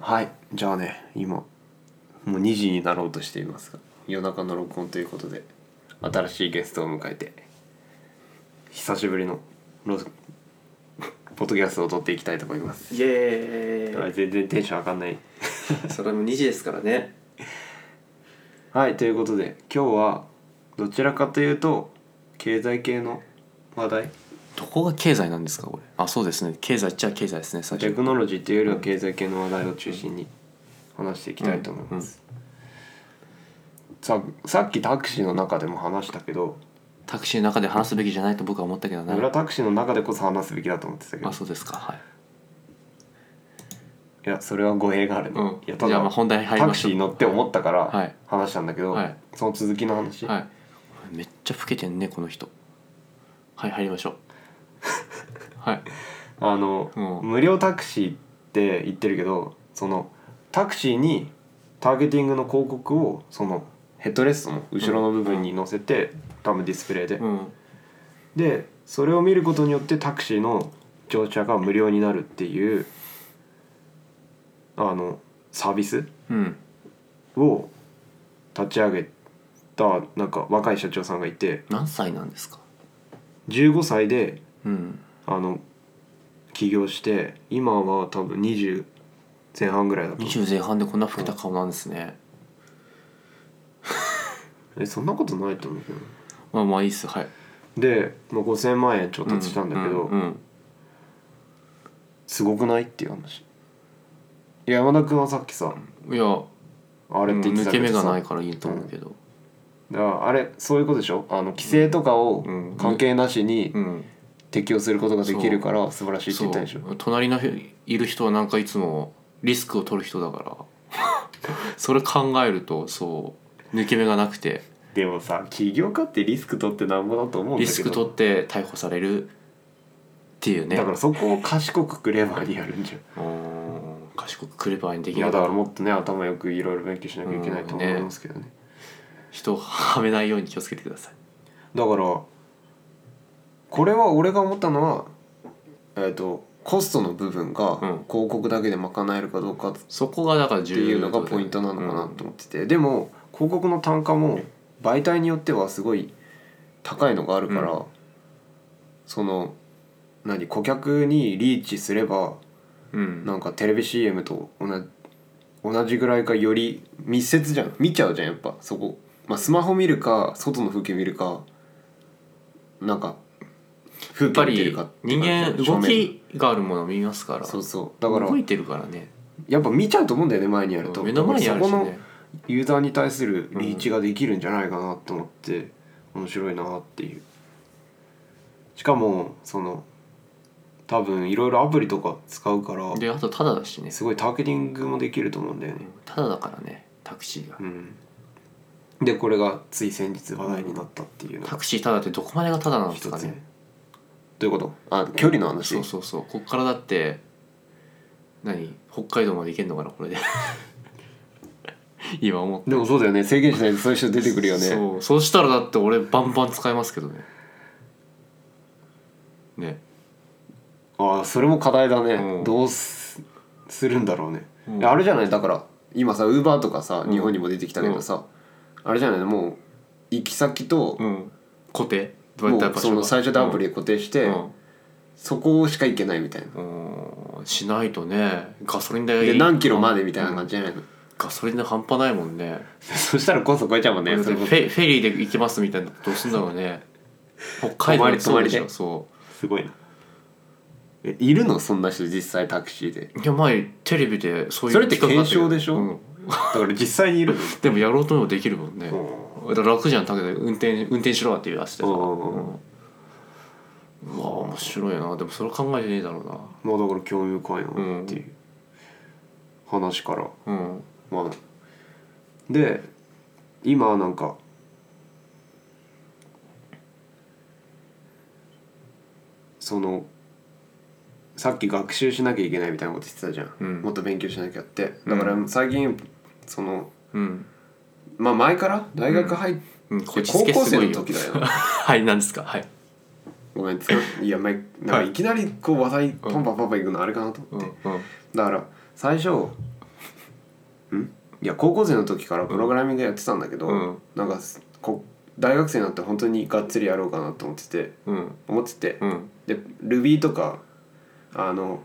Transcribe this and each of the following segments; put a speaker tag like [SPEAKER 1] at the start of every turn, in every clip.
[SPEAKER 1] はいじゃあね今もう2時になろうとしていますが夜中の録音ということで新しいゲストを迎えて久しぶりのロス ポッドキャストを撮っていきたいと思います、
[SPEAKER 2] イエーイ
[SPEAKER 1] 全然テンション上がんない
[SPEAKER 2] それも2時ですからね
[SPEAKER 1] はいということで今日はどちらかというと経済系の話題
[SPEAKER 3] どこが経済なんですかこれあそうですね経済っちゃ経済ですね最
[SPEAKER 1] テクノロジーというよりは経済系の話題を中心に話していきたいと思います、ささっきタクシーの中でも話したけど
[SPEAKER 3] タクシーの中で話すべきじゃないと僕は思ったけどね
[SPEAKER 1] 俺はタクシーの中でこそ話すべきだと思ってたけど
[SPEAKER 3] あそうですかはい
[SPEAKER 1] いやそれは語弊があるね、
[SPEAKER 3] うん
[SPEAKER 1] いやた
[SPEAKER 3] じゃ
[SPEAKER 1] だ
[SPEAKER 3] あまあ本題入り
[SPEAKER 1] タ
[SPEAKER 3] ま
[SPEAKER 1] ク
[SPEAKER 3] し
[SPEAKER 1] シ
[SPEAKER 3] ょう
[SPEAKER 1] ーに乗って思ったか
[SPEAKER 3] は
[SPEAKER 1] ら
[SPEAKER 3] い
[SPEAKER 1] 話したんだけど、
[SPEAKER 3] はい
[SPEAKER 1] その続きの話、
[SPEAKER 3] はいめっちゃ老けてんねこの人はい入 りましょうはい
[SPEAKER 1] あの、
[SPEAKER 3] うん
[SPEAKER 1] 無料タクシーって言ってるけどそのタクシーにターゲティングの広告をそのヘッドレストの後ろの部分に載せて、多分ディスプレイで、
[SPEAKER 3] うん
[SPEAKER 1] でそれを見ることによってタクシーの乗車が無料になるっていうあのサービス
[SPEAKER 3] うん
[SPEAKER 1] を立ち上げたなんか若い社長さんがいて
[SPEAKER 3] 何歳なんですか
[SPEAKER 1] 15歳で
[SPEAKER 3] うん
[SPEAKER 1] あの起業して今は多分20前半ぐらいだと思
[SPEAKER 3] 20前半でこんな老けた顔なんですね、
[SPEAKER 1] うえそんなことないと思うけど
[SPEAKER 3] まあまあいいっすはい
[SPEAKER 1] で、まあ、5000万円調達したんだけど、
[SPEAKER 3] うんうんうん
[SPEAKER 1] すごくないっていう話いや山田君はさっきさ
[SPEAKER 3] いやも
[SPEAKER 1] あ
[SPEAKER 3] う
[SPEAKER 1] れって言って
[SPEAKER 3] 抜
[SPEAKER 1] た
[SPEAKER 3] け
[SPEAKER 1] けど
[SPEAKER 3] 目
[SPEAKER 1] さ
[SPEAKER 3] がないからいいと思うけど
[SPEAKER 1] だからあれそういうことでしょあの規制とかを
[SPEAKER 3] うん
[SPEAKER 1] 関係なしに
[SPEAKER 3] うん
[SPEAKER 1] 適用することができるから素晴らしいって言
[SPEAKER 3] そう
[SPEAKER 1] ったでしょ
[SPEAKER 3] 隣の人いる人はなんかいつもリスクを取る人だ からそれ考えるとそう抜け目がなくて
[SPEAKER 1] でもさ起業家ってリスク取ってなんぼだと思
[SPEAKER 3] リスク取って逮捕されるっていうね
[SPEAKER 1] だからそこを賢くクレバーにやるんじゃん
[SPEAKER 3] うーん賢くクレバーにで
[SPEAKER 1] い
[SPEAKER 3] き
[SPEAKER 1] や
[SPEAKER 3] る
[SPEAKER 1] だからもっとね頭よくいろいろ勉強しなきゃいけないと思いますけどね,、
[SPEAKER 3] 人をはめないように気をつけてください
[SPEAKER 1] だからこれは俺が思ったのはえっ、とコストの部分が
[SPEAKER 3] うん
[SPEAKER 1] 広告だけで賄えるかどうかっ
[SPEAKER 3] そこがだから
[SPEAKER 1] て
[SPEAKER 3] 重
[SPEAKER 1] い
[SPEAKER 3] 要
[SPEAKER 1] うのがポイントなのかなと思ってて、でも広告の単価も媒体によってはすごい高いのがあるから、
[SPEAKER 3] う
[SPEAKER 1] その何顧客にリーチすれば
[SPEAKER 3] うん、うん
[SPEAKER 1] なんかテレビ CM と同じ同じぐらいかより密接じゃん見ちゃうじゃんやっぱそこ、まあ、スマホ見るか外の風景見るかなんか風
[SPEAKER 3] やっぱ
[SPEAKER 1] 景見て
[SPEAKER 3] り
[SPEAKER 1] るかって
[SPEAKER 3] 人
[SPEAKER 1] 感じ
[SPEAKER 3] 間
[SPEAKER 1] じゃん
[SPEAKER 3] 動
[SPEAKER 1] 正面
[SPEAKER 3] きがあるものを見ますから
[SPEAKER 1] そうそうだから
[SPEAKER 3] 動いてるからね
[SPEAKER 1] やっぱ見ちゃうと思うんだよね前にやると
[SPEAKER 3] 目の前にある
[SPEAKER 1] だ
[SPEAKER 3] し
[SPEAKER 1] からそ
[SPEAKER 3] ね
[SPEAKER 1] このユーザーに対するリーチができるんじゃないかなと思って面白いなっていうしかもその多分いろいろアプリとか使うから
[SPEAKER 3] であとタダだしね
[SPEAKER 1] すごいターゲティングもできると思うんだよね
[SPEAKER 3] タダだからねタクシーが
[SPEAKER 1] うん、でこれがつい先日話題になったっていうの
[SPEAKER 3] タ
[SPEAKER 1] が
[SPEAKER 3] クシータダってどこまでがタダなんで
[SPEAKER 1] 一
[SPEAKER 3] す
[SPEAKER 1] つ
[SPEAKER 3] か
[SPEAKER 1] ね
[SPEAKER 3] ね
[SPEAKER 1] どういうことあ距離の話
[SPEAKER 3] そうそうそうこっからだって何北海道まで行けんのかなこれで 今思って
[SPEAKER 1] でもそうだよね制限しないとそういう人出てくるよね
[SPEAKER 3] そうそうしたらだって俺バンバン使えますけどねね
[SPEAKER 1] ああそれも課題だね、
[SPEAKER 3] うん
[SPEAKER 1] どうすするんだろうね、
[SPEAKER 3] うん
[SPEAKER 1] いやあれじゃないだから今さウーバーとかさ
[SPEAKER 3] うん
[SPEAKER 1] 日本にも出てきたけどさ、あれじゃないもう行き先と、
[SPEAKER 3] うん固定どうや
[SPEAKER 1] も
[SPEAKER 3] った場
[SPEAKER 1] う
[SPEAKER 3] 所
[SPEAKER 1] その最初でアプリで固定して、
[SPEAKER 3] うん
[SPEAKER 1] そこしか行けないみたいな
[SPEAKER 3] うんうんしないとねガソリン代が
[SPEAKER 1] で何キロまでみたいな感じじゃないの、
[SPEAKER 3] ガソリン代半端ないもんね
[SPEAKER 1] そしたらコスト超えちゃうもんね
[SPEAKER 3] だって
[SPEAKER 1] それ
[SPEAKER 3] フ
[SPEAKER 1] こそ
[SPEAKER 3] ェフェリーで行きますみたいなのどうすんだろ うね北海
[SPEAKER 1] 泊
[SPEAKER 3] 道
[SPEAKER 1] まり
[SPEAKER 3] で
[SPEAKER 1] 泊まり
[SPEAKER 3] し
[SPEAKER 1] で
[SPEAKER 3] ょそ
[SPEAKER 1] すごいなえいるのそんな人実際タクシーで
[SPEAKER 3] ういや前テレビでそういう
[SPEAKER 1] それって
[SPEAKER 3] 企画があたけ
[SPEAKER 1] 検
[SPEAKER 3] ど
[SPEAKER 1] 証でしょ
[SPEAKER 3] うん
[SPEAKER 1] だから実際にいるの
[SPEAKER 3] でもやろうともできるもんね
[SPEAKER 1] う
[SPEAKER 3] だから楽じゃんだけど運転運転しろって言わせてさ
[SPEAKER 1] う
[SPEAKER 3] うんん
[SPEAKER 1] うんうん
[SPEAKER 3] うわ面白いなでもそれ考えてねえだろう
[SPEAKER 1] まあだから興味深いなっていう話から、
[SPEAKER 3] なうん
[SPEAKER 1] まあで今なんかそのさっき学習しなきゃいけないみたいなこと言ってたじゃん、
[SPEAKER 3] うん
[SPEAKER 1] もっと勉強しなきゃってだから最近その
[SPEAKER 3] うん、
[SPEAKER 1] まあ前から大学入って、
[SPEAKER 3] うん、こ
[SPEAKER 1] 高校生の時だよ
[SPEAKER 3] はいなんですかはい、
[SPEAKER 1] ごめんつかいやまあなんかいきなりこう話題パンパンパンパンいくのあれかなと思って、
[SPEAKER 3] うんうん
[SPEAKER 1] だから最初んいや高校生の時からプログラミングやってたんだけど、
[SPEAKER 3] うん
[SPEAKER 1] なんかすこ大学生になって本当にがっつりやろうかなと思ってて
[SPEAKER 3] うん
[SPEAKER 1] 思ってて、
[SPEAKER 3] うん
[SPEAKER 1] で Ruby とかあの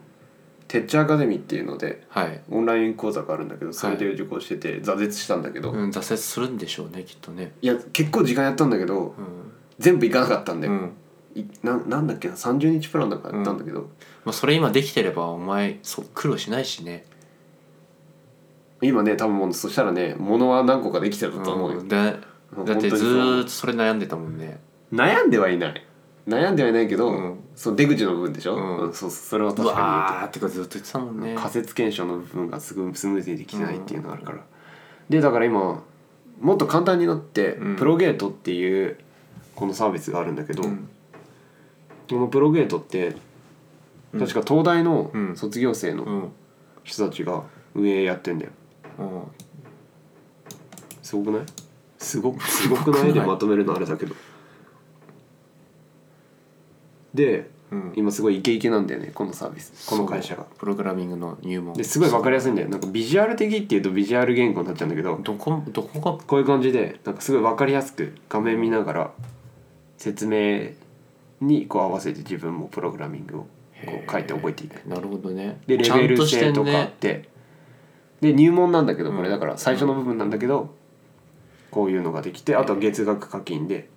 [SPEAKER 1] テッチアカデミーっていうので
[SPEAKER 3] はい、
[SPEAKER 1] オンライン講座があるんだけどそれで受講してて挫折したんだけど、
[SPEAKER 3] うん、挫折するんでしょうねきっとね
[SPEAKER 1] いや結構時間やったんだけど
[SPEAKER 3] うん、
[SPEAKER 1] 全部いかなかったんで、
[SPEAKER 3] うん
[SPEAKER 1] いななんだっけな30日プランだからやったんだけど、
[SPEAKER 3] まあ、それ今できてればお前そう苦労しないしね
[SPEAKER 1] 今ね多分もうそしたらねものは何個かできてたと思うよ、
[SPEAKER 3] んだ
[SPEAKER 1] もう
[SPEAKER 3] だって
[SPEAKER 1] 本当にそう
[SPEAKER 3] ずーっとそれ悩んでたもんね
[SPEAKER 1] 悩んではいない悩んではいないけど、
[SPEAKER 3] うん
[SPEAKER 1] その出口の部分でしょ、
[SPEAKER 3] うん
[SPEAKER 1] うんそうそうそれは
[SPEAKER 3] う
[SPEAKER 1] 確か
[SPEAKER 3] わーってかずっと言ってたもん
[SPEAKER 1] に、
[SPEAKER 3] ね
[SPEAKER 1] 仮説検証の部分がすぐスムーズにできてないっていうのがあるから、でだから今もっと簡単になって、
[SPEAKER 3] うん
[SPEAKER 1] プロゲートっていうこのサービスがあるんだけど、
[SPEAKER 3] うん
[SPEAKER 1] このプロゲートって
[SPEAKER 3] うん
[SPEAKER 1] 確か東大の
[SPEAKER 3] うん
[SPEAKER 1] 卒業生
[SPEAKER 3] う
[SPEAKER 1] の
[SPEAKER 3] ん
[SPEAKER 1] 人たちが運営やってんだよ
[SPEAKER 3] うん
[SPEAKER 1] すごくないすごく すごくない
[SPEAKER 3] すごくない
[SPEAKER 1] でまとめるのあれだけどで
[SPEAKER 3] うん
[SPEAKER 1] 今すごいイケイケなんだよねこのサービスこの会社が
[SPEAKER 3] そうプログラミングの入門
[SPEAKER 1] ですごい分かりやすいんだよなんかビジュアル的っていうとビジュアル言語になっちゃうんだけど
[SPEAKER 3] どこどこが
[SPEAKER 1] こういう感じでなんかすごい分かりやすく画面見ながら説明にこう合わせて自分もプログラミングをこう書いて覚えていく
[SPEAKER 3] なるほどね
[SPEAKER 1] でレ
[SPEAKER 3] ちゃ
[SPEAKER 1] ベ
[SPEAKER 3] ん
[SPEAKER 1] ル
[SPEAKER 3] として
[SPEAKER 1] 制
[SPEAKER 3] ん
[SPEAKER 1] とかあっ
[SPEAKER 3] ね
[SPEAKER 1] て、で入門なんだけど
[SPEAKER 3] うん
[SPEAKER 1] これだから最初の部分なんだけど、こういうのができてあとは月額課金で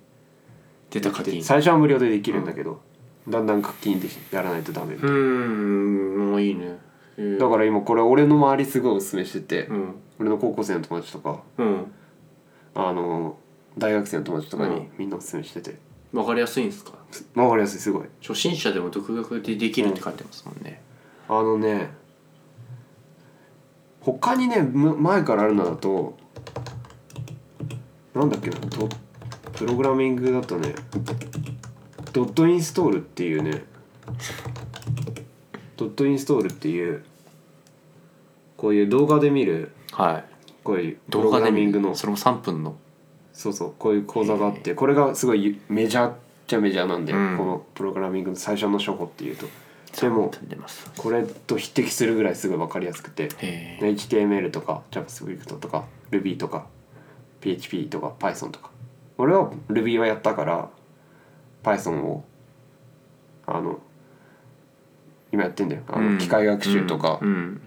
[SPEAKER 3] 出た課金
[SPEAKER 1] 最初は無料でできるんだけど、だんだん課金でやらないとダメみた
[SPEAKER 3] う
[SPEAKER 1] いな、
[SPEAKER 3] んもういいねうん
[SPEAKER 1] だから今これ俺の周りすごいおすすめしてて、
[SPEAKER 3] うん
[SPEAKER 1] 俺の高校生の友達とか
[SPEAKER 3] うん
[SPEAKER 1] あの大学生の友達とか
[SPEAKER 3] う
[SPEAKER 1] に
[SPEAKER 3] ん
[SPEAKER 1] みんなおすすめしてて、
[SPEAKER 3] わかりやすいんですか
[SPEAKER 1] わかりやすいすごい
[SPEAKER 3] 初心者でも独学でできるって書いてますもんね
[SPEAKER 1] あのね他にねむ前からあるのだとなんだっけなとプログラミングだとねドットインストールっていうねドットインストールっていうこういう動画で見る
[SPEAKER 3] はい
[SPEAKER 1] こういうプロ
[SPEAKER 3] 動
[SPEAKER 1] グ
[SPEAKER 3] 画
[SPEAKER 1] ラ
[SPEAKER 3] で
[SPEAKER 1] ミ
[SPEAKER 3] 見
[SPEAKER 1] ング
[SPEAKER 3] る
[SPEAKER 1] の
[SPEAKER 3] それも3分の
[SPEAKER 1] そうそうこういう講座があってこれがすごいメジャーっちゃメジャーなんで、
[SPEAKER 3] うん
[SPEAKER 1] このプログラミングの最初の初歩っていうとでも
[SPEAKER 3] 出ます
[SPEAKER 1] これと匹敵するぐらいすごい分かりやすくて
[SPEAKER 3] へえ
[SPEAKER 1] HTML とか JavaScript とか Ruby とか PHP とか Python とか俺は Ruby はやったから Python をあの今やってんだよあの機械学習とか
[SPEAKER 3] うんうん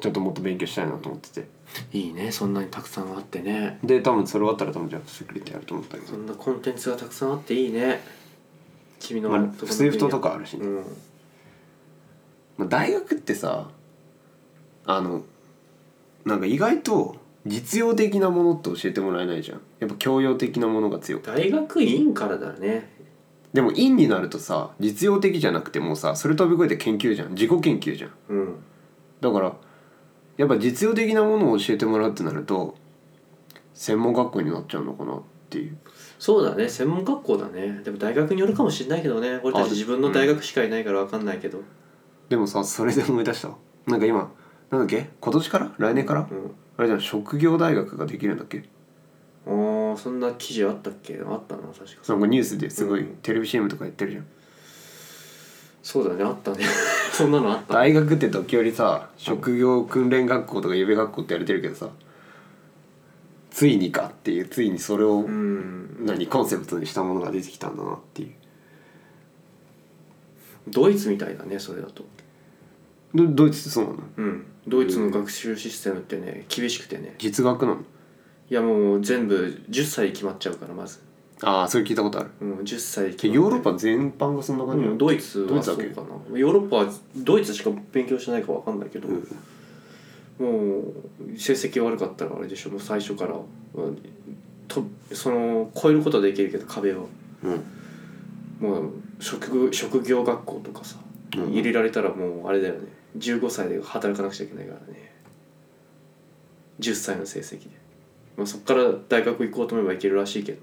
[SPEAKER 1] ちょっともっと勉強したいなと思ってて
[SPEAKER 3] いいねそんなにたくさんあってね
[SPEAKER 1] で多分それ終わったら多分 JavaScript やると思ったけ
[SPEAKER 2] そ
[SPEAKER 1] ど、
[SPEAKER 2] んなコンテンツがたくさんあっていいね君の
[SPEAKER 1] まあ、
[SPEAKER 2] とこの分野
[SPEAKER 1] Swift とかあるしね
[SPEAKER 2] うん
[SPEAKER 1] まあ、大学ってさあのなんか意外と実用的なものって教えてもらえないじゃんやっぱ教養的なものが強く
[SPEAKER 2] 大学院からだね
[SPEAKER 1] でも院になるとさ実用的じゃなくてもうさそれ飛び越えて研究じゃん自己研究じゃん
[SPEAKER 2] うん
[SPEAKER 1] だからやっぱ実用的なものを教えてもらうってなると専門学校になっちゃうのかなっていう
[SPEAKER 2] そうだね専門学校だねでも大学によるかもしれないけどね俺た
[SPEAKER 1] あ
[SPEAKER 2] ち自分の大学しかいないから分かんないけど
[SPEAKER 1] でもさそれで思い出したわなんか今なんだっけ今年から来年から
[SPEAKER 2] うん
[SPEAKER 1] あれじゃん職業大学ができるんだっけ
[SPEAKER 2] あーそんな記事あったっけあったな確か
[SPEAKER 1] なんかニュースですごい
[SPEAKER 2] うん
[SPEAKER 1] テレビ CM とかやってるじゃん
[SPEAKER 2] そうだねあったね そんなのあった
[SPEAKER 1] 大学って時折さ職業訓練学校とか夢学校って言われてるけどさついにかっていうついにそれを
[SPEAKER 2] うん
[SPEAKER 1] 何コンセプトにしたものが出てきたんだなっていう
[SPEAKER 2] ドイツみたいだねそれだと
[SPEAKER 1] どドイツってそうなの
[SPEAKER 2] うんドイツの学習システムってね厳しくてね
[SPEAKER 1] 実学なの
[SPEAKER 2] いやもう全部10歳で決まっちゃうからまず、
[SPEAKER 1] ああそれ聞いたことある
[SPEAKER 2] うん、10歳で決まって
[SPEAKER 1] ヨーロッパ全般がそんな感じな
[SPEAKER 2] う
[SPEAKER 1] の
[SPEAKER 2] ん、ドイツ
[SPEAKER 1] ドイ
[SPEAKER 2] は
[SPEAKER 1] ツ
[SPEAKER 2] そ
[SPEAKER 1] だ
[SPEAKER 2] う
[SPEAKER 1] け
[SPEAKER 2] かなヨーロッパはドイツしか勉強してないかわかんないけど、
[SPEAKER 1] うん
[SPEAKER 2] もう成績悪かったらあれでしょもう最初から、うんとその超えることはできるけど壁を
[SPEAKER 1] うん
[SPEAKER 2] もう職業職業学校とかさ、
[SPEAKER 1] うん
[SPEAKER 2] 入れられたらもうあれだよね15歳で働かなくちゃいけないからね10歳の成績で、まあ、そっから大学行こうと思えば行けるらしいけど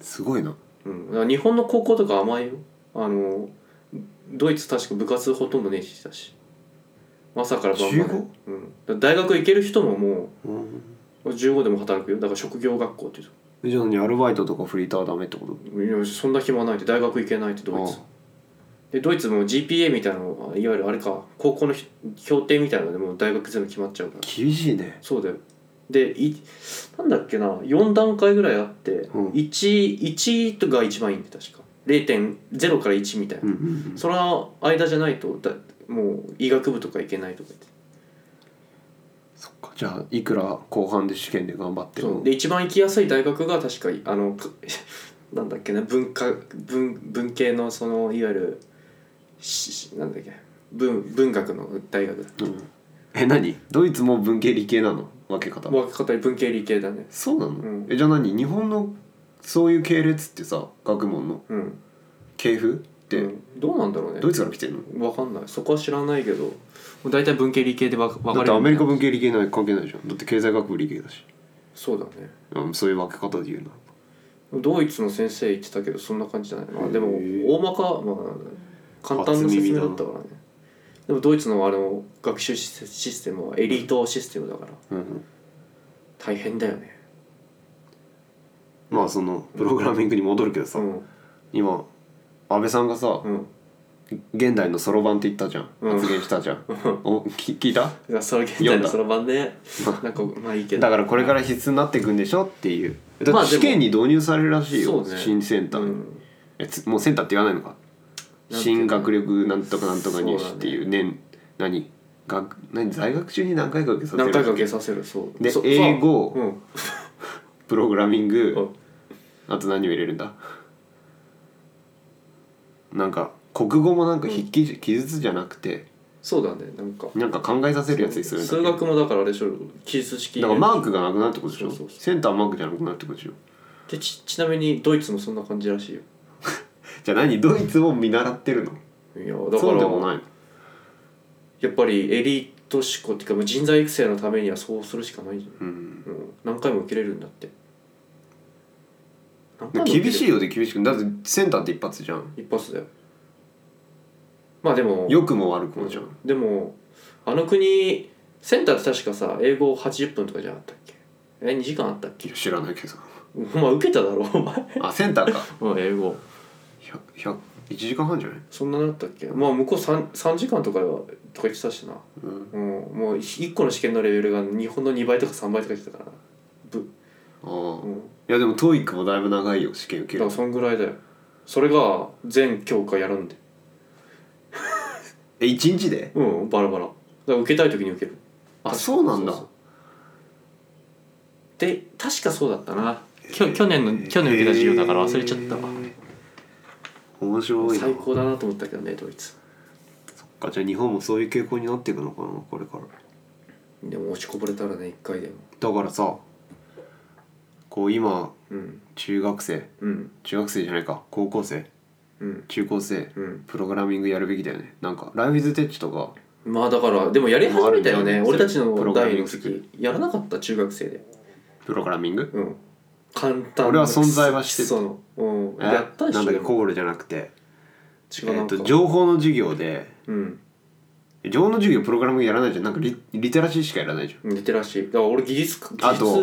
[SPEAKER 1] すごいな
[SPEAKER 2] うん、だから日本の高校とか甘いよあのドイツ確か部活ほとんどねえしだし朝から晩まで、
[SPEAKER 1] 15
[SPEAKER 2] うん、だから大学行ける人もも
[SPEAKER 1] うん
[SPEAKER 2] う15でも働くよだから職業学校っていう
[SPEAKER 1] えじゃあ何アルバイトとかフリーターはダメってこと
[SPEAKER 2] といやそんな暇ないって大学行けないってドイツ
[SPEAKER 1] あ
[SPEAKER 3] でドイツも GPA みたいなのはいわゆるあれか高校のひ評定みたいなのでもう大学全部決まっちゃうから
[SPEAKER 1] 厳しいね
[SPEAKER 3] そうだよでいなんだっけな4段階ぐらいあって、
[SPEAKER 1] うん
[SPEAKER 3] 1, 1が一番いいんで確か0.0から1みたいな、
[SPEAKER 1] うんうん
[SPEAKER 3] その間じゃないとだもう医学部とか行けないとか言って
[SPEAKER 1] そっかじゃあいくら後半で試験で頑張って
[SPEAKER 3] そう
[SPEAKER 1] も
[SPEAKER 3] で一番行きやすい大学が確かあの かなんだっけな文化文文系のそのいわゆるししなんだっけ文文学の大学だ
[SPEAKER 1] うんえ何ドイツも文系理系なの分け方
[SPEAKER 3] 分け方に文系理系だね
[SPEAKER 1] そうなの、
[SPEAKER 3] うん
[SPEAKER 1] えじゃあ何日本のそういう系列ってさ学問の
[SPEAKER 3] うん
[SPEAKER 1] 系譜って、
[SPEAKER 3] うんどうなんだろうね
[SPEAKER 1] ドイツから来てんの
[SPEAKER 3] わかんないそこは知らないけどもう大体文系理系でわ分かれ
[SPEAKER 1] だ
[SPEAKER 3] る
[SPEAKER 1] ってアメリカ文系理系ない関係ないじゃんだって経済学部理系だし、
[SPEAKER 3] そうだね
[SPEAKER 1] うん、そういう分け方で言うな
[SPEAKER 3] ドイツの先生言ってたけどそんな感じじゃない、まあ、でも
[SPEAKER 1] へー
[SPEAKER 3] 大まか、まあ、簡単な説明だったからねでもドイツのあの学習シスシステムはエリートシステムだから
[SPEAKER 1] うん
[SPEAKER 3] 大変だよね
[SPEAKER 1] まあそのプログラミングに戻るけどさ、
[SPEAKER 3] うん
[SPEAKER 1] 今安倍さんがさ、
[SPEAKER 3] うん
[SPEAKER 1] 現代のそろばんって言ったじゃん
[SPEAKER 3] うん
[SPEAKER 1] 発言したじゃん、おき聞いた
[SPEAKER 3] いやそれ現
[SPEAKER 1] 読
[SPEAKER 3] 代
[SPEAKER 1] ん
[SPEAKER 3] の
[SPEAKER 1] だ
[SPEAKER 3] その晩 ねなんかまあいいけど
[SPEAKER 1] だからこれから必須になっていくんでしょっていうだっ
[SPEAKER 3] まあ
[SPEAKER 1] て
[SPEAKER 3] でも
[SPEAKER 1] 試験に導入されるらしいよ、
[SPEAKER 3] そうね
[SPEAKER 1] 新センター
[SPEAKER 3] う
[SPEAKER 1] に、
[SPEAKER 3] ん
[SPEAKER 1] えつもうセンターって言わないのか
[SPEAKER 3] なんて
[SPEAKER 1] 新学力なんとかなんとか入試っていう年何学何在学中に何回か受けさせる
[SPEAKER 3] 何回か受けさせるそう
[SPEAKER 1] で
[SPEAKER 3] そ
[SPEAKER 1] 英語
[SPEAKER 3] そううん
[SPEAKER 1] プログラミング、
[SPEAKER 3] うん
[SPEAKER 1] あと何を入れるんだなんか国語もなんか筆記じ、記述じゃなくて
[SPEAKER 3] そうだねなんか
[SPEAKER 1] なんか考えさせるやつにするんだっ
[SPEAKER 3] 数
[SPEAKER 1] け
[SPEAKER 3] 学もだからあれでしょ記述式
[SPEAKER 1] だからマークがなくなるってことでしょ
[SPEAKER 3] そうそうそう
[SPEAKER 1] センターマークじゃなくなるってことでしょ
[SPEAKER 3] でちちなみにドイツもそんな感じらしいよ
[SPEAKER 1] じゃあ何ドイツを見習ってるの
[SPEAKER 3] いやだか
[SPEAKER 1] そう
[SPEAKER 3] ら
[SPEAKER 1] でもないの
[SPEAKER 3] やっぱりエリート志向っていうかもう人材育成のためにはそうするしかないんじゃな
[SPEAKER 1] うん
[SPEAKER 3] い、うん、何回も受けれるんだって何
[SPEAKER 1] で
[SPEAKER 3] 回も受けれる
[SPEAKER 1] 厳しいよで厳しくだってセンターって一発じゃん
[SPEAKER 3] 一発だよまあでも
[SPEAKER 1] 良くも悪くもじゃん
[SPEAKER 3] でもあの国センターって確かさ英語80分とかじゃなかったっけえ2時間あったっ
[SPEAKER 1] い
[SPEAKER 3] け
[SPEAKER 1] や知らないけど
[SPEAKER 3] お前受けただろお前
[SPEAKER 1] あセンターか
[SPEAKER 3] うん英語
[SPEAKER 1] 100 100 1時間半じゃない
[SPEAKER 3] そんなだったっけまあ向こう 3, 3時間とかはとか言ってたしな
[SPEAKER 1] うん
[SPEAKER 3] うんもう1個の試験のレベルが日本の2倍とか3倍とか言ってたからなぶ
[SPEAKER 1] ああ
[SPEAKER 3] うん
[SPEAKER 1] いやでも TOEIC もだいぶ長いよ試験受け
[SPEAKER 3] だか
[SPEAKER 1] る
[SPEAKER 3] らそんぐらいだよそれが全教科やるんで
[SPEAKER 1] え一日で
[SPEAKER 3] うんバラバラだから受けたい時に受ける
[SPEAKER 1] あそうなんだ
[SPEAKER 3] そうそうで確かそうだったな
[SPEAKER 4] きょ去年の去年受けた授業だから忘れちゃったわ、
[SPEAKER 1] へえ面白いな
[SPEAKER 3] 最高だなと思ったけどねドイツ
[SPEAKER 1] そっかじゃあ日本もそういう傾向になっていくのかなこれから
[SPEAKER 3] でも落ちこぼれたらね一回でも
[SPEAKER 1] だからさこう今
[SPEAKER 3] うん
[SPEAKER 1] 中学生
[SPEAKER 3] うん
[SPEAKER 1] 中学生じゃないか高校生
[SPEAKER 3] うん
[SPEAKER 1] 中高生
[SPEAKER 3] うん
[SPEAKER 1] プログラミングやるべきだよねなんか「ライフイズテッチとか
[SPEAKER 3] まあだからでもやり始めたよね
[SPEAKER 1] もうあるんだよね
[SPEAKER 3] 俺たち
[SPEAKER 1] プ
[SPEAKER 3] の
[SPEAKER 1] ログラミ
[SPEAKER 3] 代
[SPEAKER 1] ン
[SPEAKER 3] の
[SPEAKER 1] グ作
[SPEAKER 3] 時やらなかった中学生で
[SPEAKER 1] プログラミング
[SPEAKER 3] うん簡単
[SPEAKER 1] 俺は存在はしてる
[SPEAKER 3] そのうん
[SPEAKER 1] え
[SPEAKER 3] やったでし
[SPEAKER 1] な
[SPEAKER 3] ょ
[SPEAKER 1] んだっけ
[SPEAKER 3] でも
[SPEAKER 1] コールじゃなくて、え
[SPEAKER 3] 違うな
[SPEAKER 1] ー、
[SPEAKER 3] ん
[SPEAKER 1] と
[SPEAKER 3] か
[SPEAKER 1] 情報の授業で
[SPEAKER 3] うん
[SPEAKER 1] 情報の授業プログラミングやらないじゃんなんかリリテラシーしかやらないじゃん
[SPEAKER 3] リテラシーだから俺技術技術
[SPEAKER 1] あと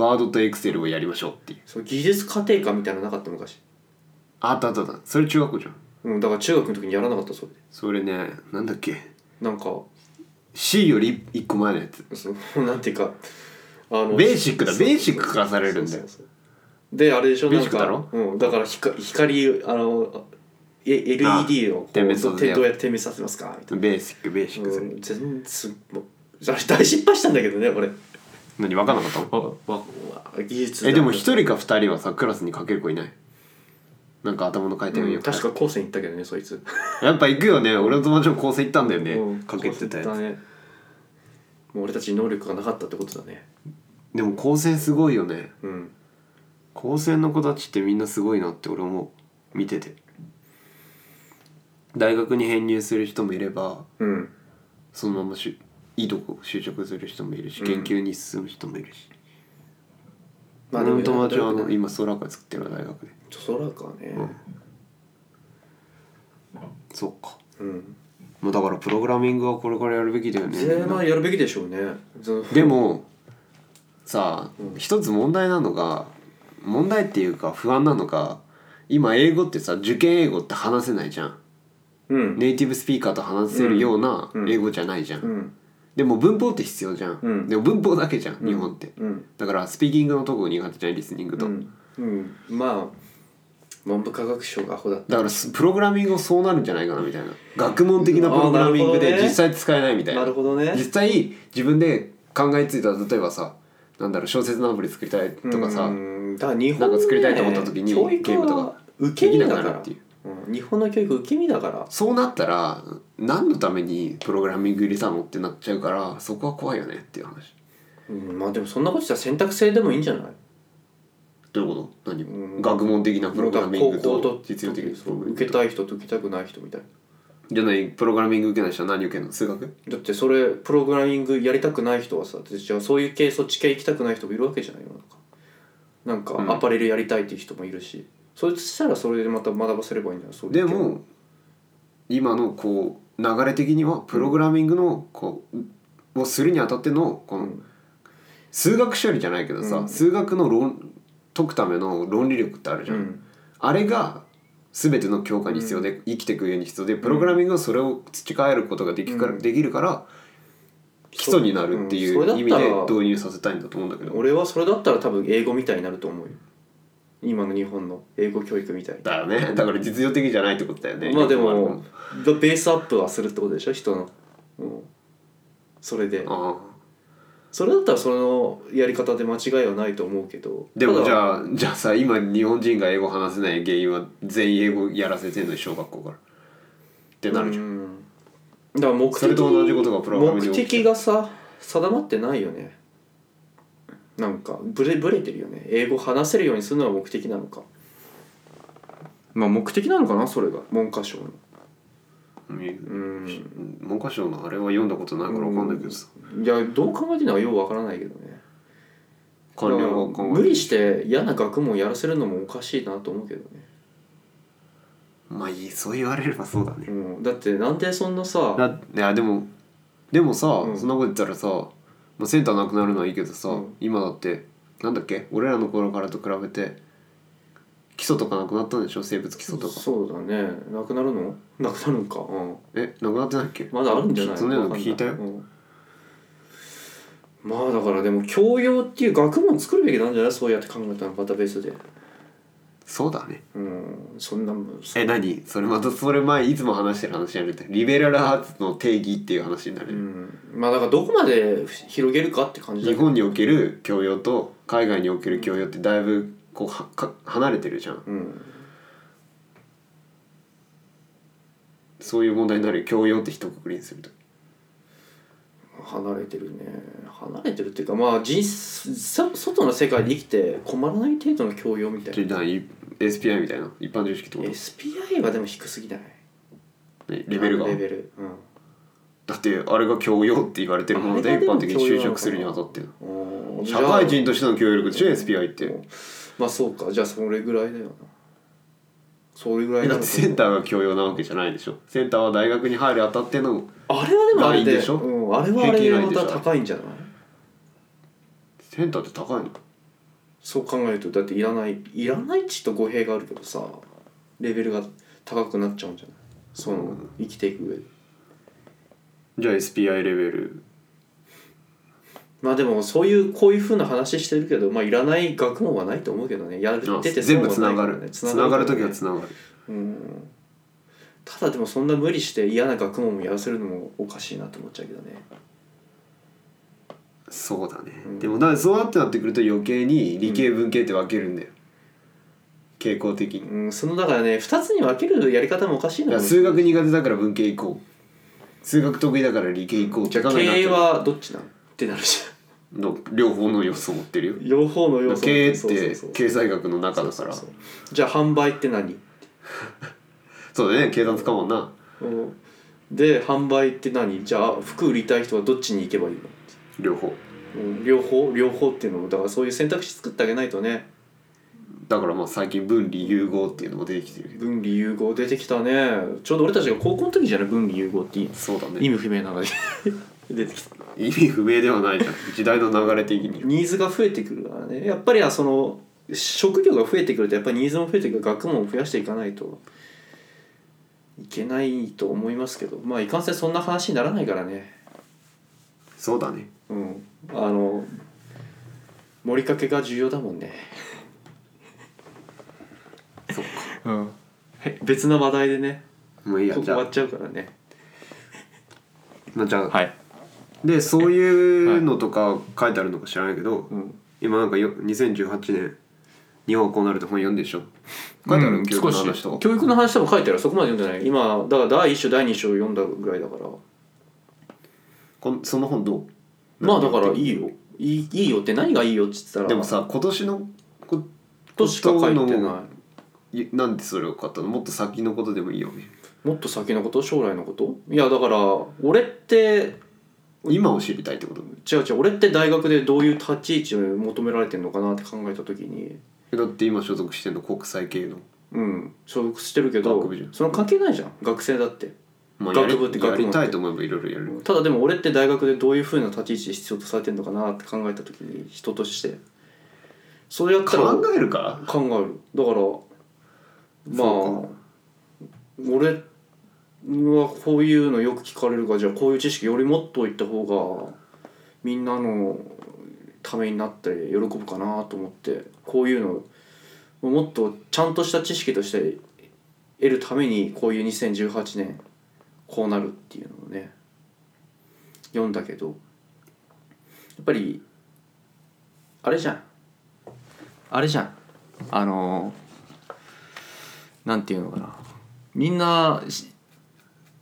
[SPEAKER 1] ワードとエクセルをやりましょうっていう
[SPEAKER 3] そう技術家庭科みたいなのなかった昔
[SPEAKER 1] あったあったあったそれ中学校じゃん
[SPEAKER 3] うんだから中学の時にやらなかったそれで
[SPEAKER 1] それねなんだっけ
[SPEAKER 3] なんか
[SPEAKER 1] C より1個前のやつ
[SPEAKER 3] その なんていうかあの
[SPEAKER 1] ベーシックだ
[SPEAKER 3] そうそう
[SPEAKER 1] ベーシック化されるんだよ
[SPEAKER 3] そうそうそうであれでしょ
[SPEAKER 1] ベ
[SPEAKER 3] な
[SPEAKER 1] ーシ
[SPEAKER 3] ん
[SPEAKER 1] ック
[SPEAKER 3] か
[SPEAKER 1] だろ
[SPEAKER 3] うん、だから光光あのえ LED をこう
[SPEAKER 1] 点滅さ
[SPEAKER 3] ど
[SPEAKER 1] せて
[SPEAKER 3] うどうやって点滅させますかみた
[SPEAKER 1] ベーシックベーシ
[SPEAKER 3] い
[SPEAKER 1] ッ
[SPEAKER 3] な、
[SPEAKER 1] クそれ、
[SPEAKER 3] うん、全然すもうあれ大失敗したんだけどね俺
[SPEAKER 1] 何分かんなかったの
[SPEAKER 3] わわわ技術だ
[SPEAKER 1] えでも1人か2人はさクラスにかける子いないなんか頭の回転が
[SPEAKER 3] う
[SPEAKER 1] よ
[SPEAKER 3] ん
[SPEAKER 1] く
[SPEAKER 3] 確か高専行ったけどねそいつ
[SPEAKER 1] やっぱ行くよね俺の友達も高専行ったんだよね、
[SPEAKER 3] うん
[SPEAKER 1] かけてたや
[SPEAKER 3] 高
[SPEAKER 1] つ
[SPEAKER 3] 専行ったねもう俺たちに能力がなかったってことだね
[SPEAKER 1] でも高専すごいよね
[SPEAKER 3] うん
[SPEAKER 1] 高専の子たちってみんなすごいなって俺も見てて大学に編入する人もいれば
[SPEAKER 3] うん
[SPEAKER 1] そのまましゅいいとこ就職する人もいるし
[SPEAKER 3] うん
[SPEAKER 1] 研究に進む人もいるし、
[SPEAKER 3] まあ
[SPEAKER 1] 俺の
[SPEAKER 3] でも
[SPEAKER 1] 友達はあ
[SPEAKER 3] や
[SPEAKER 1] の
[SPEAKER 3] るよね
[SPEAKER 1] 今ソラーカ作ってる大学で
[SPEAKER 3] そらかね
[SPEAKER 1] そっか
[SPEAKER 3] うん
[SPEAKER 1] もうだからプログラミングはこれからやるべきだよね
[SPEAKER 3] 全然やるべきでしょうねず
[SPEAKER 1] でもさあ、
[SPEAKER 3] うん
[SPEAKER 1] 一つ問題なのが問題っていうか不安なのが今英語ってさ受験英語って話せないじゃん
[SPEAKER 3] うん
[SPEAKER 1] ネイティブスピーカーと話せるような
[SPEAKER 3] うん
[SPEAKER 1] 英語じゃないじゃん、
[SPEAKER 3] うん
[SPEAKER 1] でも文法って必要じゃん、
[SPEAKER 3] うん
[SPEAKER 1] でも文法だけじゃん、日本って
[SPEAKER 3] うん
[SPEAKER 1] だからスピーキングのとこ苦手じゃんリスニング
[SPEAKER 3] う
[SPEAKER 1] と、
[SPEAKER 3] ん、うん、まあ文部科学省がアホだった
[SPEAKER 1] だからすプログラミングもそうなるんじゃないかなみたいな学問的なプログラミング
[SPEAKER 3] あーなるほど
[SPEAKER 1] で
[SPEAKER 3] ね
[SPEAKER 1] 実際使えないみたいな
[SPEAKER 3] なるほどね
[SPEAKER 1] 実際自分で考えついた例えばさなんだろう小説のアプリ作りたいとかさ、
[SPEAKER 3] うんだから日本
[SPEAKER 1] な
[SPEAKER 3] ね
[SPEAKER 1] んか作りたいと思った時に
[SPEAKER 3] 教育は
[SPEAKER 1] ゲームとか
[SPEAKER 3] 受け身だか
[SPEAKER 1] できなくな
[SPEAKER 3] ら
[SPEAKER 1] るっていう
[SPEAKER 3] うん日本の教育受け身だから
[SPEAKER 1] そうなったら何のためにプログラミング入れたのってなっちゃうからそこは怖いよねっていう話
[SPEAKER 3] うんまあでもそんなことしたら選択制でもいいんじゃない
[SPEAKER 1] どういうこと何、
[SPEAKER 3] うん
[SPEAKER 1] 学問的なプログラミング
[SPEAKER 3] 高校
[SPEAKER 1] と実用的なプ
[SPEAKER 3] そ
[SPEAKER 1] ログ
[SPEAKER 3] う
[SPEAKER 1] ラミン
[SPEAKER 3] 受
[SPEAKER 1] グ
[SPEAKER 3] けたい人と受けたくない人みたいな
[SPEAKER 1] じゃないプログラミング受けない人は何受けるの数学
[SPEAKER 3] だってそれプログラミングやりたくない人はさじゃあそういう系そっち系行きたくない人もいるわけじゃないよなんかな
[SPEAKER 1] うんん
[SPEAKER 3] かアパレルやりたいっていう人もいるし、そいつしたらそれでまた学ばせればいいんだよそういう系
[SPEAKER 1] でも今のこう流れ的にはプログラミングのこうをするにあたってのこ
[SPEAKER 3] う
[SPEAKER 1] の
[SPEAKER 3] ん
[SPEAKER 1] 数学処理じゃないけどさ、
[SPEAKER 3] うん
[SPEAKER 1] 数学の論解くための論理力ってあるじ
[SPEAKER 3] う
[SPEAKER 1] ゃん、
[SPEAKER 3] ん
[SPEAKER 1] あれが全ての教科に必要で、生きていく上に必要でプログラミングはそれを培えることができるから,、
[SPEAKER 3] うん
[SPEAKER 1] できるから基礎になるってい
[SPEAKER 3] そ
[SPEAKER 1] う
[SPEAKER 3] ううんそ
[SPEAKER 1] 意
[SPEAKER 3] れ
[SPEAKER 1] 味
[SPEAKER 3] だった
[SPEAKER 1] で
[SPEAKER 3] ら
[SPEAKER 1] 導入させたいんだと思うんだけど
[SPEAKER 3] 俺はそれだったら多分英語みたいになると思うよ今の日本の英語教育みたいに
[SPEAKER 1] だよねだから実用的じゃないってことだよね
[SPEAKER 3] まあで
[SPEAKER 1] よく
[SPEAKER 3] もベベースアップはするってことでしょ人の、うん、それで
[SPEAKER 1] あるああ
[SPEAKER 3] それだったらそのやり方で間違いはないと思うけど
[SPEAKER 1] でもじ
[SPEAKER 3] あ
[SPEAKER 1] ゃあじゃあさ今日本人が英語話せない原因は全員英語やらせてんのに小学校からってなるじゃん、
[SPEAKER 3] んだから目的
[SPEAKER 1] それと同じことがプログラミング
[SPEAKER 3] 目
[SPEAKER 1] で起きて
[SPEAKER 3] 的がさ定まってないよねなんかブレブレてるよね英語話せるようにするのが目的なのかまあ目的なのかなそれが文科省の
[SPEAKER 1] うん
[SPEAKER 3] うん
[SPEAKER 1] 文科省のあれは読んだことないから分かんないけどさ
[SPEAKER 3] いやどう考えてるのかようわからないけどね
[SPEAKER 1] 官僚が考え
[SPEAKER 3] 無理して嫌な学問やらせるのもおかしいなと思うけどね、
[SPEAKER 1] まあいいそう言われればそうだね
[SPEAKER 3] うん、だってなんでそんなさ
[SPEAKER 1] だいやでもでもさ、
[SPEAKER 3] うん
[SPEAKER 1] そんなこと言ったらさ、まあ、センターなくなるのはいいけどさ、
[SPEAKER 3] うん
[SPEAKER 1] 今だってなんだっけ俺らの頃からと比べて基礎とかなくなったんでしょ生物基礎とか
[SPEAKER 3] そうだねなくなるのなくなるんか、うん、
[SPEAKER 1] えなくなってないっけ
[SPEAKER 3] まだあるんじゃない
[SPEAKER 1] そんなの聞いたよ、
[SPEAKER 3] わかんないうんまあだからでも教養っていう学問作るべきなんじゃないそうやって考えたらまたベースで
[SPEAKER 1] そうだね
[SPEAKER 3] うんそんなもんそ
[SPEAKER 1] え何それまたそれ前いつも話してる話やるってリベラルアーツの定義っていう話にな
[SPEAKER 3] う
[SPEAKER 1] る、
[SPEAKER 3] んまあだからどこまで広げるかって感じだ
[SPEAKER 1] 日
[SPEAKER 3] けど
[SPEAKER 1] 本における教養と海外における教養ってだいぶこうはか離れてるじゃん
[SPEAKER 3] うん
[SPEAKER 1] そういう問題になるよ教養って一括りにすると
[SPEAKER 3] 離れてるね離れてるっていうかまあ人さ外の世界で生きて困らない程度の教養みたい
[SPEAKER 1] ちょ
[SPEAKER 3] な
[SPEAKER 1] っと何 SPI みたいな一般常識ってこと
[SPEAKER 3] SPI はでも低すぎない
[SPEAKER 1] ねレベルが
[SPEAKER 3] レベルうん
[SPEAKER 1] だってあれが教養って言われてるもので
[SPEAKER 3] あ
[SPEAKER 1] 一
[SPEAKER 3] れが
[SPEAKER 1] 般
[SPEAKER 3] で
[SPEAKER 1] 的
[SPEAKER 3] も
[SPEAKER 1] に就職するにあたっての
[SPEAKER 3] おー
[SPEAKER 1] 社会人
[SPEAKER 3] じゃ
[SPEAKER 1] としての教養力でしょ SPI っ
[SPEAKER 3] あ
[SPEAKER 1] て
[SPEAKER 3] まあそうかじゃあそれぐらいだよなそれぐら
[SPEAKER 1] え
[SPEAKER 3] い
[SPEAKER 1] だっ
[SPEAKER 3] の
[SPEAKER 1] てセンターが教養なわけじゃないでしょセンターは大学に入るあたっての
[SPEAKER 3] あれはでもあ
[SPEAKER 1] ラ
[SPEAKER 3] れ
[SPEAKER 1] イン
[SPEAKER 3] で
[SPEAKER 1] でしょ
[SPEAKER 3] うん、あれはあれで
[SPEAKER 1] 平均ライン
[SPEAKER 3] ま
[SPEAKER 1] でしょ
[SPEAKER 3] た高いんじゃない
[SPEAKER 1] センターって高いの
[SPEAKER 3] そう考えるとだっていらないいらないっちと語弊があるけどさレベルが高くなっちゃうんじゃないその、
[SPEAKER 1] うん
[SPEAKER 3] 生きていく上で
[SPEAKER 1] じゃあ SPI レベル
[SPEAKER 3] まあでもそういうこういうふうな話してるけどまあいらない学問はないと思うけどねや
[SPEAKER 1] あ
[SPEAKER 3] ってて
[SPEAKER 1] 全部つ
[SPEAKER 3] 損は
[SPEAKER 1] な
[SPEAKER 3] ないか
[SPEAKER 1] が
[SPEAKER 3] ら
[SPEAKER 1] る
[SPEAKER 3] ね
[SPEAKER 1] つながる時は
[SPEAKER 3] つ
[SPEAKER 1] つながる
[SPEAKER 3] うんただでもそんな無理して嫌な学問をやらせるのもおかしいなと思っちゃうけどね
[SPEAKER 1] そうだね、
[SPEAKER 3] うん
[SPEAKER 1] でもだからそうなってなってくると余計に理系文系って分けるんだよ、傾向的に、
[SPEAKER 3] うんそのだからね2つに分けるやり方もおかしい
[SPEAKER 1] だか
[SPEAKER 3] な
[SPEAKER 1] ら
[SPEAKER 3] 思う
[SPEAKER 1] 数学苦手だから文系行こう数学得意だから理系行こう
[SPEAKER 3] じゃあ
[SPEAKER 1] 考え
[SPEAKER 3] 経
[SPEAKER 1] になっち
[SPEAKER 3] 営
[SPEAKER 1] ゃう
[SPEAKER 3] はどっちなんってなるじ
[SPEAKER 1] の両方の要素を持ってるよ
[SPEAKER 3] ゃん両方の要素
[SPEAKER 1] 経営っ
[SPEAKER 3] そうそう
[SPEAKER 1] て
[SPEAKER 3] そう
[SPEAKER 1] 経済学の中だから
[SPEAKER 3] そうそうそうじゃあ販売って何、
[SPEAKER 1] そうだね計算つかもんな
[SPEAKER 3] うんで販売って何じゃあ服売りたい人はどっちに行けばいいの
[SPEAKER 1] 両方
[SPEAKER 3] うん両方両方っていうのもだからそういう選択肢作ってあげないとね
[SPEAKER 1] だからまあ最近分離融合っていうのも出てきてるけど
[SPEAKER 3] 分離融合出てきたねちょうど俺たちが高校の時じゃない分離融合っていい
[SPEAKER 1] そうだ
[SPEAKER 3] 意
[SPEAKER 1] ね
[SPEAKER 3] 味不明なのに 出てきた
[SPEAKER 1] 意味不明ではないじゃん時代の流れ的に
[SPEAKER 3] ニーズが増えてくるからねやっぱりはその職業が増えてくるとやっぱりニーズも増えてくる学問を増やしていかないと
[SPEAKER 2] いけないと思いますけどまあいかんせんそんな話にならないからね
[SPEAKER 1] そうだね
[SPEAKER 2] うんあの盛りかけが重要だもんね
[SPEAKER 1] そっか
[SPEAKER 2] うん別の話題でね
[SPEAKER 1] もういいや
[SPEAKER 2] ここ
[SPEAKER 1] じ
[SPEAKER 2] 終
[SPEAKER 1] ゃ
[SPEAKER 2] わ
[SPEAKER 1] あ
[SPEAKER 2] っちゃうからね
[SPEAKER 1] まあじゃあ、
[SPEAKER 3] はい
[SPEAKER 1] でそういうのとか書いてあるのか知らないけど、
[SPEAKER 2] うん
[SPEAKER 1] 今なんかよ2018年「日本はこうなる」と本読んでるでしょ書いてある、
[SPEAKER 3] うん
[SPEAKER 1] 教育の話
[SPEAKER 3] 少
[SPEAKER 1] とか
[SPEAKER 2] 教育の話でも書いてあるそこまで読んでない今だから第1章第2章読んだぐらいだから
[SPEAKER 1] こんその本どう
[SPEAKER 2] まあだからいいよいいいいよって何がいいよっつったら
[SPEAKER 1] でもさ今年のこと
[SPEAKER 2] しか書いてない
[SPEAKER 1] のいなんでそれを買ったのもっと先のことでもいいよね
[SPEAKER 2] もっと先のこと将来のこといやだから俺って
[SPEAKER 1] 今を知りたいってこと
[SPEAKER 2] 違う違う俺って大学でどういう立ち位置を求められてるのかなって考えた時に
[SPEAKER 1] えだって今所属してんの国際系の、
[SPEAKER 2] うん所属してるけど
[SPEAKER 1] 学部じゃん
[SPEAKER 2] その関係ないじゃん学生だって
[SPEAKER 1] まあ、やり
[SPEAKER 2] 学部って学問
[SPEAKER 1] やりたいと思えばいろいろやる
[SPEAKER 2] ただでも俺って大学でどういうふうな立ち位置で必要とされてるのかなって考えた時に人としてそれやったら
[SPEAKER 1] 考えるから
[SPEAKER 2] 考えるだからま
[SPEAKER 1] そ
[SPEAKER 2] あ俺はこういうのよく聞かれるからじゃあこういう知識よりもっといった方がみんなのためになって喜ぶかなと思ってこういうのもっとちゃんとした知識として得るためにこういう2018年こうなるっていうのをね読んだけどやっぱりあれじゃんあれじゃんあのーなんていうのかなみんなし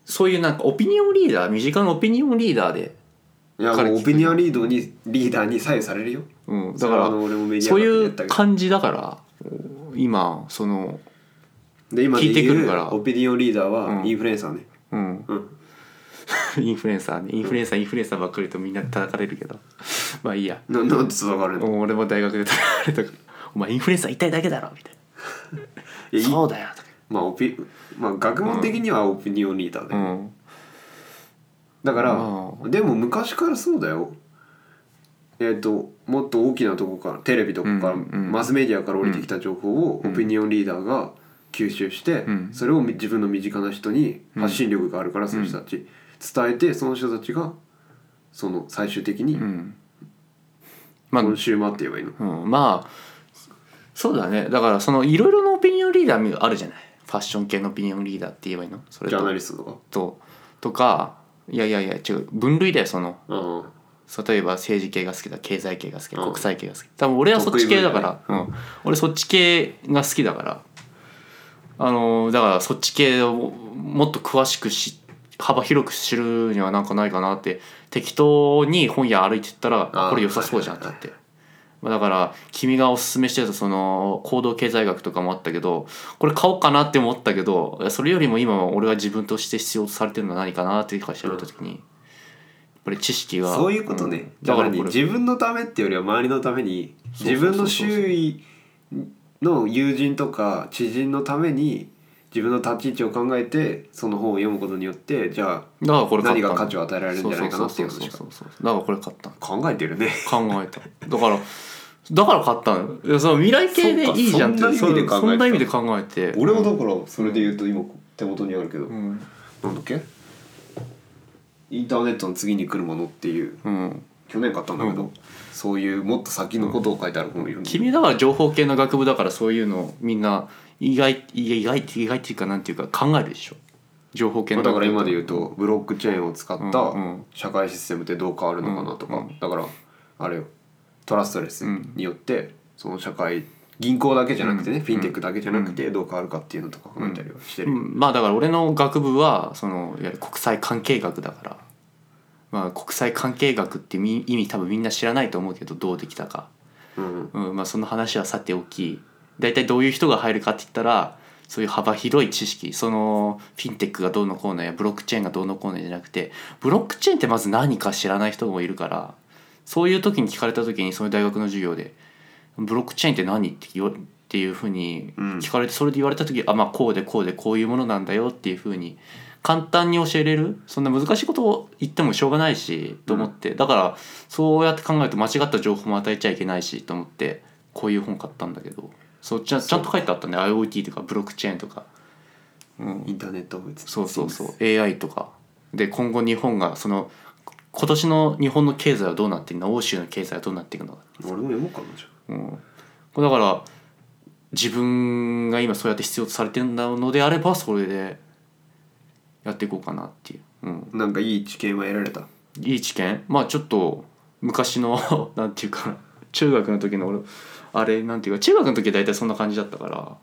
[SPEAKER 2] そういうなんかオピニオンリーダー身近なオピニオンリーダーで、
[SPEAKER 1] いや
[SPEAKER 3] 彼
[SPEAKER 1] もう
[SPEAKER 3] 聞
[SPEAKER 1] オ
[SPEAKER 3] く
[SPEAKER 1] ピニオンリードにリーダーに左右されるよ
[SPEAKER 3] うん、だから
[SPEAKER 1] あの俺もメディア
[SPEAKER 3] そうい
[SPEAKER 1] やっ
[SPEAKER 3] う
[SPEAKER 1] たけど
[SPEAKER 3] 感じだから今その
[SPEAKER 1] で今で
[SPEAKER 3] 聞いてく
[SPEAKER 1] 言
[SPEAKER 3] る
[SPEAKER 1] う
[SPEAKER 3] から
[SPEAKER 1] オピニオンリーダー
[SPEAKER 3] う
[SPEAKER 1] は
[SPEAKER 3] ん
[SPEAKER 1] インフルエンサーね、
[SPEAKER 3] うん
[SPEAKER 1] うん、
[SPEAKER 3] インフルエンサーねインフルエンサーインフルエンサーばっかりとみんな叩かれるけど まあいいや
[SPEAKER 1] ななんでつながるの
[SPEAKER 3] 俺も大学で叩かれたから「お前インフルエンサー痛いだけだろ」みた い
[SPEAKER 1] いや
[SPEAKER 3] ない「そうだよ」とか
[SPEAKER 1] まあオピまあ学問的にはオピニオンリーダーだ
[SPEAKER 3] う
[SPEAKER 1] よ、
[SPEAKER 3] ん
[SPEAKER 1] だから、
[SPEAKER 3] う
[SPEAKER 1] でも昔からそうだよえっ、ともっと大きなとこからテレビとかから、
[SPEAKER 3] うんうん
[SPEAKER 1] マスメディアから降りてきた情報を
[SPEAKER 3] う
[SPEAKER 1] オ
[SPEAKER 3] ん
[SPEAKER 1] ピニオンリーダーが吸収して、
[SPEAKER 3] うん
[SPEAKER 1] それを自分の身近な人に発信力があるから、その人たち伝えてその人たちがその最終的に
[SPEAKER 3] うんまあ
[SPEAKER 1] コンシューマーって言えばいいの、
[SPEAKER 3] うん、まあそうだねだからそのいろいろなオピニオンリーダーあるじゃないファッション系のオピニオンリーダーって言えばいいのそれ
[SPEAKER 1] ジャーナ
[SPEAKER 3] と
[SPEAKER 1] リストとか。
[SPEAKER 3] ととかいやいやいや違う分類だよその
[SPEAKER 1] うん
[SPEAKER 3] そう例えば政治系が好きだ経済系が好きだ
[SPEAKER 1] うん
[SPEAKER 3] 国際系が好き多分俺はそっち系だから、うん、俺そっち系が好きだからあのーだからそっち系をもっと詳しくし幅広く知るにはなんかないかなって適当に本屋歩いてったら
[SPEAKER 1] あー
[SPEAKER 3] これ良さそうじゃんってなって。まあだから君がおすすめしてたその行動経済学とかもあったけどこれ買おうかなって思ったけどそれよりも今俺は自分として必要とされてるのは何かなっていうか調べた時にやっぱり知識が
[SPEAKER 1] そういうことね、
[SPEAKER 3] うん
[SPEAKER 1] だ
[SPEAKER 3] だ
[SPEAKER 1] か
[SPEAKER 3] かららこ
[SPEAKER 1] ね
[SPEAKER 3] れ
[SPEAKER 1] 自分のためっていうよりは周りのために
[SPEAKER 3] そう
[SPEAKER 1] 自
[SPEAKER 3] そうそうそう
[SPEAKER 1] 分の周囲の友人とか知人のために自分の立ち位置を考えてその本を読むことによってじゃ
[SPEAKER 3] だからこ
[SPEAKER 1] あ
[SPEAKER 3] れ
[SPEAKER 1] 何
[SPEAKER 3] 買っ
[SPEAKER 1] が
[SPEAKER 3] たの
[SPEAKER 1] 価値を与えられるんじゃないかなっていう
[SPEAKER 3] そう
[SPEAKER 1] 話か
[SPEAKER 3] そうそうそうだからこれ買ったの
[SPEAKER 1] 考えてるね
[SPEAKER 3] 考えただからだから買ったのいやその未来系でいいじゃんって
[SPEAKER 1] そっかそ
[SPEAKER 3] そ
[SPEAKER 1] んな
[SPEAKER 3] んな
[SPEAKER 1] 意
[SPEAKER 3] 意
[SPEAKER 1] 味
[SPEAKER 3] 味
[SPEAKER 1] で
[SPEAKER 3] で考えて
[SPEAKER 1] 俺はだからそれで言うと今手元にあるけど、
[SPEAKER 3] うん
[SPEAKER 1] なんだっけインターネットの次に来るものっていう
[SPEAKER 3] うん
[SPEAKER 1] 去年買ったんだけど、
[SPEAKER 3] うん
[SPEAKER 1] そういうもっと先のことを書いてある本を読んで
[SPEAKER 3] 君だから情報系の学部だからそういうのみんな意外いや意外って意外っていうかなんていうか考えるでしょ情報系
[SPEAKER 1] ま
[SPEAKER 3] の
[SPEAKER 1] あだから今
[SPEAKER 3] 部
[SPEAKER 1] で言うとブロックチェーンを使っ
[SPEAKER 3] うんう
[SPEAKER 1] た
[SPEAKER 3] ん
[SPEAKER 1] 社会システムってどう変わるのかなとか、
[SPEAKER 3] うんうん
[SPEAKER 1] だからあれよトラストレスによってその社会銀行だけじゃなくてね、
[SPEAKER 3] うん
[SPEAKER 1] フィンテックだけじゃなくてどう変わるかっていうのとか考えたりはしてる、
[SPEAKER 3] うんまあだから俺の学部はそのいわゆる国際関係学だから、まあ、国際関係学ってみ意味多分みんな知らないと思うけどどうできたか
[SPEAKER 1] うん
[SPEAKER 3] うんまあ、その話はさておき大体どういう人が入るかって言ったらそういう幅広い知識そのフィンテックがどうのこうのやブロックチェーンがどうのこうのじゃなくてブロックチェーンってまず何か知らない人もいるからそういう時に聞かれた時にそういう大学の授業で「ブロックチェーンって何?」って言わっていうふうに
[SPEAKER 1] うん
[SPEAKER 3] 聞かれて、それで言われた時「あまあこうでこうでこういうものなんだよ」っていうふうに簡単に教えれるそんな難しいことを言ってもしょうがないしと思って、だからそうやって考えると間違った情報も与えちゃいけないしと思ってこういう本買ったんだけどそうちゃんちゃんと書いてあったね IoT とかブロックチェーンとかうん
[SPEAKER 1] インターネットを別に
[SPEAKER 3] そうそうそう AI とかで今後日本がその今年の日本の経済はどうなっていくの欧州の経済はどうなっていくのか、
[SPEAKER 1] 俺も読もうかなじゃ
[SPEAKER 3] うん、これだから自分が今そうやって必要とされてるんだのであればそれでやっていこうかなっていう、うん、
[SPEAKER 1] あなんかいい知見は得られた
[SPEAKER 3] いい知見まあちょっと昔の なんていうかな中学の時の俺あれなんていうか中学の時は大体そんな感じだったから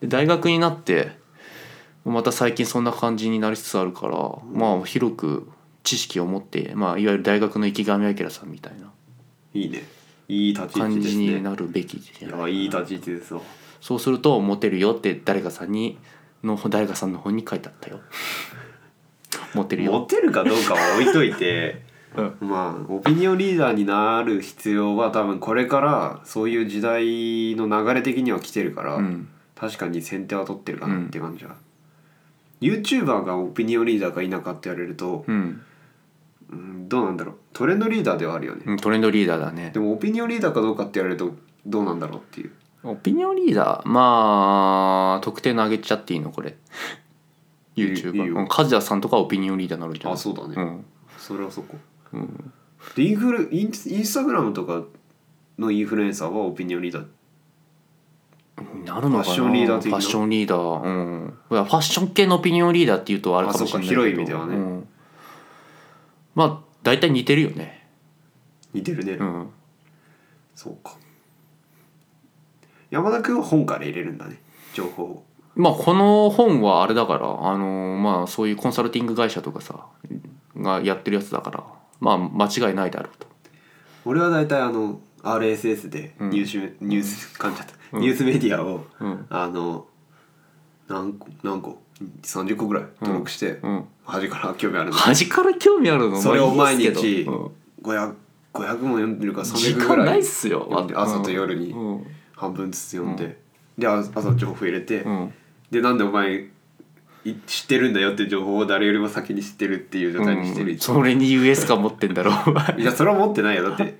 [SPEAKER 3] で大学になってまた最近そんな感じになりつつあるからまあ広く知識を持って、まあ、いわゆる大学の池上彰さんみたいない
[SPEAKER 1] いねいい立ち位置
[SPEAKER 3] 感
[SPEAKER 1] で
[SPEAKER 3] じ
[SPEAKER 1] す
[SPEAKER 3] に
[SPEAKER 1] ね
[SPEAKER 3] なるべきじ
[SPEAKER 1] い
[SPEAKER 3] ゃ
[SPEAKER 1] や
[SPEAKER 3] ない
[SPEAKER 1] い立ち位置ですわ
[SPEAKER 3] そうするとモテるよって誰かさんにの誰かさんの本に書いてあったよ モテる
[SPEAKER 1] モ
[SPEAKER 3] よ
[SPEAKER 1] テるかどうかは置いといて
[SPEAKER 3] うん
[SPEAKER 1] まあオピニオンリーダーになる必要は多分これからそういう時代の流れ的には来てるから、
[SPEAKER 3] うん
[SPEAKER 1] 確かに先手は取ってるかなって感じは、YouTuber がオピニオンリーダーか否かって言われると、
[SPEAKER 3] うん
[SPEAKER 1] うん、どうなんだろうトレンドリーダーではあるよね、
[SPEAKER 3] うんトレンドリーダーだね
[SPEAKER 1] でもオピニオンリーダーかどうかって言われるとどうなんだろうっていう
[SPEAKER 3] オピニオンリーダーまあ特定の上げちゃっていいのこれ YouTuber
[SPEAKER 1] いいよ
[SPEAKER 3] うんカズヤさんとかオピニオンリーダーなるんじゃない
[SPEAKER 1] あそうだね、
[SPEAKER 3] うん
[SPEAKER 1] それはそこ
[SPEAKER 3] うん、
[SPEAKER 1] でインフルインインスタグラムとかのインフルエンサーはオピニオンリーダー
[SPEAKER 3] なるのかな
[SPEAKER 1] ファッションリーダー的
[SPEAKER 3] フ
[SPEAKER 1] な
[SPEAKER 3] ァッションリーダーうんいやファッション系のオピニオンリーダーっていうとあれかもしれないけど
[SPEAKER 1] あそうか広い意味ではね
[SPEAKER 3] うんまあ大体似てるよね
[SPEAKER 1] 似てるね、
[SPEAKER 3] うん
[SPEAKER 1] そうか山田君は本から入れるんだね情報を
[SPEAKER 3] まあこの本はあれだからあのまあそういうコンサルティング会社とかさがやってるやつだからまあ間違いないだろうと
[SPEAKER 1] 俺は大体あの RSS でニュース,、ニュース噛んじゃった、
[SPEAKER 3] うん
[SPEAKER 1] ニュースメディアを
[SPEAKER 3] うん
[SPEAKER 1] あの何個何個30個ぐらい登録して、
[SPEAKER 3] うん
[SPEAKER 1] 端から興味あるの
[SPEAKER 3] 端から興味あるの
[SPEAKER 1] それを毎
[SPEAKER 3] まあいいです
[SPEAKER 1] 日
[SPEAKER 3] けどうん
[SPEAKER 1] 500 500も読んでるか
[SPEAKER 3] 時
[SPEAKER 1] 300ぐ
[SPEAKER 3] 間
[SPEAKER 1] ら
[SPEAKER 3] ない
[SPEAKER 1] い
[SPEAKER 3] っすよ
[SPEAKER 1] 読んで朝と夜に
[SPEAKER 3] うん
[SPEAKER 1] 半分ずつ読んで、
[SPEAKER 3] う
[SPEAKER 1] であ朝情報入れて、
[SPEAKER 3] うん
[SPEAKER 1] でなんでお前い知ってるんだよって情報を誰よりも先に知ってるっていう状態にしてる、
[SPEAKER 3] うんそれに US か持ってんだろう
[SPEAKER 1] いやそれは持ってないよだって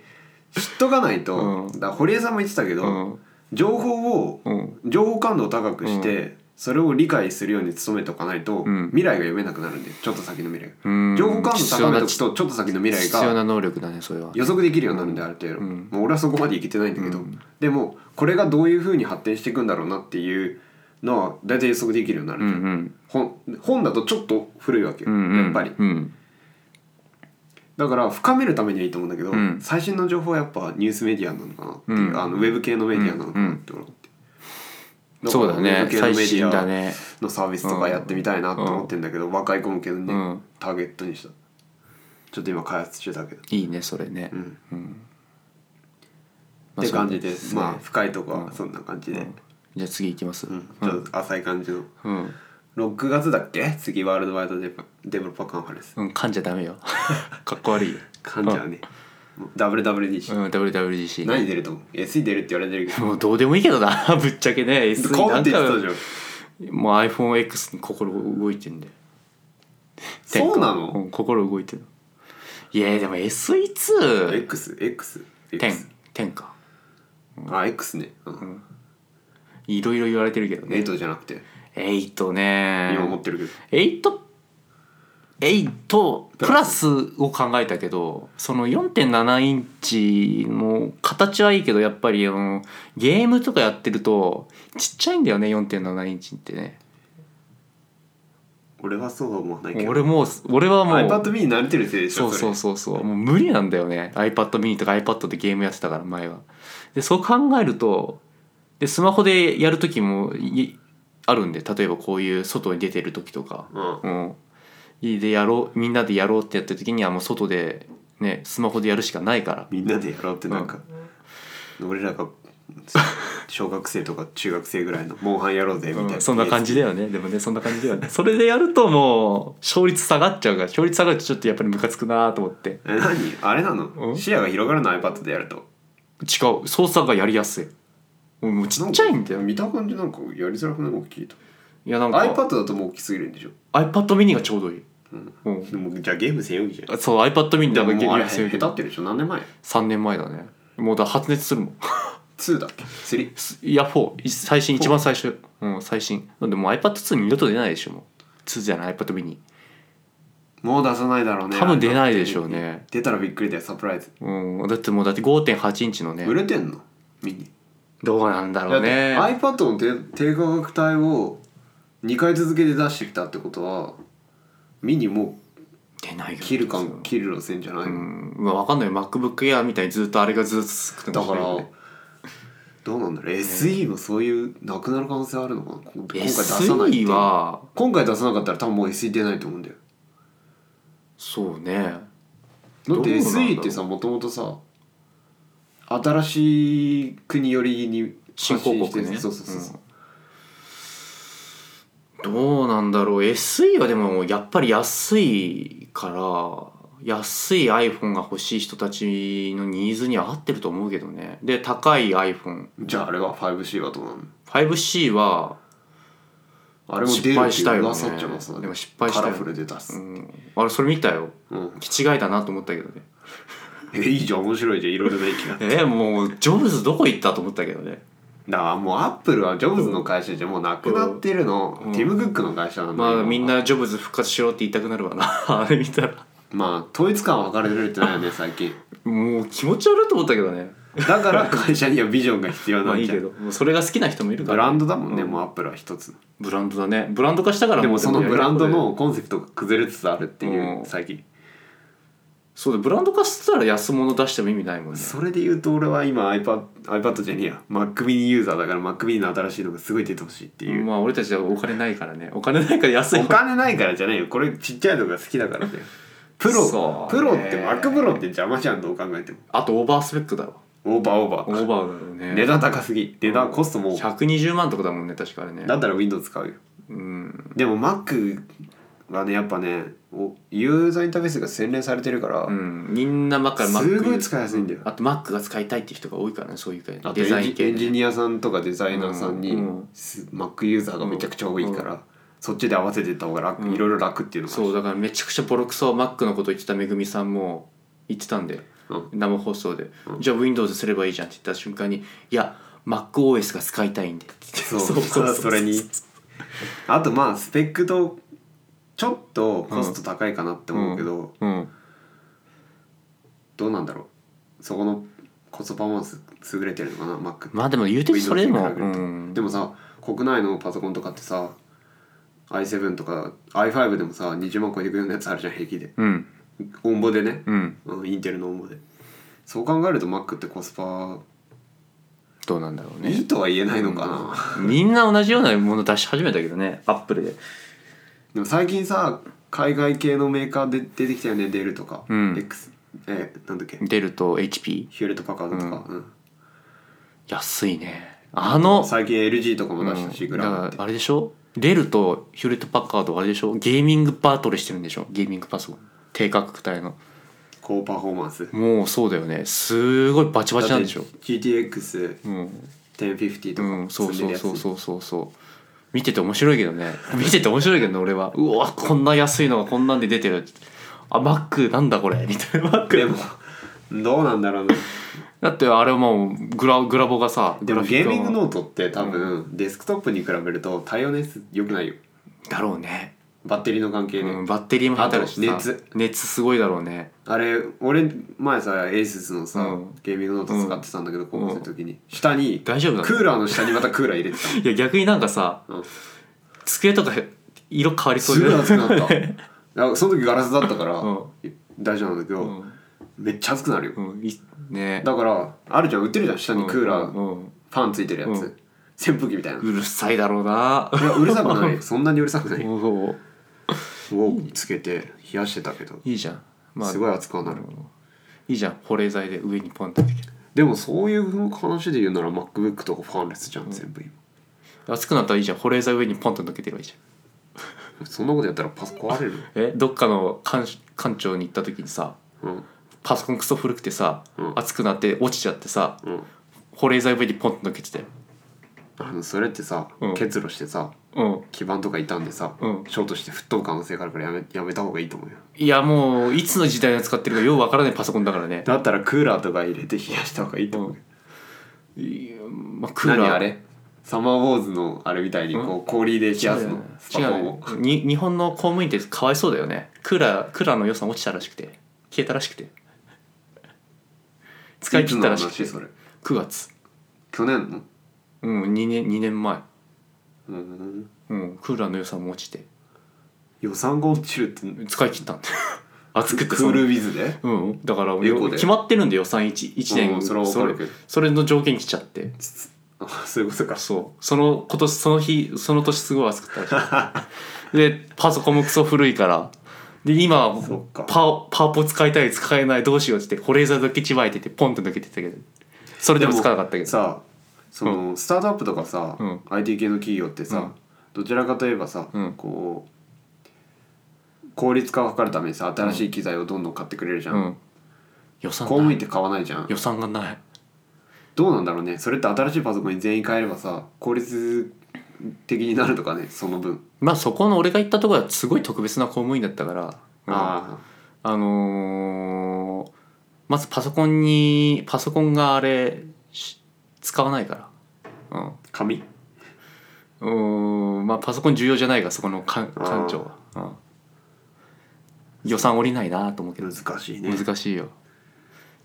[SPEAKER 1] 知っとかないと、
[SPEAKER 3] うん
[SPEAKER 1] だから堀江さんも言ってたけど、
[SPEAKER 3] うん
[SPEAKER 1] 情報を
[SPEAKER 3] うん
[SPEAKER 1] 情報感度を高くして、それを理解するように努めておかないと、
[SPEAKER 3] うん
[SPEAKER 1] 未来が読めなくなるんでちょっと先の未来が、
[SPEAKER 3] うん
[SPEAKER 1] 情報感度高めとく
[SPEAKER 3] 必要
[SPEAKER 1] とちょっと先の
[SPEAKER 3] な
[SPEAKER 1] 未来
[SPEAKER 3] 必要
[SPEAKER 1] が
[SPEAKER 3] な能力だねそれは
[SPEAKER 1] 予測できるようになるんである程度、
[SPEAKER 3] うん
[SPEAKER 1] もう俺はそこまでいけてないんだけど、
[SPEAKER 3] うん
[SPEAKER 1] でもこれがどういうふうに発展していくんだろうなっていうのは大体予測できるようになる
[SPEAKER 3] うんうん
[SPEAKER 1] 本本だとちょっと古いわけ
[SPEAKER 3] う
[SPEAKER 1] よ、
[SPEAKER 3] んうん
[SPEAKER 1] やっぱり
[SPEAKER 3] うん
[SPEAKER 1] だから深めるためにはいいと思うんだけど、
[SPEAKER 3] うん
[SPEAKER 1] 最新の情報はやっぱニュースメディアなのかなっていう、
[SPEAKER 3] うん
[SPEAKER 1] あのウェブ系のメディアなのかなって俺は思って、だか
[SPEAKER 3] そ
[SPEAKER 1] ら
[SPEAKER 3] うだ
[SPEAKER 1] ウェ
[SPEAKER 3] ね
[SPEAKER 1] ブ系のメ
[SPEAKER 3] 最
[SPEAKER 1] デ
[SPEAKER 3] 新だ
[SPEAKER 1] ィア
[SPEAKER 3] ね
[SPEAKER 1] のサービスとかやってみたいなと思ってんだけど、若い子向けのね、
[SPEAKER 3] うん
[SPEAKER 1] ターゲットにしたちょっと今開発中だけど
[SPEAKER 3] いいねそれね
[SPEAKER 1] うん、
[SPEAKER 3] うん
[SPEAKER 1] って感じで
[SPEAKER 3] まあそうですね
[SPEAKER 1] まあ深いとこは
[SPEAKER 3] うん
[SPEAKER 1] そんな感じで、うん
[SPEAKER 3] じゃあ次いきますうん
[SPEAKER 1] ちょっと浅い感じの
[SPEAKER 3] うん
[SPEAKER 1] 6月だっけ次ワールドワイドデブデベロッパーカンファレンス
[SPEAKER 3] うん噛んじゃダメよ かっこ悪いよ
[SPEAKER 1] 噛んじゃうね、WWDC、
[SPEAKER 3] うん WWDC
[SPEAKER 1] 何出ると思う SE 出るって言われてるけど
[SPEAKER 3] もうどうでもいいけどな ぶっちゃけね SE
[SPEAKER 1] 買う
[SPEAKER 3] な
[SPEAKER 1] っ
[SPEAKER 3] ん
[SPEAKER 1] て言って
[SPEAKER 3] か
[SPEAKER 1] たじゃん
[SPEAKER 3] もう iPhoneX に心動いてんだよ
[SPEAKER 1] そうな
[SPEAKER 3] う
[SPEAKER 1] の
[SPEAKER 3] ん心動いてるいやでも SE2
[SPEAKER 1] ?XX?
[SPEAKER 3] 10 10か
[SPEAKER 1] あ X ね、うん
[SPEAKER 3] いろいろ言われてるけどね
[SPEAKER 1] 8じゃなくて
[SPEAKER 3] 8ね
[SPEAKER 1] 今思ってるけど
[SPEAKER 3] 8 8プラスを考えたけどその4.7インチの形はいいけどやっぱりあのゲームとかやってるとちっちゃいんだよね4.7インチってね
[SPEAKER 1] 俺はそうは思わないけど
[SPEAKER 3] 俺もう俺はもう
[SPEAKER 1] iPad mini に慣れてるせいでし
[SPEAKER 3] そ
[SPEAKER 1] ょ
[SPEAKER 3] うそう
[SPEAKER 1] そ
[SPEAKER 3] そうそうもう無理なんだよね iPad mini とか iPad でゲームやってたから前はでそう考えるとでスマホでやる時もいあるんで例えばこういう外に出てる時とか
[SPEAKER 1] れうん
[SPEAKER 3] うん家でやろうみんなでやろうってやった時にはもう外でねスマホでやるしかないから
[SPEAKER 1] みんなでやろうってなんか、俺らが 小学生とか中学生ぐらいのモンハンやろうぜみたいな、
[SPEAKER 3] うんそんな感じだよねでもねそんな感じだよねそれでやるともう勝率下がっちゃうから勝率下がるとちょっとやっぱりムカつくなと思って
[SPEAKER 1] え何あれな
[SPEAKER 3] う
[SPEAKER 1] の
[SPEAKER 3] ん
[SPEAKER 1] 視野が広がるの iPad でやると
[SPEAKER 3] 違う操作がやりやすいもうちっちゃいんだよ
[SPEAKER 1] 見た感じなんかやりづらくない大きいと
[SPEAKER 3] いやなんか
[SPEAKER 1] iPad だともう大きすぎるんでしょ
[SPEAKER 3] iPad mini がちょうどいい、うん
[SPEAKER 1] でもじゃあゲーム専用機じゃん
[SPEAKER 3] そう iPad mini
[SPEAKER 1] で
[SPEAKER 3] だ
[SPEAKER 1] も
[SPEAKER 3] から
[SPEAKER 1] もうあれ
[SPEAKER 3] ゲームする
[SPEAKER 1] 下手ってるでしょ何年前
[SPEAKER 3] 3年前だねもうだ発熱するもん
[SPEAKER 1] 2だっけ ?3
[SPEAKER 3] すいや4最新一番最初うん最新なんでもう iPad2 二度と出ないでしょもう2じゃない iPad mini
[SPEAKER 1] もう出さないだろうね
[SPEAKER 3] 多分出ないでしょうね
[SPEAKER 1] 出たらびっくりだよサプライズ
[SPEAKER 3] うんだってもうだって5.8インチのね
[SPEAKER 1] 売れてんのミニ
[SPEAKER 3] どうなんだろ
[SPEAKER 1] だ
[SPEAKER 3] う
[SPEAKER 1] っ
[SPEAKER 3] ね
[SPEAKER 1] て iPad の低低価格帯を2回続けて出してきたってことはミニも
[SPEAKER 3] 出ないよ
[SPEAKER 1] う切るか
[SPEAKER 3] そう
[SPEAKER 1] 切る路線じゃない、
[SPEAKER 3] うんまあわかんない MacBook Air みたいにずっとあれがずっと続く
[SPEAKER 1] だ
[SPEAKER 3] のも
[SPEAKER 1] から
[SPEAKER 3] しれないよね
[SPEAKER 1] どうなんだろう SE もそういうなくなる可能性あるのかなこ今回出さないってい
[SPEAKER 3] SE
[SPEAKER 1] う
[SPEAKER 3] は
[SPEAKER 1] 今回出さなかったら多分もう SE 出ないと思うんだよ
[SPEAKER 3] そうね
[SPEAKER 1] だっ
[SPEAKER 3] どう
[SPEAKER 1] て
[SPEAKER 3] なんだろう
[SPEAKER 1] SE ってさもともとさ新しい国よりに
[SPEAKER 3] 新興国ね
[SPEAKER 1] そうそうそうそう、
[SPEAKER 3] うんどうなんだろう SE はでもやっぱり安いから安い iPhone が欲しい人たちのニーズには合ってると思うけどねで高い iPhone5C
[SPEAKER 1] じゃああれは 5C はどうなの
[SPEAKER 3] は
[SPEAKER 1] あれも出る
[SPEAKER 3] 失
[SPEAKER 1] っ
[SPEAKER 3] 敗
[SPEAKER 1] て
[SPEAKER 3] した
[SPEAKER 1] いう
[SPEAKER 3] よね
[SPEAKER 1] 噂っちゃ噂だ
[SPEAKER 3] でも失敗し
[SPEAKER 1] カ
[SPEAKER 3] た
[SPEAKER 1] ラ
[SPEAKER 3] よ
[SPEAKER 1] フルで出す
[SPEAKER 3] う、んあれそれ見たよ
[SPEAKER 1] うん、
[SPEAKER 3] 気違いだなと思ったけどね
[SPEAKER 1] えいいじゃん面白いじゃんいろいろでき な
[SPEAKER 3] えーもうジョブズどこ行ったと思ったけどね
[SPEAKER 1] だからもうアップルはジョブズの会社じゃもうなくなってるの、
[SPEAKER 3] うん
[SPEAKER 1] ティム・クックの会社なんだ
[SPEAKER 3] まあ
[SPEAKER 1] 今
[SPEAKER 3] みんなジョブズ復活しろって言いたくなるわな あれ見たら
[SPEAKER 1] まあ統一感は分かれてるってないよね最近
[SPEAKER 3] もう気持ち悪いと思ったけどね
[SPEAKER 1] だから会社にはビジョンが必要
[SPEAKER 3] ま
[SPEAKER 1] な
[SPEAKER 3] あい
[SPEAKER 1] ん
[SPEAKER 3] い
[SPEAKER 1] じゃ
[SPEAKER 3] け
[SPEAKER 1] ん
[SPEAKER 3] どもうそれが好きな人もいるか
[SPEAKER 1] ブ
[SPEAKER 3] ら
[SPEAKER 1] ラ
[SPEAKER 3] ね、
[SPEAKER 1] ンドだもんね、
[SPEAKER 3] うん
[SPEAKER 1] もうアップルは一つ
[SPEAKER 3] ブランドだねブランド化したから
[SPEAKER 1] でもその
[SPEAKER 3] う
[SPEAKER 1] ブランド
[SPEAKER 3] やりたいこと
[SPEAKER 1] のコンセプトが崩れつつあるっていううん最近
[SPEAKER 3] でそうだブランド化したら安物出しても意味ないもんね
[SPEAKER 1] それで言うと俺は今 iPad, iPad じゃねえや Mac mini ユーザーだから Mac mini の新しいのがすごい出てほしいっていう、
[SPEAKER 3] まあ俺たちはお金ないからねお金ないから安い
[SPEAKER 1] お金ないからじゃないよこれちっちゃいのが好きだからだよプロ
[SPEAKER 3] そう
[SPEAKER 1] プロっ
[SPEAKER 3] ね
[SPEAKER 1] て Mac プロって邪魔じゃんどう考えても
[SPEAKER 3] あとオーバースペックだろ
[SPEAKER 1] オーバーオーバ
[SPEAKER 3] オ
[SPEAKER 1] ー
[SPEAKER 3] ーバーだよね
[SPEAKER 1] 値段高すぎ値段コストも
[SPEAKER 3] 120万とかだもんね確かあれね
[SPEAKER 1] だったら Windows 使うよ
[SPEAKER 3] うん
[SPEAKER 1] でも Mac はねやっぱねおユーザーインターフェースが洗練されてるから、
[SPEAKER 3] うんみんな Mac から Mac
[SPEAKER 1] すごい使いやすいんだよ
[SPEAKER 3] あと Mac が使いたいっていう人が多いからねそういうか
[SPEAKER 1] あと
[SPEAKER 3] デ
[SPEAKER 1] エ
[SPEAKER 3] ザ
[SPEAKER 1] ン
[SPEAKER 3] イン
[SPEAKER 1] ジ
[SPEAKER 3] 系
[SPEAKER 1] エン
[SPEAKER 3] ね
[SPEAKER 1] ジニアさんとかデザイナーさんに、
[SPEAKER 3] うんうん
[SPEAKER 1] す Mac ユーザーがめちゃくちゃ多いから、
[SPEAKER 3] う
[SPEAKER 1] そっちで合わせていった方が楽、
[SPEAKER 3] うん
[SPEAKER 1] いろいろ楽っていうのがある
[SPEAKER 3] そうだからめちゃくちゃボロクソ Mac のこと言ってためぐみさんも言ってたんで
[SPEAKER 1] うん
[SPEAKER 3] 生放送で、
[SPEAKER 1] うん
[SPEAKER 3] じゃあ Windows すればいいじゃんって言った瞬間に「いや MacOS が使いたいんで」って
[SPEAKER 1] そうそれにあとまあスペックとちょっとコスト高いかなって思うけど、
[SPEAKER 3] うん
[SPEAKER 1] どうなんだろうそこのコストパフォーマンス優れてるのかな Mac
[SPEAKER 3] まあでも言うてもそれでも、
[SPEAKER 1] Windows に比べると
[SPEAKER 3] うん
[SPEAKER 1] でもさ国内のパソコンとかってさ i7 とか i5 でもさ20万超えてくるようなやつあるじゃん平気で
[SPEAKER 3] うん
[SPEAKER 1] オンボでね、
[SPEAKER 3] うん
[SPEAKER 1] うん、インテルのオンボでそう考えると Mac ってコスパ
[SPEAKER 3] どうなんだろうね
[SPEAKER 1] いいとは言えないのかな、
[SPEAKER 3] みんな同じようなもの出し始めたけどねアップルで
[SPEAKER 1] でも最近さ海外系のメーカーで出てきたよねデルとか、
[SPEAKER 3] うん
[SPEAKER 1] X えーなんだっけ
[SPEAKER 3] 出ると
[SPEAKER 1] ヒ
[SPEAKER 3] HP
[SPEAKER 1] ューレット・パカードとか、うん
[SPEAKER 3] 安いねあの
[SPEAKER 1] 最近 LG とかも出したし、
[SPEAKER 3] うん
[SPEAKER 1] グ
[SPEAKER 3] だ
[SPEAKER 1] ラムっ
[SPEAKER 3] か
[SPEAKER 1] て
[SPEAKER 3] らあれでしょデルとヒューレット・パッカードはあれでしょゲーミングバトルしてるんでしょゲーミングパソコン低価格帯の
[SPEAKER 1] 高パフォーマンス
[SPEAKER 3] もうそうだよねすごいバチバチなんでしょ
[SPEAKER 1] だって GTX1050
[SPEAKER 3] うん、
[SPEAKER 1] とか、
[SPEAKER 3] うん、そうそうそう
[SPEAKER 1] う
[SPEAKER 3] そうそうそう見てて面白いけどね 見てて面白いけどね俺はうわこんな安いのがこんなんで出てるあマックなんだこれみたいなマック
[SPEAKER 1] でもどうなんだろうね
[SPEAKER 3] だってあれはもうグラグラボがさ
[SPEAKER 1] でも
[SPEAKER 3] グラ
[SPEAKER 1] ゲー
[SPEAKER 3] フィッ
[SPEAKER 1] ミ
[SPEAKER 3] ク
[SPEAKER 1] ン
[SPEAKER 3] が
[SPEAKER 1] グノートって多分デスクトップに比べると対応熱良くないよ
[SPEAKER 3] だろうね、
[SPEAKER 1] バッテリーの関係で、
[SPEAKER 3] うん、バッテリーも入ったりしてさ
[SPEAKER 1] あと熱
[SPEAKER 3] 熱すごいだろうね
[SPEAKER 1] あれ俺前さ ASUS のさ、
[SPEAKER 3] うん
[SPEAKER 1] ゲーミングノート使ってたんだけど高校生の時に、下にク
[SPEAKER 3] 大丈夫なの
[SPEAKER 1] ーラーの下にまたクーラー入れて た
[SPEAKER 3] いや逆になんかさ、
[SPEAKER 1] うん
[SPEAKER 3] 机とか色変わりそう
[SPEAKER 1] す
[SPEAKER 3] じゃ
[SPEAKER 1] ぐ
[SPEAKER 3] ない
[SPEAKER 1] 熱くなった あその時ガラスだったから、
[SPEAKER 3] うん
[SPEAKER 1] 大丈夫なんだけど、
[SPEAKER 3] うん
[SPEAKER 1] めっちゃ熱くなるよ、
[SPEAKER 3] うんいね
[SPEAKER 1] だからあるじゃん売ってるじゃん下にクーラー、
[SPEAKER 3] うんうん
[SPEAKER 1] ファンついてるやつ、扇風機みたいな、
[SPEAKER 3] うるさいだろうない
[SPEAKER 1] やうるさくない そんなにうるさくない
[SPEAKER 3] もう
[SPEAKER 1] をつけて冷やしてたけど
[SPEAKER 3] いいじゃん、まあ、
[SPEAKER 1] すごい熱くはなる
[SPEAKER 3] いいじゃん保冷剤で上にポンって
[SPEAKER 1] でもそういう話で言うなら MacBook とかファンレスじゃん全部今
[SPEAKER 3] 熱くなったらいいじゃん保冷剤上にポンと抜けてればいいじ
[SPEAKER 1] そんなことやったらパソコン壊れる
[SPEAKER 3] ゃんえどっかの館館長に行った時にさ
[SPEAKER 1] うん
[SPEAKER 3] パソコンクソ古くてさ、
[SPEAKER 1] うん
[SPEAKER 3] 熱くなって落ちちゃってさ
[SPEAKER 1] うん
[SPEAKER 3] 保冷剤上にポンと抜けてたよ
[SPEAKER 1] あのそれってさ、
[SPEAKER 3] うん
[SPEAKER 1] 結露してさ
[SPEAKER 3] うん
[SPEAKER 1] 基板とか傷んでさ、
[SPEAKER 3] うん
[SPEAKER 1] ショートして吹っ飛ぶ可能性があるからやめやめた方がいいと思うよ
[SPEAKER 3] いやもういつの時代の使ってるかようわからないパソコンだからね
[SPEAKER 1] だったらクーラーとか入れて冷やした方がいいと思うよ、
[SPEAKER 3] いやまあ、クーラー
[SPEAKER 1] 何あれサマーウォーズのあれみたいにこう氷で冷やすのスパ
[SPEAKER 3] 違う
[SPEAKER 1] コン
[SPEAKER 3] よ
[SPEAKER 1] を
[SPEAKER 3] に日本の公務員ってかわいそうだよねクーラークーラーの予算落ちたらしくて消えたら しくて使い切ったらしくて
[SPEAKER 1] いつの話それ
[SPEAKER 3] 9月
[SPEAKER 1] 去年の
[SPEAKER 3] うん2年2年前、
[SPEAKER 1] うん
[SPEAKER 3] うん、クーラーの予算も落ちて
[SPEAKER 1] 予算が落ちるって
[SPEAKER 3] 使い切ったん だよ暑くて
[SPEAKER 1] ク
[SPEAKER 3] そ
[SPEAKER 1] ー
[SPEAKER 3] の
[SPEAKER 1] ルビズで
[SPEAKER 3] うん、だから
[SPEAKER 1] エコで
[SPEAKER 3] 決まってるんで予算 1, 一年、
[SPEAKER 1] うんそれはわかるけど
[SPEAKER 3] それの条件来ちゃって
[SPEAKER 1] あそういうことか
[SPEAKER 3] そうその今年その日その年すごい暑かったらしいでパソコンもクソ古いからで今
[SPEAKER 1] そっか
[SPEAKER 3] パワパワポ使いたい使えないどうしようって保冷剤だけちばいててポンと抜けてたけどそれでもつかなかったけど
[SPEAKER 1] さその、スタートアップとかさ、
[SPEAKER 3] うん
[SPEAKER 1] IT 系の企業ってさ、
[SPEAKER 3] うん
[SPEAKER 1] どちらかといえばさ、
[SPEAKER 3] うん
[SPEAKER 1] こう効率化を図るためにさ新しい機材をどんどん買ってくれるじゃん、
[SPEAKER 3] うん、予
[SPEAKER 1] 公
[SPEAKER 3] 算
[SPEAKER 1] 務
[SPEAKER 3] な
[SPEAKER 1] 員っ
[SPEAKER 3] い
[SPEAKER 1] て買わないじゃん
[SPEAKER 3] 予算がない
[SPEAKER 1] どうなんだろうねそれって新しいパソコンに全員変えればさ効率的になるとかねその分、
[SPEAKER 3] まあそこの俺が行ったところはすごい特別な公務員だったから、うん
[SPEAKER 1] あ
[SPEAKER 3] あのーまずパソコンにパソコンがあれし使わないから
[SPEAKER 1] あ紙
[SPEAKER 3] うんうーんまあパソコン重要じゃないがそこのか
[SPEAKER 1] あー
[SPEAKER 3] 館長は、うん、予算下りないなと思うけど
[SPEAKER 1] 難しいね
[SPEAKER 3] 難しいよ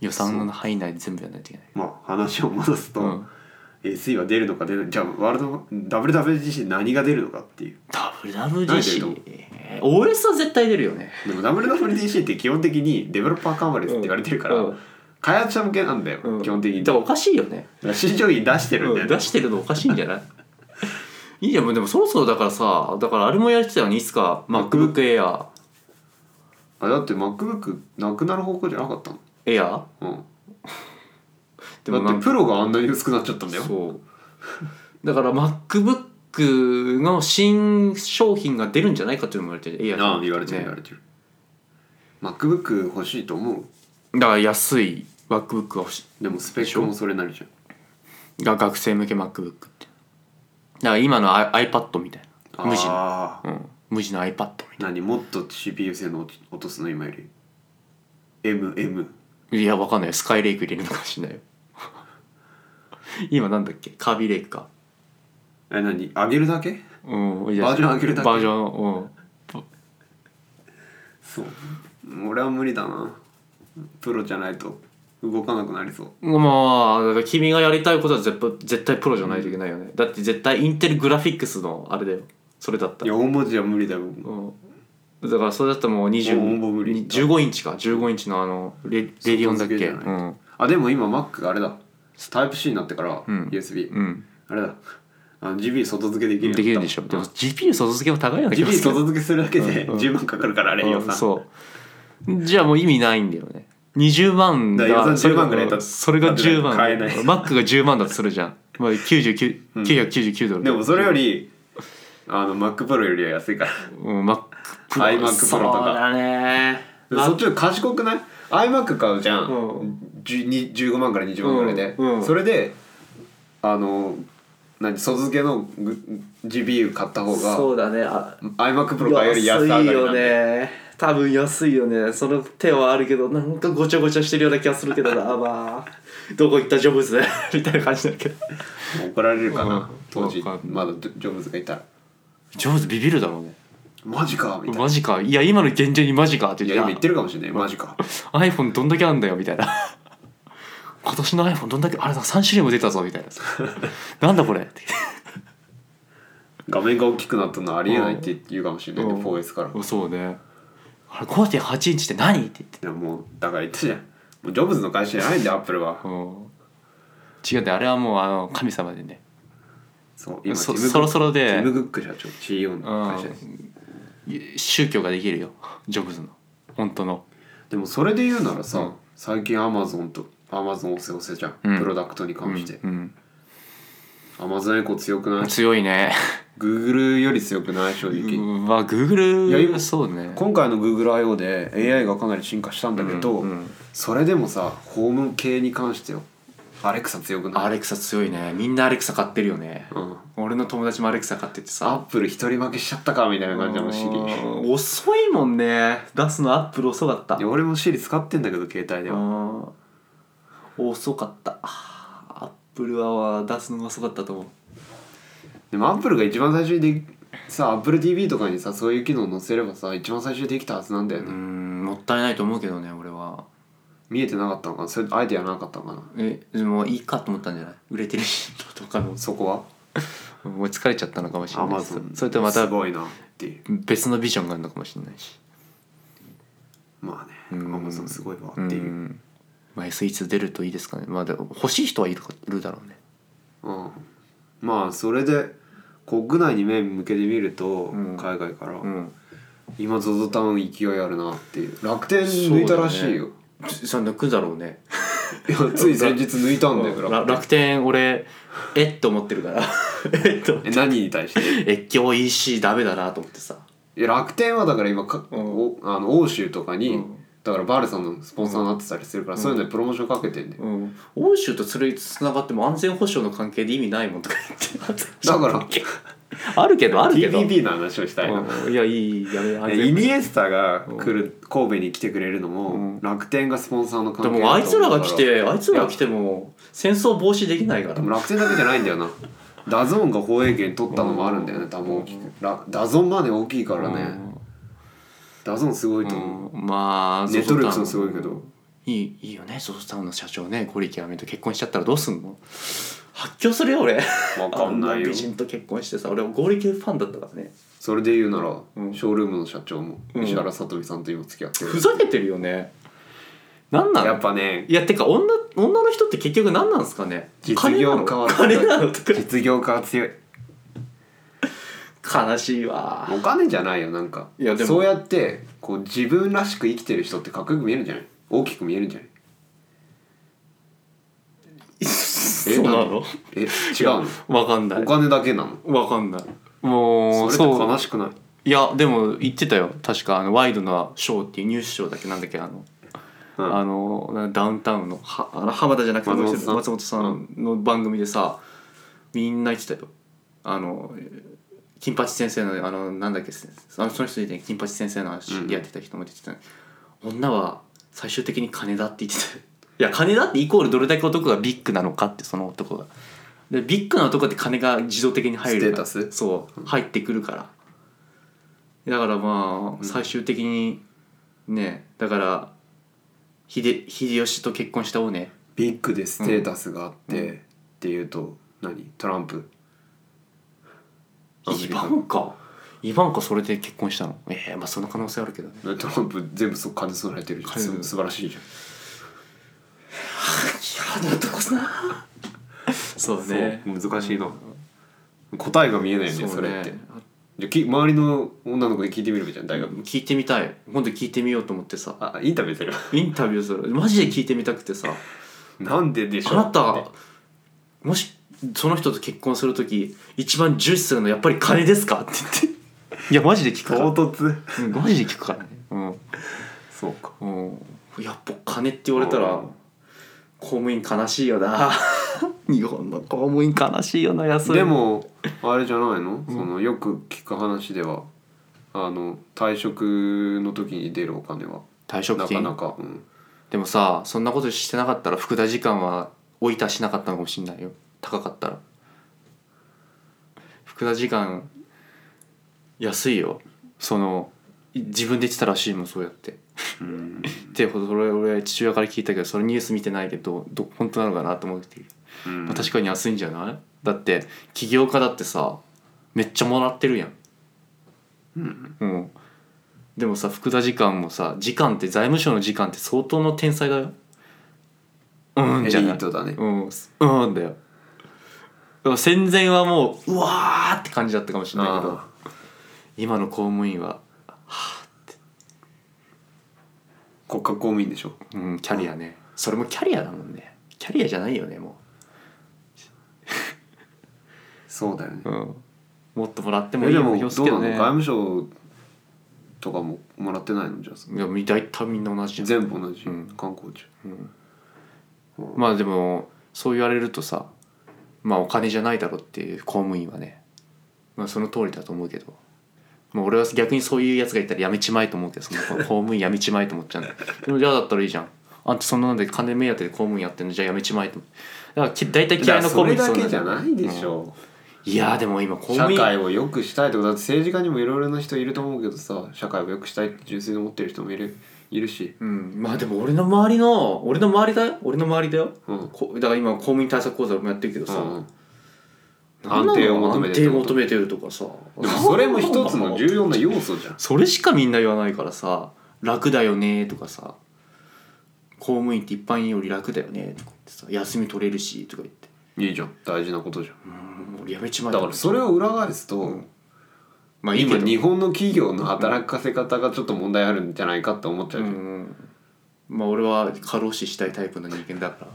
[SPEAKER 3] 予算の範囲内で全部やらないといけない
[SPEAKER 1] まあ話を戻すと、
[SPEAKER 3] うん
[SPEAKER 1] SE は出るのか出ないじゃあワールド WWDC 何が出るのかっていう
[SPEAKER 3] WWDC OS は絶対出るよね
[SPEAKER 1] でも WWDC って基本的にデベロッパーカンファレンスって言われてるから、
[SPEAKER 3] うん
[SPEAKER 1] 開発者向けなんだよ、
[SPEAKER 3] うん
[SPEAKER 1] 基本的に
[SPEAKER 3] だからおかしいよね
[SPEAKER 1] 新商品出してるんだよね、
[SPEAKER 3] 出してるのおかしいんじゃない いいじゃんでもそろそろだからさだからあれもやりてたよねいつか
[SPEAKER 1] MacBook
[SPEAKER 3] MacBookAir
[SPEAKER 1] あだって MacBook なくなる方向じゃなかったの
[SPEAKER 3] Air
[SPEAKER 1] うん
[SPEAKER 3] でもな
[SPEAKER 1] だっ
[SPEAKER 3] ん
[SPEAKER 1] て
[SPEAKER 3] か
[SPEAKER 1] プロがあんなに薄くなっちゃったんだよ
[SPEAKER 3] そうだから MacBook の新商品が出るんじゃないかっていうのも言われてる Air
[SPEAKER 1] ああ言われてる
[SPEAKER 3] ね
[SPEAKER 1] 言われてる、MacBook 欲しいと思う
[SPEAKER 3] だから安い MacBook が欲し
[SPEAKER 1] でもスペックもそれなりじゃん
[SPEAKER 3] いが学生向け MacBook ってだから今の I- iPad みたいな無地の、
[SPEAKER 1] ああ
[SPEAKER 3] うん、無地の iPad みたいな
[SPEAKER 1] 何もっと CPU 性能落とすの今より MM
[SPEAKER 3] いや、わかんないよ。スカイレイク入れるのかもしんないよ。 今なんだっけカービーレイクか。
[SPEAKER 1] え何上げるだけ
[SPEAKER 3] うん。い
[SPEAKER 1] バージョン上げるだけ
[SPEAKER 3] バージョン、うん。
[SPEAKER 1] そう俺は無理だなプロじゃないと動かなくなりそう
[SPEAKER 3] まあ、だから君がやりたいことは絶対絶対プロじゃないといけないよね。だって絶対インテルグラフィックスのあれだよ。それだった
[SPEAKER 1] い
[SPEAKER 3] ら。
[SPEAKER 1] や大文字は無理だよ
[SPEAKER 3] うん。だからそれだったらもう
[SPEAKER 1] もうもう無理
[SPEAKER 3] 20 15インチか15インチのあのレレディオンだっ
[SPEAKER 1] 外
[SPEAKER 3] け
[SPEAKER 1] 付けじゃ
[SPEAKER 3] う
[SPEAKER 1] ない
[SPEAKER 3] ん
[SPEAKER 1] あでも今 Mac があれだタイプ C になってから、
[SPEAKER 3] ん
[SPEAKER 1] USB、
[SPEAKER 3] うん
[SPEAKER 1] あれだあの GB 外付けできるよう
[SPEAKER 3] で
[SPEAKER 1] に
[SPEAKER 3] き
[SPEAKER 1] な
[SPEAKER 3] る
[SPEAKER 1] った
[SPEAKER 3] でしょでも GPU 外付けも高いよね
[SPEAKER 1] GB 外付けするだけで
[SPEAKER 3] うんうん
[SPEAKER 1] 10万かかるからあれ予
[SPEAKER 3] うん
[SPEAKER 1] 算
[SPEAKER 3] そうじゃあもう意味ないんだよね20万
[SPEAKER 1] だから予算10万ぐらいだと
[SPEAKER 3] それが10万
[SPEAKER 1] 買えない
[SPEAKER 3] マックが10万だとするじゃん、まあ、99 999ドル
[SPEAKER 1] でもそれよりあの MacPro よりは安いから
[SPEAKER 3] うんマックプロ
[SPEAKER 1] iMac Pro とか
[SPEAKER 3] そうだねま
[SPEAKER 1] そっちの賢くない iMac 買うじゃん、
[SPEAKER 2] う
[SPEAKER 1] 10に15万から20万ぐらいで、
[SPEAKER 2] うんうん
[SPEAKER 1] それであの何外付けのぐ GPU 買った方が
[SPEAKER 2] うだねあ
[SPEAKER 1] iMacPro 買うより安上がりなんだよ
[SPEAKER 2] ね多分安いよねその手はあるけどなんかごちゃごちゃしてるような気がするけど なあまあどこ行ったジョブズ みたいな感じだけど
[SPEAKER 1] 怒られるかな、
[SPEAKER 3] うん
[SPEAKER 1] 当時
[SPEAKER 3] わかんな
[SPEAKER 1] ま
[SPEAKER 3] い
[SPEAKER 1] だジョジョブズがいたら
[SPEAKER 3] ジョブズビビるだろうね
[SPEAKER 1] マジかみたいな
[SPEAKER 3] マジかいや今の現状にマジかって
[SPEAKER 1] い
[SPEAKER 3] 言
[SPEAKER 1] や
[SPEAKER 3] っ
[SPEAKER 1] 今
[SPEAKER 3] て
[SPEAKER 1] 言ってるかもしれないマジか
[SPEAKER 3] iPhone どんだけあんだよみたいな今年の iPhone どんだけあれだ3種類も出たぞみたいな なんだこれって
[SPEAKER 1] 画面が大きくなったのはありえないって言うかもしれないね
[SPEAKER 3] うん
[SPEAKER 1] 4S からい
[SPEAKER 3] そうねあれ5.8インチって何って言って
[SPEAKER 1] やもうだから言ったじゃんもうジョブズの会社じゃないんだよアップルは
[SPEAKER 3] うん違うんだよあれはもうあの神様でね
[SPEAKER 1] そう今
[SPEAKER 3] そ
[SPEAKER 1] ティム
[SPEAKER 3] そろそろで
[SPEAKER 1] ティム・グック社長 CEO の会社です
[SPEAKER 3] 宗教ができるよジョブズの本当の
[SPEAKER 1] でもそれで言うならさ、
[SPEAKER 3] うん
[SPEAKER 1] 最近アマゾンとアマゾン押せ押せじゃん、
[SPEAKER 3] うん
[SPEAKER 1] プロダクトに関して
[SPEAKER 3] うん
[SPEAKER 1] アマゾンエコ強く
[SPEAKER 3] う
[SPEAKER 1] なんい
[SPEAKER 3] 強いね
[SPEAKER 1] Google より強くない正直、
[SPEAKER 3] うんまあ
[SPEAKER 1] いや
[SPEAKER 3] Google
[SPEAKER 1] 今
[SPEAKER 3] そうね
[SPEAKER 1] 今回の GoogleIO で AI がかなり進化したんだけど、
[SPEAKER 3] うんうん
[SPEAKER 1] それでもさホーム系に関してよアレクサ強くない
[SPEAKER 3] アレクサ強いねみんなアレクサ買ってるよね、
[SPEAKER 1] うん
[SPEAKER 3] 俺の友達もアレクサ買って
[SPEAKER 1] アッ
[SPEAKER 3] てさ
[SPEAKER 1] プル一人負けしちゃったかみたいな感じのシリ
[SPEAKER 3] うん遅いもんね出すのアップル遅かった
[SPEAKER 1] いや俺もシリ使ってんだけど携帯では
[SPEAKER 3] あー遅かったあーアップルは出すのが遅かったと思う
[SPEAKER 1] でもアップルが一番最初にでさアップル TV とかにさそういう機能載せればさ一番最初にできたはずなんだよね、
[SPEAKER 3] うんもったいないと思うけどね俺は
[SPEAKER 1] 見えてなかったのかなそれアイデアなかったのかな
[SPEAKER 3] えでもいいかと思ったんじゃない売れてるしとかの
[SPEAKER 1] そこは
[SPEAKER 3] もう疲れちゃったのかもしれ
[SPEAKER 1] ア
[SPEAKER 3] ない
[SPEAKER 1] マ
[SPEAKER 3] で
[SPEAKER 1] ゾ
[SPEAKER 3] す
[SPEAKER 1] ン
[SPEAKER 3] それとますた
[SPEAKER 1] ごいなっていう
[SPEAKER 3] 別のビジョンがあるのかもしれないし
[SPEAKER 1] まあ
[SPEAKER 3] う
[SPEAKER 1] ね
[SPEAKER 3] ん
[SPEAKER 1] アマゾンすごいわっていううん
[SPEAKER 3] まあ S1 出るといいですかねまあでも欲しい人はいるかいるだろうね
[SPEAKER 1] うんまあそれで国内に目向けてみると、
[SPEAKER 3] ん
[SPEAKER 1] 海外から、
[SPEAKER 3] ん
[SPEAKER 1] 今 ZOZO タウン勢いあるなっていう楽天抜いたらしいよ、
[SPEAKER 3] さ抜くだろうね
[SPEAKER 1] いやつい先日抜いたんだよ
[SPEAKER 3] ら
[SPEAKER 1] 楽天
[SPEAKER 3] 楽天俺えっと思ってるから えっと
[SPEAKER 1] え何に対して
[SPEAKER 3] 越境 EC ダメだなと思ってさ
[SPEAKER 1] いや楽天はだから今か、
[SPEAKER 3] うん
[SPEAKER 1] おあの欧州とかに、
[SPEAKER 3] うん
[SPEAKER 1] だからバルさんのスポンサーになってたりするから、そういうのでプロモーションかけてんね、
[SPEAKER 3] うん欧州とそれつながっても安全保障の関係で意味ないもんとか 言って
[SPEAKER 1] だから
[SPEAKER 3] あるけどあるけど
[SPEAKER 1] TPP の話をしたいな、
[SPEAKER 3] うんいやいいやめ安
[SPEAKER 1] え
[SPEAKER 3] 全
[SPEAKER 1] イ
[SPEAKER 3] 保
[SPEAKER 1] ニ
[SPEAKER 3] 障
[SPEAKER 1] エスタが来る、神戸に来てくれるのも、楽天がスポンサーの関
[SPEAKER 3] で
[SPEAKER 1] 係
[SPEAKER 3] もあいつらが来
[SPEAKER 1] い
[SPEAKER 3] て
[SPEAKER 1] や
[SPEAKER 3] あいつらが来ても戦争防止できないから
[SPEAKER 1] でも楽天だけじゃないんだよなダゾーンが放映権取ったのもあるんだよね多分大きくラダゾーンマネー大きいからね、ダゾーンすごいと思う、
[SPEAKER 3] うんまあ
[SPEAKER 1] ネットフリックスも
[SPEAKER 3] ZOZO
[SPEAKER 1] すごいけど
[SPEAKER 3] いいいいよねゾゾタウンの社長ねゴリキャメと結婚しちゃったらどうすんの発狂するよ俺
[SPEAKER 1] わかんな
[SPEAKER 3] あ
[SPEAKER 1] い
[SPEAKER 3] 美
[SPEAKER 1] よ
[SPEAKER 3] 人と結婚してさ俺ゴリキャファンだったからね
[SPEAKER 1] それで言うなら、
[SPEAKER 3] うん
[SPEAKER 1] ショールームの社長も
[SPEAKER 3] うん
[SPEAKER 1] 石原さとみさんと今付き合ってる、
[SPEAKER 3] ふざけてるよねなんなの
[SPEAKER 1] やっぱね
[SPEAKER 3] いやてか女女の人って結局何なんですかね
[SPEAKER 1] 実業家は
[SPEAKER 3] 金なの金なのと
[SPEAKER 1] 実業家は強い
[SPEAKER 3] か悲 しいわ
[SPEAKER 1] お金じゃないよなんか
[SPEAKER 3] いやでも
[SPEAKER 1] そうやってこう自分らしく生きてる人ってかっこよく見えるんじゃない大きく見えるんじゃない
[SPEAKER 3] そうなの
[SPEAKER 1] え違うの
[SPEAKER 3] わかんない
[SPEAKER 1] お金だけなの
[SPEAKER 3] わかんないもう
[SPEAKER 1] それって悲しくない
[SPEAKER 3] いやでも言ってたよ確かあのワイドなショーっていうニュースショーだっけなんだっけあの、
[SPEAKER 1] うん
[SPEAKER 3] あのなダウンタウンのはあの浜田じゃなくて
[SPEAKER 1] 松本
[SPEAKER 3] もう
[SPEAKER 1] さん
[SPEAKER 3] 一人松本さんの番組でさ、みんな言ってたよあの金八先生のあのなんだっけあのその人でね金八先生の話やってた人も言ってた、女は最終的に金だって言ってたよ いや金だってイコールどれだけ男がビッグなのかってその男がでビッグな男って金が自動的に入るから
[SPEAKER 1] ステータス
[SPEAKER 3] そう入ってくるからだからまあ最終的にねだから秀秀吉と結婚した方ね
[SPEAKER 1] ビッグでステータスがあって、っていうと何トランプアメリ
[SPEAKER 3] イバ
[SPEAKER 1] カ
[SPEAKER 3] ンカイバンカそれで結婚したのええまあその可能性あるけどね
[SPEAKER 1] トランプ全部そ金備えてるじゃん
[SPEAKER 3] 金
[SPEAKER 1] す素晴らしいじゃん
[SPEAKER 3] 嫌なとこなそうね
[SPEAKER 1] そう難しいな、答えが見えないよね
[SPEAKER 3] う
[SPEAKER 1] そ
[SPEAKER 3] ね
[SPEAKER 1] れってじゃあき周りの女の子に聞いてみればいいじゃん大学
[SPEAKER 3] 聞いてみたい今度聞いてみようと思ってさ
[SPEAKER 1] あインタビューする
[SPEAKER 3] インタビューするマジで聞いてみたくてさ
[SPEAKER 1] なんででしょ
[SPEAKER 3] あ
[SPEAKER 1] う
[SPEAKER 3] なたがもしその人と結婚する時一番重視するのやっぱり金ですかって言っていやマジで聞くから
[SPEAKER 1] 唐突
[SPEAKER 3] うんマジで聞くからねうん
[SPEAKER 1] そうか
[SPEAKER 3] うん、やっぱ金って言われたら公務員悲しいよな 日本の公務員悲しいよな安い
[SPEAKER 1] でもあれじゃないのそのよく聞く話ではあの退職の時に出るお金は
[SPEAKER 3] 退職
[SPEAKER 1] なか
[SPEAKER 3] 金
[SPEAKER 1] なか、うん、
[SPEAKER 3] でもさそんなことしてなかったら副大時間は追いたしなかったのかもしれないよ高かったら副大時間安いよそのい自分で言ってたらしいもんそうやって
[SPEAKER 1] うん
[SPEAKER 3] ってほどそれ俺父親から聞いたけどそれニュース見てないけどど本当なのかなと思って
[SPEAKER 1] うん
[SPEAKER 3] まあ確かに安いんじゃないだって起業家だってさめっちゃもらってるやんうん、でもさ福田時間もさ時間って財務省の時間って相当の天才だようん
[SPEAKER 1] エ
[SPEAKER 3] じゃ
[SPEAKER 1] リ
[SPEAKER 3] な
[SPEAKER 1] ー
[SPEAKER 3] い
[SPEAKER 1] トだね
[SPEAKER 3] うんうんだよでも戦前はもううわーって感じだったかもしれないけど
[SPEAKER 1] あ
[SPEAKER 3] 今の公務員は、
[SPEAKER 1] 国家公務員でしょ
[SPEAKER 3] うん、キャリアねそれもキャリアだもんねキャリアじゃないよねも
[SPEAKER 1] そうだよね
[SPEAKER 3] う、うん、もっともらっても
[SPEAKER 1] え
[SPEAKER 3] いい
[SPEAKER 1] で
[SPEAKER 3] よ
[SPEAKER 1] も
[SPEAKER 3] う
[SPEAKER 1] どうなの
[SPEAKER 3] な気がす
[SPEAKER 1] 外
[SPEAKER 3] るけど
[SPEAKER 1] 務
[SPEAKER 3] ね
[SPEAKER 1] 省とかももらってないのじゃあ
[SPEAKER 3] いやみ大体みんな同じじゃん
[SPEAKER 1] 全部同じ、
[SPEAKER 3] うん
[SPEAKER 1] 観光地
[SPEAKER 3] まあでもそう言われるとさまあお金じゃないだろうっていう公務員はねまあその通りだと思うけど、まあ、俺は逆にそういうやつがいたらやめちまえと思うけどその公務員やめちまえと思っちゃうんだでもじゃあだったらいいじゃんあんたそんなので金目当てで公務員やってんのじゃあやめちまえとだからき大体
[SPEAKER 1] い
[SPEAKER 3] 嫌い
[SPEAKER 1] や
[SPEAKER 3] な公
[SPEAKER 1] そ
[SPEAKER 3] 務
[SPEAKER 1] れ
[SPEAKER 3] 員
[SPEAKER 1] だ
[SPEAKER 3] う
[SPEAKER 1] け
[SPEAKER 3] ん
[SPEAKER 1] じ
[SPEAKER 3] だよ
[SPEAKER 1] ゃないでしょ
[SPEAKER 3] いやでも今公
[SPEAKER 1] う社
[SPEAKER 3] 務員
[SPEAKER 1] 会を良くしたいってことだって政治家にもいろいろな人いると思うけどさ社会を良くしたいって純粋に思ってる人もいるいるし
[SPEAKER 2] うん
[SPEAKER 3] まあでも俺の周りの俺の周りだよ俺の周りだよ
[SPEAKER 1] うん
[SPEAKER 2] こだから今公務員対策講座もやってるけど
[SPEAKER 1] う
[SPEAKER 2] さ、
[SPEAKER 1] ん
[SPEAKER 2] なんなの
[SPEAKER 1] 安定を求めてる
[SPEAKER 2] 安定を求めてるとかさ
[SPEAKER 1] でもそれも一つ の重要な要素じゃん
[SPEAKER 3] それしかみんな言わないからさ「楽だよね」とかさ「公務員って一般員より楽だよね」とか言ってさ「休み取れるし」とか言って
[SPEAKER 1] いいじゃん大事なことじゃん
[SPEAKER 3] 「うん俺やめちまえ」
[SPEAKER 1] だからそれを裏返すと、
[SPEAKER 3] まあいい
[SPEAKER 1] 今
[SPEAKER 3] けど
[SPEAKER 1] 日本の企業の働かせ方がちょっと問題あるんじゃないかって思っちゃ
[SPEAKER 3] う
[SPEAKER 1] う、
[SPEAKER 3] んうんまあ俺は過労死したいタイプの人間だから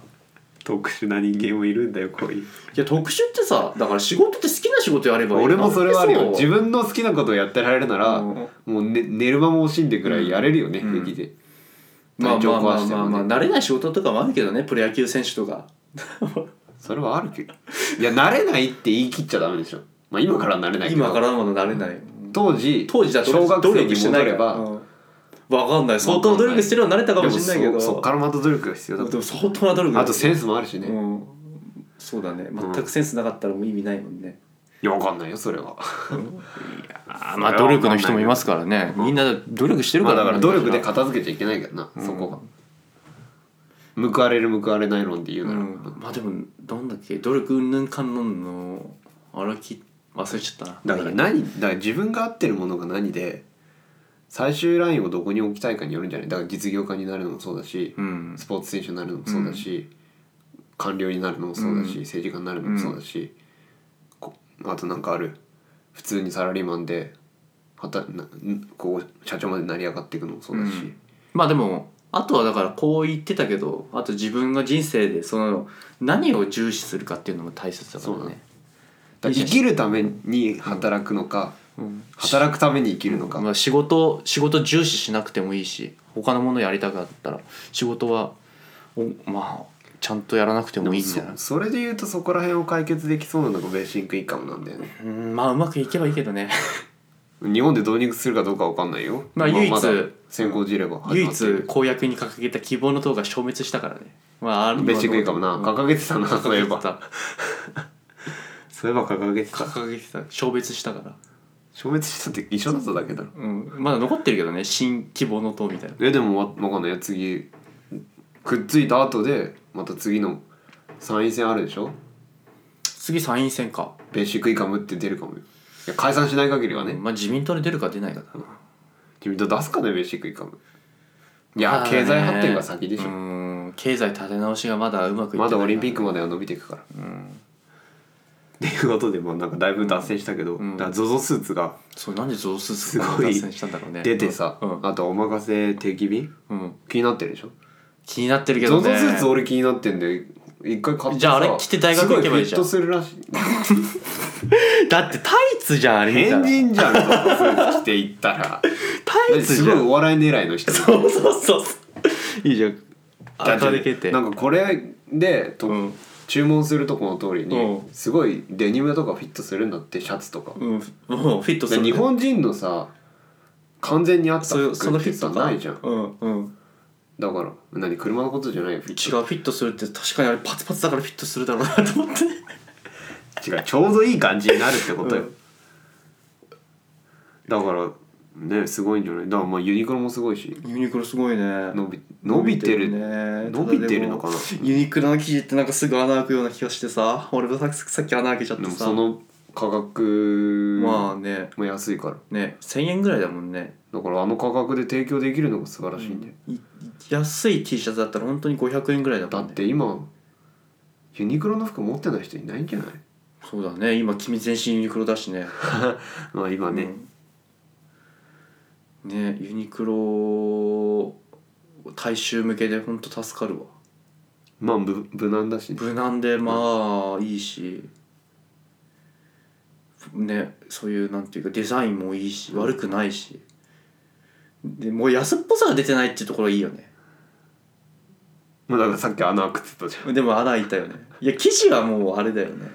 [SPEAKER 1] 特殊な人間もいるんだよこういう
[SPEAKER 3] いや特殊ってさだから仕事って好きな仕事やればいい
[SPEAKER 1] 俺もそれはあるよ
[SPEAKER 3] なんでそ
[SPEAKER 1] 自
[SPEAKER 3] う
[SPEAKER 1] 分の好きなことをやってられるなら、
[SPEAKER 3] うん
[SPEAKER 1] もう、ね、寝る間も惜しんでくらいやれるよね、
[SPEAKER 3] うん
[SPEAKER 1] 平気で
[SPEAKER 3] まあ
[SPEAKER 1] 体調
[SPEAKER 3] まあま
[SPEAKER 1] 壊
[SPEAKER 3] あ
[SPEAKER 1] して
[SPEAKER 3] まあ
[SPEAKER 1] も
[SPEAKER 3] まあ
[SPEAKER 1] ね
[SPEAKER 3] 慣れない仕事とかもあるけどねプロ野球選手 とか
[SPEAKER 1] それはあるけどいや慣れないって言い切っちゃダメでしょまあ今からは慣れないけど
[SPEAKER 3] 今からまだ慣れない、
[SPEAKER 1] 当時
[SPEAKER 3] 当時だと
[SPEAKER 1] 小学生に戻れ
[SPEAKER 3] う
[SPEAKER 1] ば
[SPEAKER 3] んわかんない相当努力してるようになれたかもしれないけ
[SPEAKER 1] で
[SPEAKER 3] ど
[SPEAKER 1] もそそっからまた努力が必要だ
[SPEAKER 3] でも相当な努力
[SPEAKER 1] あとセンスもあるしね、い
[SPEAKER 3] うんそうだね全くセンスなかったらもう意味ないもんね、
[SPEAKER 1] やわかんないよそれは
[SPEAKER 3] あ
[SPEAKER 1] まあ努力の人もいます
[SPEAKER 3] からねみんな努力して
[SPEAKER 1] まあだから努力で片付けちゃいけないからな、
[SPEAKER 3] うん
[SPEAKER 1] そこが報われる報われない論で言う
[SPEAKER 3] う
[SPEAKER 1] なら、
[SPEAKER 3] ん、まあでもなんだっけ努力うんぬんかんぬんのあらき忘れちゃったな
[SPEAKER 1] だから何だから自分が合ってるものが何で最終ラインをどこに置きたいかによるんじゃないだから実業家になるのもそうだし、
[SPEAKER 3] うん
[SPEAKER 1] スポーツ選手になるのもそうだし、官僚になるのもそうだし、
[SPEAKER 3] うん
[SPEAKER 1] 政治家になるのもそうだし、こあとなんかある普通にサラリーマンではたなんこう社長まで成り上がっていくのもそうだし、
[SPEAKER 3] うんまあでもあとはだからこう言ってたけどあと自分が人生でその何を重視するかっていうのも大切だか
[SPEAKER 1] そ
[SPEAKER 3] ら
[SPEAKER 1] うだ
[SPEAKER 3] ね
[SPEAKER 1] ねだから生きるために働くのか、
[SPEAKER 3] うん
[SPEAKER 1] 働くために生きるのか、
[SPEAKER 3] まあ、仕事仕事重視しなくてもいいし他のものやりたかったら仕事はおまあちゃんとやらなくてもいいんじ
[SPEAKER 1] そ
[SPEAKER 3] ゃない
[SPEAKER 1] それでいうとそこら辺を解決できそうなのがベーシックインカムなんだよね
[SPEAKER 3] うんまあうまくいけばいいけどね
[SPEAKER 1] 日本で導入するかどうかわかんないよ
[SPEAKER 3] まあ唯一
[SPEAKER 1] だ先行事例は
[SPEAKER 3] 唯一公約に掲げた希望の党が消滅したからねまああの
[SPEAKER 1] ベーシックインカムな掲げてたな
[SPEAKER 3] 掲
[SPEAKER 1] そういえ
[SPEAKER 3] げて
[SPEAKER 1] ば
[SPEAKER 3] た
[SPEAKER 1] そういえば掲げて
[SPEAKER 3] 掲げてた消滅したから
[SPEAKER 1] 消滅したって一緒だっただけだろ
[SPEAKER 3] うんまだ残ってるけどね新希望の党みたいな
[SPEAKER 1] えでもわわかんないよ次くっついた後でまた次の参院選あるでしょ
[SPEAKER 3] 次参院選か、
[SPEAKER 1] ベーシックインカムって出るかもよいや解散しない限りはね、
[SPEAKER 3] まあ自民党で出るか出ないかだな
[SPEAKER 1] 自民党出すかねベーシックインカムいや、
[SPEAKER 3] まだね
[SPEAKER 1] 経済発展が先でしょ、
[SPEAKER 3] うん経済立て直しがまだうまくいってな
[SPEAKER 1] ま
[SPEAKER 3] いか
[SPEAKER 1] だ
[SPEAKER 3] ら
[SPEAKER 1] オリンピックまでは伸びていくから、っていうことでまあなんかだいぶ脱線したけど、
[SPEAKER 3] ん
[SPEAKER 1] だから ZOZO スーツが
[SPEAKER 3] そうなんで増数
[SPEAKER 1] す
[SPEAKER 3] す
[SPEAKER 1] ごい
[SPEAKER 3] 脱線したんだろうね
[SPEAKER 1] 出てさ、
[SPEAKER 3] うん
[SPEAKER 1] あとお任せ定期便
[SPEAKER 3] うん、
[SPEAKER 1] 気になってるでしょ
[SPEAKER 3] 気になってるけど
[SPEAKER 1] ZOZO ス
[SPEAKER 3] ね
[SPEAKER 1] ーツ俺気になってんで一回買ってさ
[SPEAKER 3] じゃああれ着て大学行けばいいじゃん
[SPEAKER 1] すごいフィットするらしい
[SPEAKER 3] だってタイツじゃんあれ見
[SPEAKER 1] 変
[SPEAKER 3] たら
[SPEAKER 1] 人じゃん ZOZO スーツ着ていったら
[SPEAKER 3] タイツ
[SPEAKER 1] す
[SPEAKER 3] じ
[SPEAKER 1] ご
[SPEAKER 3] ゃ
[SPEAKER 1] い
[SPEAKER 3] ん
[SPEAKER 1] お笑い狙いの人
[SPEAKER 3] そうそうそういいじゃん
[SPEAKER 1] だって
[SPEAKER 3] 赤でけて
[SPEAKER 1] なんかこれでと、
[SPEAKER 3] うん
[SPEAKER 1] 注文するとこの通りに、
[SPEAKER 3] うん
[SPEAKER 1] すごいデニムとかフィットするんだってシャツとか、
[SPEAKER 3] うん、もうフィットす
[SPEAKER 1] で
[SPEAKER 3] る
[SPEAKER 1] 日本人のさ完全に合った
[SPEAKER 3] そういうそ
[SPEAKER 1] 服
[SPEAKER 3] の
[SPEAKER 1] って
[SPEAKER 3] フィッ
[SPEAKER 1] さ
[SPEAKER 3] ト
[SPEAKER 1] ないじゃん
[SPEAKER 3] うんうん
[SPEAKER 1] だから何車のことじゃないよフィ
[SPEAKER 3] 違
[SPEAKER 1] ット
[SPEAKER 3] うフィットするって確かにあれパツパツだからフィットするだろうなと思 って
[SPEAKER 1] 違うちょうどいい感じになるってことよ、
[SPEAKER 3] うん
[SPEAKER 1] だからねすごいんじゃないだからまあユニクロもすごいし
[SPEAKER 2] ユニクロすごいね
[SPEAKER 1] 伸び伸びてる
[SPEAKER 2] ね
[SPEAKER 1] 伸びてるのかな
[SPEAKER 2] ただでもユニクロの生地ってなんかすぐ穴開くような気がしてさ俺もささっき穴開けちゃっ
[SPEAKER 1] で
[SPEAKER 2] て
[SPEAKER 1] も
[SPEAKER 2] さ
[SPEAKER 1] その価格
[SPEAKER 2] まあね
[SPEAKER 1] も安いから
[SPEAKER 3] ね1000円ぐらいだもんね
[SPEAKER 1] だからあの価格で提供できるのが素晴らしいんだよ、
[SPEAKER 3] い安い T シャツだったら本当に500円ぐらいだ
[SPEAKER 1] だ
[SPEAKER 3] もん
[SPEAKER 1] っ
[SPEAKER 3] ね
[SPEAKER 1] て今ユニクロの服持ってない人いないんじゃない
[SPEAKER 3] そうだね今君全身ユニクロだしね
[SPEAKER 1] まあ今ね、
[SPEAKER 3] うんねユニクロ大衆向けでほんと助かるわ
[SPEAKER 1] まあ無無難だしね
[SPEAKER 3] 無難でまあいいし、ねそういうなんていうかデザインもいいし悪くないしでもう安っぽさが出てないっていうところいいよね
[SPEAKER 1] まあだからさっき穴開くって言ったじゃん
[SPEAKER 3] でも穴開いたよねいや生地はもうあれだよね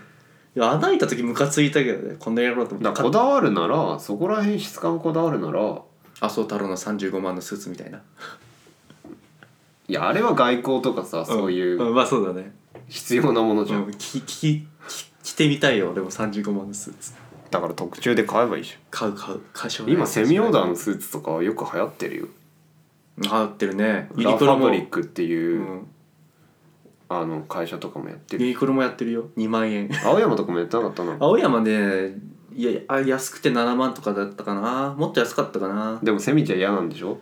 [SPEAKER 3] いや穴開いた時ムカついたけどねこんな野郎と思
[SPEAKER 1] だ
[SPEAKER 3] っ
[SPEAKER 1] か
[SPEAKER 3] て
[SPEAKER 1] らこだわるならそこら辺質感こだわるなら
[SPEAKER 3] 麻生太郎の35万のスーツみたいな
[SPEAKER 1] いやあれは外交とかさそうい
[SPEAKER 3] ん
[SPEAKER 1] う
[SPEAKER 3] まあそうだね
[SPEAKER 1] 必要なものじゃん、
[SPEAKER 3] うんききき着てみたいよでも35万のスーツ
[SPEAKER 1] だから特注で買えばいいじ
[SPEAKER 3] 買う買う会社
[SPEAKER 1] ゃん今セミオーダーのスーツとかはよく流行ってるよ
[SPEAKER 3] 流行ってるねユ
[SPEAKER 1] ラ
[SPEAKER 3] ニ
[SPEAKER 1] フ
[SPEAKER 3] クロ
[SPEAKER 1] ァ
[SPEAKER 3] も
[SPEAKER 1] ブリックっていうう、
[SPEAKER 3] ん
[SPEAKER 1] あの会社とかもやって
[SPEAKER 3] ユ
[SPEAKER 1] る
[SPEAKER 3] ニクロもやってるよ2万円
[SPEAKER 1] 青山とかもやってなかったな
[SPEAKER 3] 青山ねいやあ安くて7万とかだったかなもっと安かったかな
[SPEAKER 1] でもセミちゃん嫌なんでしょ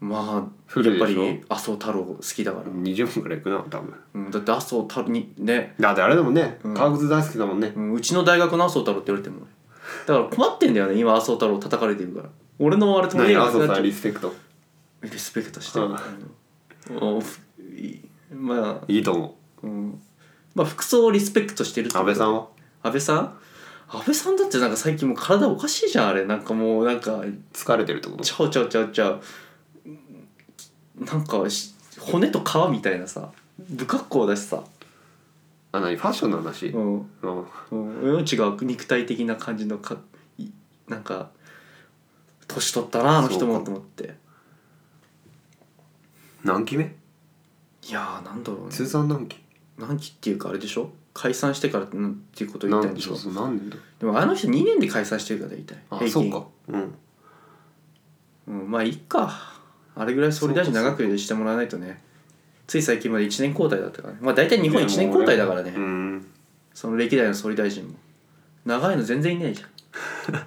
[SPEAKER 3] まあや
[SPEAKER 1] 古
[SPEAKER 3] っ
[SPEAKER 1] い
[SPEAKER 3] ぱ
[SPEAKER 1] でしょ
[SPEAKER 3] り麻生太郎好きだから、
[SPEAKER 1] 20分くらいいくな多分
[SPEAKER 3] うん、だって麻生太郎にね
[SPEAKER 1] だってあれでもんね
[SPEAKER 3] うん
[SPEAKER 1] 革靴大好きだもんね、
[SPEAKER 3] うんうちの大学の麻生太郎って言われてもねだから困ってんだよね今麻生太郎叩かれてるから俺のあれと
[SPEAKER 1] 何麻生
[SPEAKER 3] なくなっ
[SPEAKER 1] さ
[SPEAKER 3] ちゃ
[SPEAKER 1] ん
[SPEAKER 3] う
[SPEAKER 1] リスペクト
[SPEAKER 3] リスペクトして
[SPEAKER 1] うん
[SPEAKER 3] うんおふいまあ、
[SPEAKER 1] いいと思
[SPEAKER 3] うん、まあ服装をリスペクトしてるっ
[SPEAKER 1] う
[SPEAKER 3] てこ
[SPEAKER 1] 安倍
[SPEAKER 3] と
[SPEAKER 1] さんは
[SPEAKER 3] 安倍さん安倍さんだってなんか最近もう体おかしいじゃんあれなんかもうなんか
[SPEAKER 1] 疲れてるってこと
[SPEAKER 3] ちゃうちゃうちゃうちゃうなんかし骨と皮みたいなさ不格好だしさ、
[SPEAKER 1] あ何ファッションの話、
[SPEAKER 3] う
[SPEAKER 1] うん
[SPEAKER 3] んうん、違う肉体的な感じのかいなんか年取ったなあの人
[SPEAKER 1] そう
[SPEAKER 3] も
[SPEAKER 1] か
[SPEAKER 3] と思って
[SPEAKER 1] 何期目
[SPEAKER 3] いやーなんだろうね
[SPEAKER 1] 通算何期
[SPEAKER 3] 何期っていうかあれでしょ解散してからってなんていうことを言いたいんでしょ
[SPEAKER 1] そうそう何年だ
[SPEAKER 3] でもあの人2年で解散してるから言いたい
[SPEAKER 1] あそうかうん
[SPEAKER 3] うん、まあいいかあれぐらい総理大臣長くしてもらわないとねつい最近まで1年交代だったからねまあ大体日本1年交代だからね
[SPEAKER 1] うん
[SPEAKER 3] その歴代の総理大臣も長いの全然いないじゃん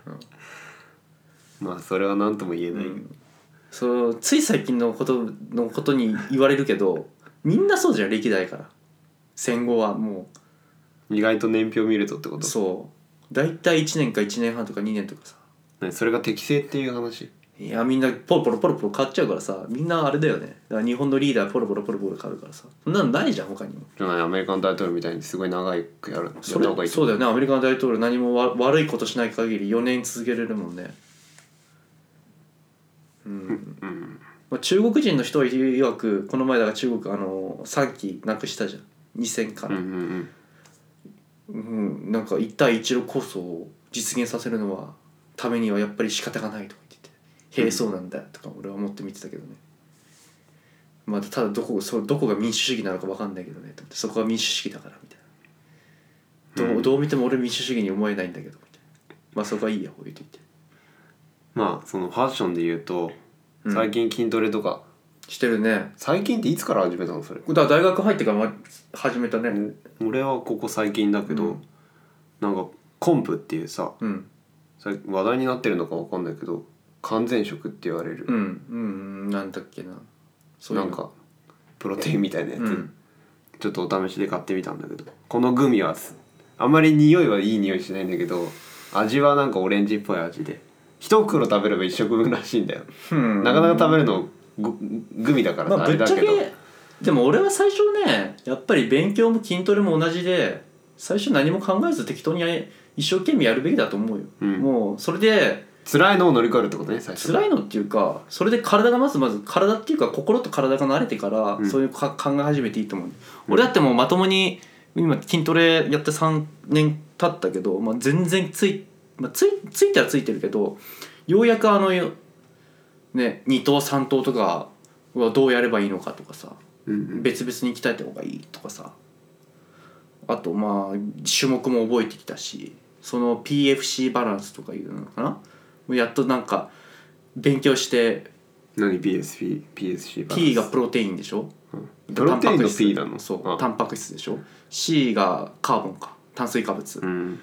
[SPEAKER 1] まあそれは何とも言えないよ、
[SPEAKER 3] そうつい最近のことのことに言われるけどみんなそうじゃん歴代から戦後はも
[SPEAKER 1] 意外と年表見るとってこ
[SPEAKER 3] う
[SPEAKER 1] と
[SPEAKER 3] そう大体1年か1年半とか2年とかさ
[SPEAKER 1] ねそれが適正っていう話
[SPEAKER 3] いやみんなポロポロポロポロ変わっちゃうからさみんなあれだよねだから日本のリーダーポロポロポロポロ変わるからさそんなのないじゃん他にも
[SPEAKER 1] じゃないアメリカの大統領みたいにすごい長くやるや
[SPEAKER 3] そ
[SPEAKER 1] った方がい
[SPEAKER 3] れ
[SPEAKER 1] い
[SPEAKER 3] そうだよねアメリカの大統領何もわ悪いことしない限り4年続けれるもんねうん、
[SPEAKER 1] うん
[SPEAKER 3] まあ、中国人の人は曰くこの前だから中国あの3期なくしたじゃん2000か
[SPEAKER 1] うん
[SPEAKER 3] ら、
[SPEAKER 1] うんうん
[SPEAKER 3] うん、なんか一帯一路構想を実現させるのはためにはやっぱり仕方がないとか言ってて「へえそうなんだ」とか俺は思って見てたけどね、まあ、ただどこそどこが民主主義なのか分かんないけどねと思ってそこは民主主義だからみたいなどうどう見ても俺民主主義に思えないんだけどみたいなまあそこはいいや置いといて
[SPEAKER 1] まあそのファッションで言うと
[SPEAKER 3] うん
[SPEAKER 1] 最近筋トレとか、
[SPEAKER 3] してるね
[SPEAKER 1] 最近っていつから始めたのそれ
[SPEAKER 3] だから大学入ってからま始めたね
[SPEAKER 1] 俺はここ最近だけど、
[SPEAKER 3] うん
[SPEAKER 1] なんかコンプっていうさ
[SPEAKER 3] うん
[SPEAKER 1] 最近話題になってるのかわかんないけど完全食って言われる
[SPEAKER 3] う、んうんなんだっけなそういう
[SPEAKER 1] な
[SPEAKER 3] の
[SPEAKER 1] んかプロテインみたいなやつ、
[SPEAKER 3] うん
[SPEAKER 1] ちょっとお試しで買ってみたんだけどこのグミはすあんまり匂いはいい匂いしないんだけど味はなんかオレンジっぽい味で一袋食べれば一食分らしいんだよ、
[SPEAKER 3] うん
[SPEAKER 1] なかなか食べるのググミだからさ、
[SPEAKER 3] まあ、
[SPEAKER 1] あ
[SPEAKER 3] ぶ
[SPEAKER 1] れ
[SPEAKER 3] っち
[SPEAKER 1] だ
[SPEAKER 3] ゃ
[SPEAKER 1] けど
[SPEAKER 3] けでも俺は最初ねやっぱり勉強も筋トレも同じで最初何も考えず適当にやれ一生懸命やるべきだと思うよ、
[SPEAKER 1] うん
[SPEAKER 3] もうそれで
[SPEAKER 1] 辛いのを乗り越えるってことね最初
[SPEAKER 3] 辛いのっていうかそれで体がまずまず体っていうか心と体が慣れてから、
[SPEAKER 1] うん
[SPEAKER 3] そういうか考え始めていいと思う、
[SPEAKER 1] うん
[SPEAKER 3] 俺だってもうまともに今筋トレやって3年経ったけど、まあ、全然つい,、まあ、ついついてはついてるけどようやくあのよね2頭3頭とかはどうやればいいのかとかさ
[SPEAKER 1] うんうん
[SPEAKER 3] 別々に鍛えた方がいいとかさあとまあ種目も覚えてきたしその PFC バランスとかいうのかなもうやっとなんか勉強して
[SPEAKER 1] 何 PSP PSC バランス
[SPEAKER 3] P がプロテインでしょ
[SPEAKER 1] うんプロテインの P なの
[SPEAKER 3] そう
[SPEAKER 1] あ
[SPEAKER 3] タンパク質でしょ C がカーボンか炭水化物
[SPEAKER 1] うん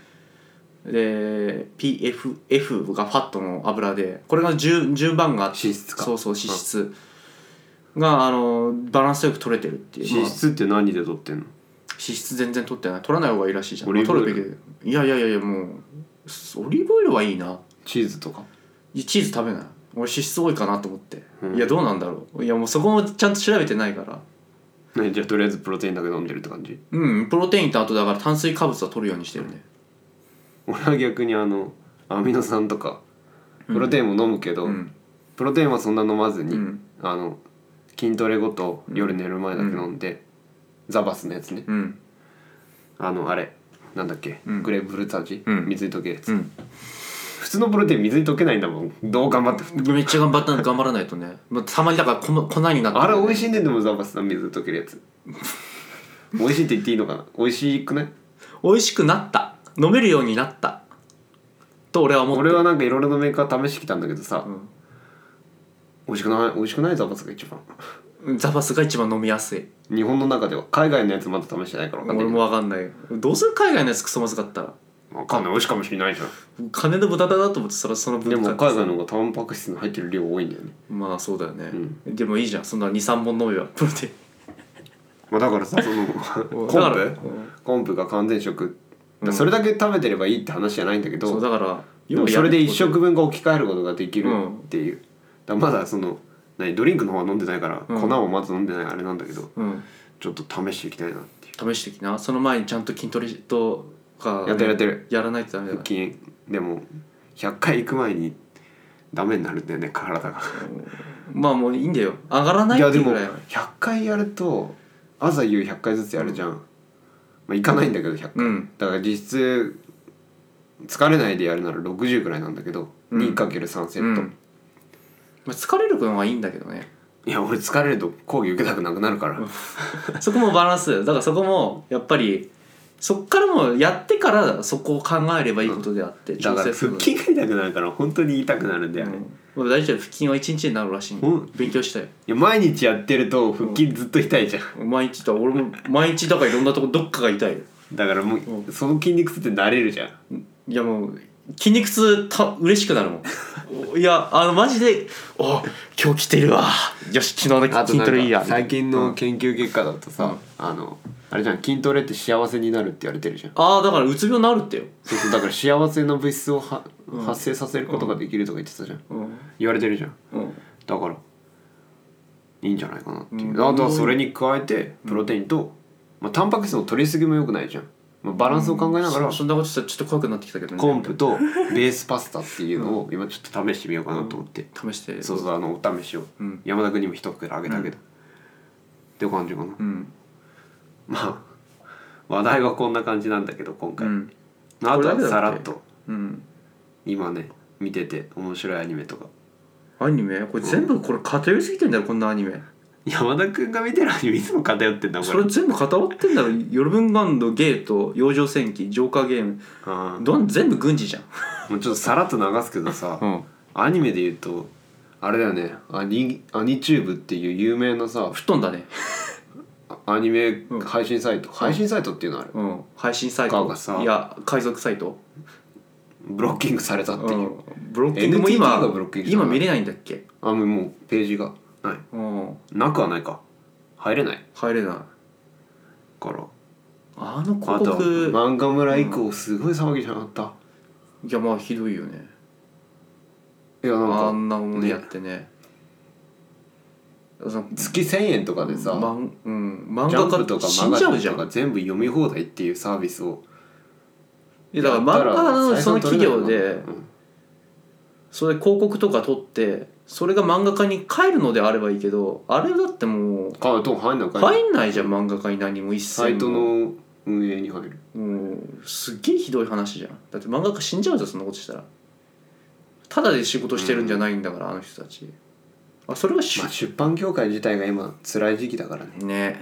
[SPEAKER 3] で PFF がファットの油でこれが順順番があって
[SPEAKER 1] 脂質か
[SPEAKER 3] そうそう脂質があのバランスよく取れてるっていうまあ
[SPEAKER 1] 脂質って何で取ってんの
[SPEAKER 3] 脂質全然取ってない取らない方がいいらしいじゃん
[SPEAKER 1] オリーブオイル
[SPEAKER 3] 取るべきいやいやいやいやもうすオリーブオイルはいいな
[SPEAKER 1] チーズとか
[SPEAKER 3] いやチーズ食べない俺脂質多いかなと思って、
[SPEAKER 1] うん
[SPEAKER 3] いやどうなんだろういやもうそこもちゃんと調べてないから
[SPEAKER 1] ねじゃあとりあえずプロテインだけ飲んでるって感じ
[SPEAKER 3] うんプロテインとあとだから炭水化物は取るようにしてるね
[SPEAKER 1] 俺は逆にあのアミノ酸とかプロテインも飲むけど、
[SPEAKER 3] うん
[SPEAKER 1] プロテインはそんな飲まずに、
[SPEAKER 3] うん
[SPEAKER 1] あの筋トレごと夜寝る前だけ飲んで、ザバスのやつね
[SPEAKER 3] うん
[SPEAKER 1] あのあれなんだっけ、
[SPEAKER 3] うん
[SPEAKER 1] グレープフルーツ味、
[SPEAKER 3] うん
[SPEAKER 1] 水に溶けるやつ、
[SPEAKER 3] うん
[SPEAKER 1] 普通のボールって水に溶けないんだもんどう頑張っても
[SPEAKER 3] めっちゃ頑張った頑張らないとね、まあ、たまにだから粉粉になって
[SPEAKER 1] あれ美味
[SPEAKER 3] しい
[SPEAKER 1] しいねでもザバスさん水溶けるや つ美味しいって言っていいのかな美味しくない
[SPEAKER 3] 美味しくなった飲めるようになったと俺は思って
[SPEAKER 1] 俺はなんかいろいろなメーカー試してきたんだけどさ、
[SPEAKER 3] うん
[SPEAKER 1] 美味しくない美味しくないザバスが一番
[SPEAKER 3] ザバスが一番飲みやすい
[SPEAKER 1] 日本の中では海外のやつまだ試してないから分かんな
[SPEAKER 3] 俺
[SPEAKER 1] いけ
[SPEAKER 3] も
[SPEAKER 1] ど
[SPEAKER 3] わかんないどうする海外のやつクソまずかったら
[SPEAKER 1] 分かんない美味しいかもしれないじゃん
[SPEAKER 3] 金の無駄だなと思ってそれはその分
[SPEAKER 1] でも
[SPEAKER 3] 買って
[SPEAKER 1] 海外の方がタンパク質の入ってる量多いんだよね、
[SPEAKER 3] まあそうだよね、
[SPEAKER 1] う
[SPEAKER 3] でもいいじゃんそんな23本飲めばプロテイ
[SPEAKER 1] まあ、だからさその
[SPEAKER 3] ン
[SPEAKER 1] コン
[SPEAKER 3] だから
[SPEAKER 1] プコンプが完全食、
[SPEAKER 3] うん
[SPEAKER 1] それだけ食べてればいいって話じゃないんだけ
[SPEAKER 3] そ
[SPEAKER 1] ど
[SPEAKER 3] うだから
[SPEAKER 1] でもそれで一食分が置き換えることができるっていう、だからまだその何ドリンクの方は飲んでないから、
[SPEAKER 3] うん
[SPEAKER 1] 粉をまず飲んでないあれなんだけど
[SPEAKER 3] うん
[SPEAKER 1] ちょっと試していきたいなっていう
[SPEAKER 3] 試してきなその前にちゃんと筋トレとか
[SPEAKER 1] やってるやってる
[SPEAKER 3] やらないとダメだ
[SPEAKER 1] 腹
[SPEAKER 3] な
[SPEAKER 1] 筋でも100回行く前にダメになるんだよね体が
[SPEAKER 3] まあもういいんだよ上がらない
[SPEAKER 1] い
[SPEAKER 3] っ
[SPEAKER 1] やで
[SPEAKER 3] ていうぐ
[SPEAKER 1] も
[SPEAKER 3] らい
[SPEAKER 1] 100回やると朝夕100回ずつやるじゃん、まあ行かないんだけど100回、
[SPEAKER 3] うん
[SPEAKER 1] だから実質疲れないでやるなら60くらいなんだけど、
[SPEAKER 3] うん
[SPEAKER 1] 2×3 セ
[SPEAKER 3] う
[SPEAKER 1] ッ
[SPEAKER 3] ん
[SPEAKER 1] ト、
[SPEAKER 3] まあ、疲れる分はいいんだけどね
[SPEAKER 1] いや俺疲れると講義受けたくなくなるから、
[SPEAKER 3] そこもバランスだよだからそこもやっぱりそっからもやってからそこを考えればいいことであって
[SPEAKER 1] だから腹
[SPEAKER 3] するの
[SPEAKER 1] 筋が痛くなるから本当に痛くなるんだよね、い
[SPEAKER 3] うんまあ大丈夫腹筋は1日になるらしいんで
[SPEAKER 1] うん
[SPEAKER 3] 勉強したよ
[SPEAKER 1] や毎日やってると腹筋ずっと痛いじゃん、
[SPEAKER 3] 毎日だ俺も毎日だからいろんなとこどっかが痛いよ
[SPEAKER 1] だからもう、その筋肉痛って慣れるじゃん
[SPEAKER 3] いやもう筋肉痛た嬉しくなるもん おいやあのマジで「お今日来てるわよし昨日の筋トレいいや」
[SPEAKER 1] 最近
[SPEAKER 3] う
[SPEAKER 1] の
[SPEAKER 3] ん
[SPEAKER 1] 研究結果だとさ、あのあれじゃん筋トレって幸せになるって言われてるじゃん
[SPEAKER 3] ああだからうつ病治るってよ、
[SPEAKER 1] そうそうだから幸せの物質をは、発生させることができるとか言ってたじゃん、
[SPEAKER 3] うん
[SPEAKER 1] 言われてるじゃん
[SPEAKER 3] うん、
[SPEAKER 1] だからいいんじゃないかなっていう、
[SPEAKER 3] うん
[SPEAKER 1] あとはそれに加えてプロテインと、まあ、タンパク質の取りすぎもよくないじゃん、まあ、バランスを考えながら、
[SPEAKER 3] そそんなことしたらちょっと怖くなってきたけどね
[SPEAKER 1] コンプとベースパスタっていうのを今ちょっと試してみようかなと思って、
[SPEAKER 3] 試して
[SPEAKER 1] そうそうあのお試しを、
[SPEAKER 3] うん
[SPEAKER 1] 山田君にも一袋あげたけど、って感じかな、
[SPEAKER 3] うん
[SPEAKER 1] まあ話題はこんな感じなんだけど今
[SPEAKER 3] う
[SPEAKER 1] 回、
[SPEAKER 3] ん
[SPEAKER 1] まあ、あと
[SPEAKER 3] これだけだ
[SPEAKER 1] は
[SPEAKER 3] っ
[SPEAKER 1] さ
[SPEAKER 3] け
[SPEAKER 1] らっと
[SPEAKER 3] うん
[SPEAKER 1] 今ね見てて面白いアニメとか
[SPEAKER 3] アニメこれ全部これ偏りすぎてんだよこんなアニメ
[SPEAKER 1] 山田君が見てるアニメいつも偏ってんだこ
[SPEAKER 3] そ
[SPEAKER 1] れ
[SPEAKER 3] れ全部偏ってんだろ「ヨルブンガンド」「ゲート」「養生戦記」「ジョーカーゲーム
[SPEAKER 1] あ」
[SPEAKER 3] どん全部軍事じゃん
[SPEAKER 1] ーもうちょっとさらっと流すけどさ、
[SPEAKER 3] ん
[SPEAKER 1] アニメで言うとあれだよねアニアニチューブっていう有名なさ
[SPEAKER 3] 吹っ飛んだね
[SPEAKER 1] アニメ配信サイト、配信サイトっていうのある
[SPEAKER 3] うん配信サイ
[SPEAKER 1] ガオ
[SPEAKER 3] ト
[SPEAKER 1] がさ
[SPEAKER 3] いや海賊サイト
[SPEAKER 1] ブロッキングされたって
[SPEAKER 3] う
[SPEAKER 1] いう、
[SPEAKER 3] んブロッキングも
[SPEAKER 1] NTT
[SPEAKER 3] 今
[SPEAKER 1] がブロッキングした
[SPEAKER 3] 今見れないんだっけ
[SPEAKER 1] あもうもうページがない
[SPEAKER 3] うん
[SPEAKER 1] なくはないか入れない
[SPEAKER 3] 入れない
[SPEAKER 1] から
[SPEAKER 3] あの
[SPEAKER 1] あ
[SPEAKER 3] 広
[SPEAKER 1] と
[SPEAKER 3] 告
[SPEAKER 1] 漫画村以降すごい騒ぎじゃなかった、
[SPEAKER 3] いやまあひどいよね
[SPEAKER 1] いやなんか
[SPEAKER 3] あんなものやってねその
[SPEAKER 1] 月1,000円とかでさ、
[SPEAKER 3] まんうん、漫
[SPEAKER 1] ジャン
[SPEAKER 3] 画
[SPEAKER 1] プ
[SPEAKER 3] 家
[SPEAKER 1] とか
[SPEAKER 3] 死
[SPEAKER 1] マ
[SPEAKER 3] ん
[SPEAKER 1] ガ
[SPEAKER 3] じ
[SPEAKER 1] ジ
[SPEAKER 3] ゃう
[SPEAKER 1] ン
[SPEAKER 3] じゃ
[SPEAKER 1] とか
[SPEAKER 3] ん
[SPEAKER 1] 全部読み放題っていうサービスを
[SPEAKER 3] いやだから漫画家のその企業で
[SPEAKER 1] うん
[SPEAKER 3] それ広告とか取ってそれが漫画家に帰るのであればいいけどあれだってもう
[SPEAKER 1] 買うと入んないかい
[SPEAKER 3] 入んないじゃん漫画家に何も一
[SPEAKER 1] サ
[SPEAKER 3] 切
[SPEAKER 1] イ
[SPEAKER 3] も
[SPEAKER 1] トの運営に入る
[SPEAKER 3] もうすっげえひどい話じゃんだって漫画家死んじゃうぞそんなことしたらただで仕事してるんじゃないんだから、あの人たちあそれがしゅ、
[SPEAKER 1] まあ出版業界自体が今辛い時期だからね
[SPEAKER 3] ね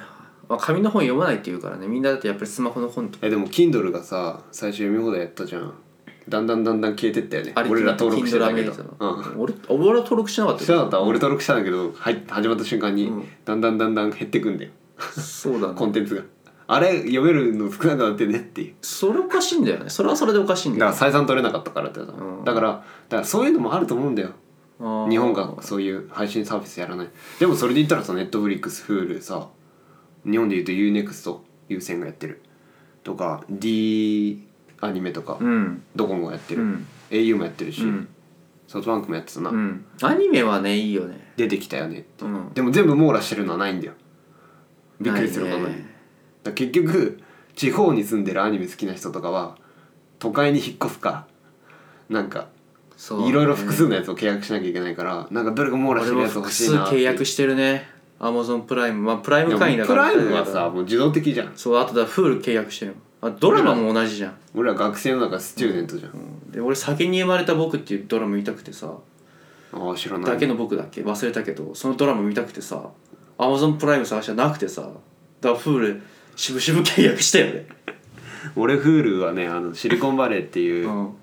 [SPEAKER 3] まあ、紙の本読まないって言うからねみんなだってやっぱりスマホの本とか
[SPEAKER 1] えでも Kindle がさ最初読み放題やったじゃんだんだんだんだん消えてったよね俺ら登録してたけど
[SPEAKER 3] Kindle
[SPEAKER 1] う
[SPEAKER 3] Unlimited
[SPEAKER 1] ん
[SPEAKER 3] の俺俺は登録してなかった
[SPEAKER 1] し
[SPEAKER 3] よ
[SPEAKER 1] てなかった俺登録したんだけど入っ始まった瞬間に、
[SPEAKER 3] うん
[SPEAKER 1] だんだんだんだん減ってくんだよ
[SPEAKER 3] そうだ
[SPEAKER 1] コ
[SPEAKER 3] ね
[SPEAKER 1] ンテンツがあれ読めるの少なくなってねっていう
[SPEAKER 3] それおかしいんだよねそれはそれでおかしいん
[SPEAKER 1] だ
[SPEAKER 3] だ
[SPEAKER 1] から採
[SPEAKER 3] よ
[SPEAKER 1] 算取れなかったからってさ、
[SPEAKER 3] うん
[SPEAKER 1] だからだからそういうのもあると思うんだよ日
[SPEAKER 3] 日
[SPEAKER 1] 本がそういう配信サービスやらないでもそれで言ったらさネットフリックス Hulu さ日本で言うと UNEXT 優先がやってるとか D アニメとか、
[SPEAKER 3] うん
[SPEAKER 1] ドコモがやって
[SPEAKER 3] う
[SPEAKER 1] る、
[SPEAKER 3] ん
[SPEAKER 1] au もやってるし、
[SPEAKER 3] うん
[SPEAKER 1] ソフトバンクもやってたな、
[SPEAKER 3] うんアニメはねいいよね
[SPEAKER 1] 出てきたよねって、
[SPEAKER 3] うん
[SPEAKER 1] でも全部網羅してるのはないんだよびっくりすることに、
[SPEAKER 3] ないね
[SPEAKER 1] だから結局地方に住んでるアニメ好きな人とかは都会に引っ越すかなんか
[SPEAKER 3] そうね
[SPEAKER 1] いろいろ複数のやつを契約しなきゃいけないからなんかどれか網羅
[SPEAKER 3] 俺
[SPEAKER 1] してる
[SPEAKER 3] も
[SPEAKER 1] やつ
[SPEAKER 3] 複
[SPEAKER 1] 欲しい
[SPEAKER 3] 数
[SPEAKER 1] なって
[SPEAKER 3] 契約してるねアマゾンプライムまあプライ
[SPEAKER 1] で
[SPEAKER 3] ム
[SPEAKER 1] も
[SPEAKER 3] 会員だから
[SPEAKER 1] プライムはさもう自動的じゃん
[SPEAKER 3] そうあとだフール契約してるもんあ
[SPEAKER 5] ドラマも同じじゃん、
[SPEAKER 1] 俺ら学生の中スチューデントじゃ、
[SPEAKER 3] うんんで俺「酒に生まれた僕」っていうドラマ見たくてさ
[SPEAKER 1] ああ知らない
[SPEAKER 3] だけの僕だっけ忘れたけどそのドラマ見たくてさアマゾンプライム探してなくてさだからフール渋々契約したよね
[SPEAKER 1] 俺 Hulu はねあのシリコンバレーっていう、
[SPEAKER 3] うん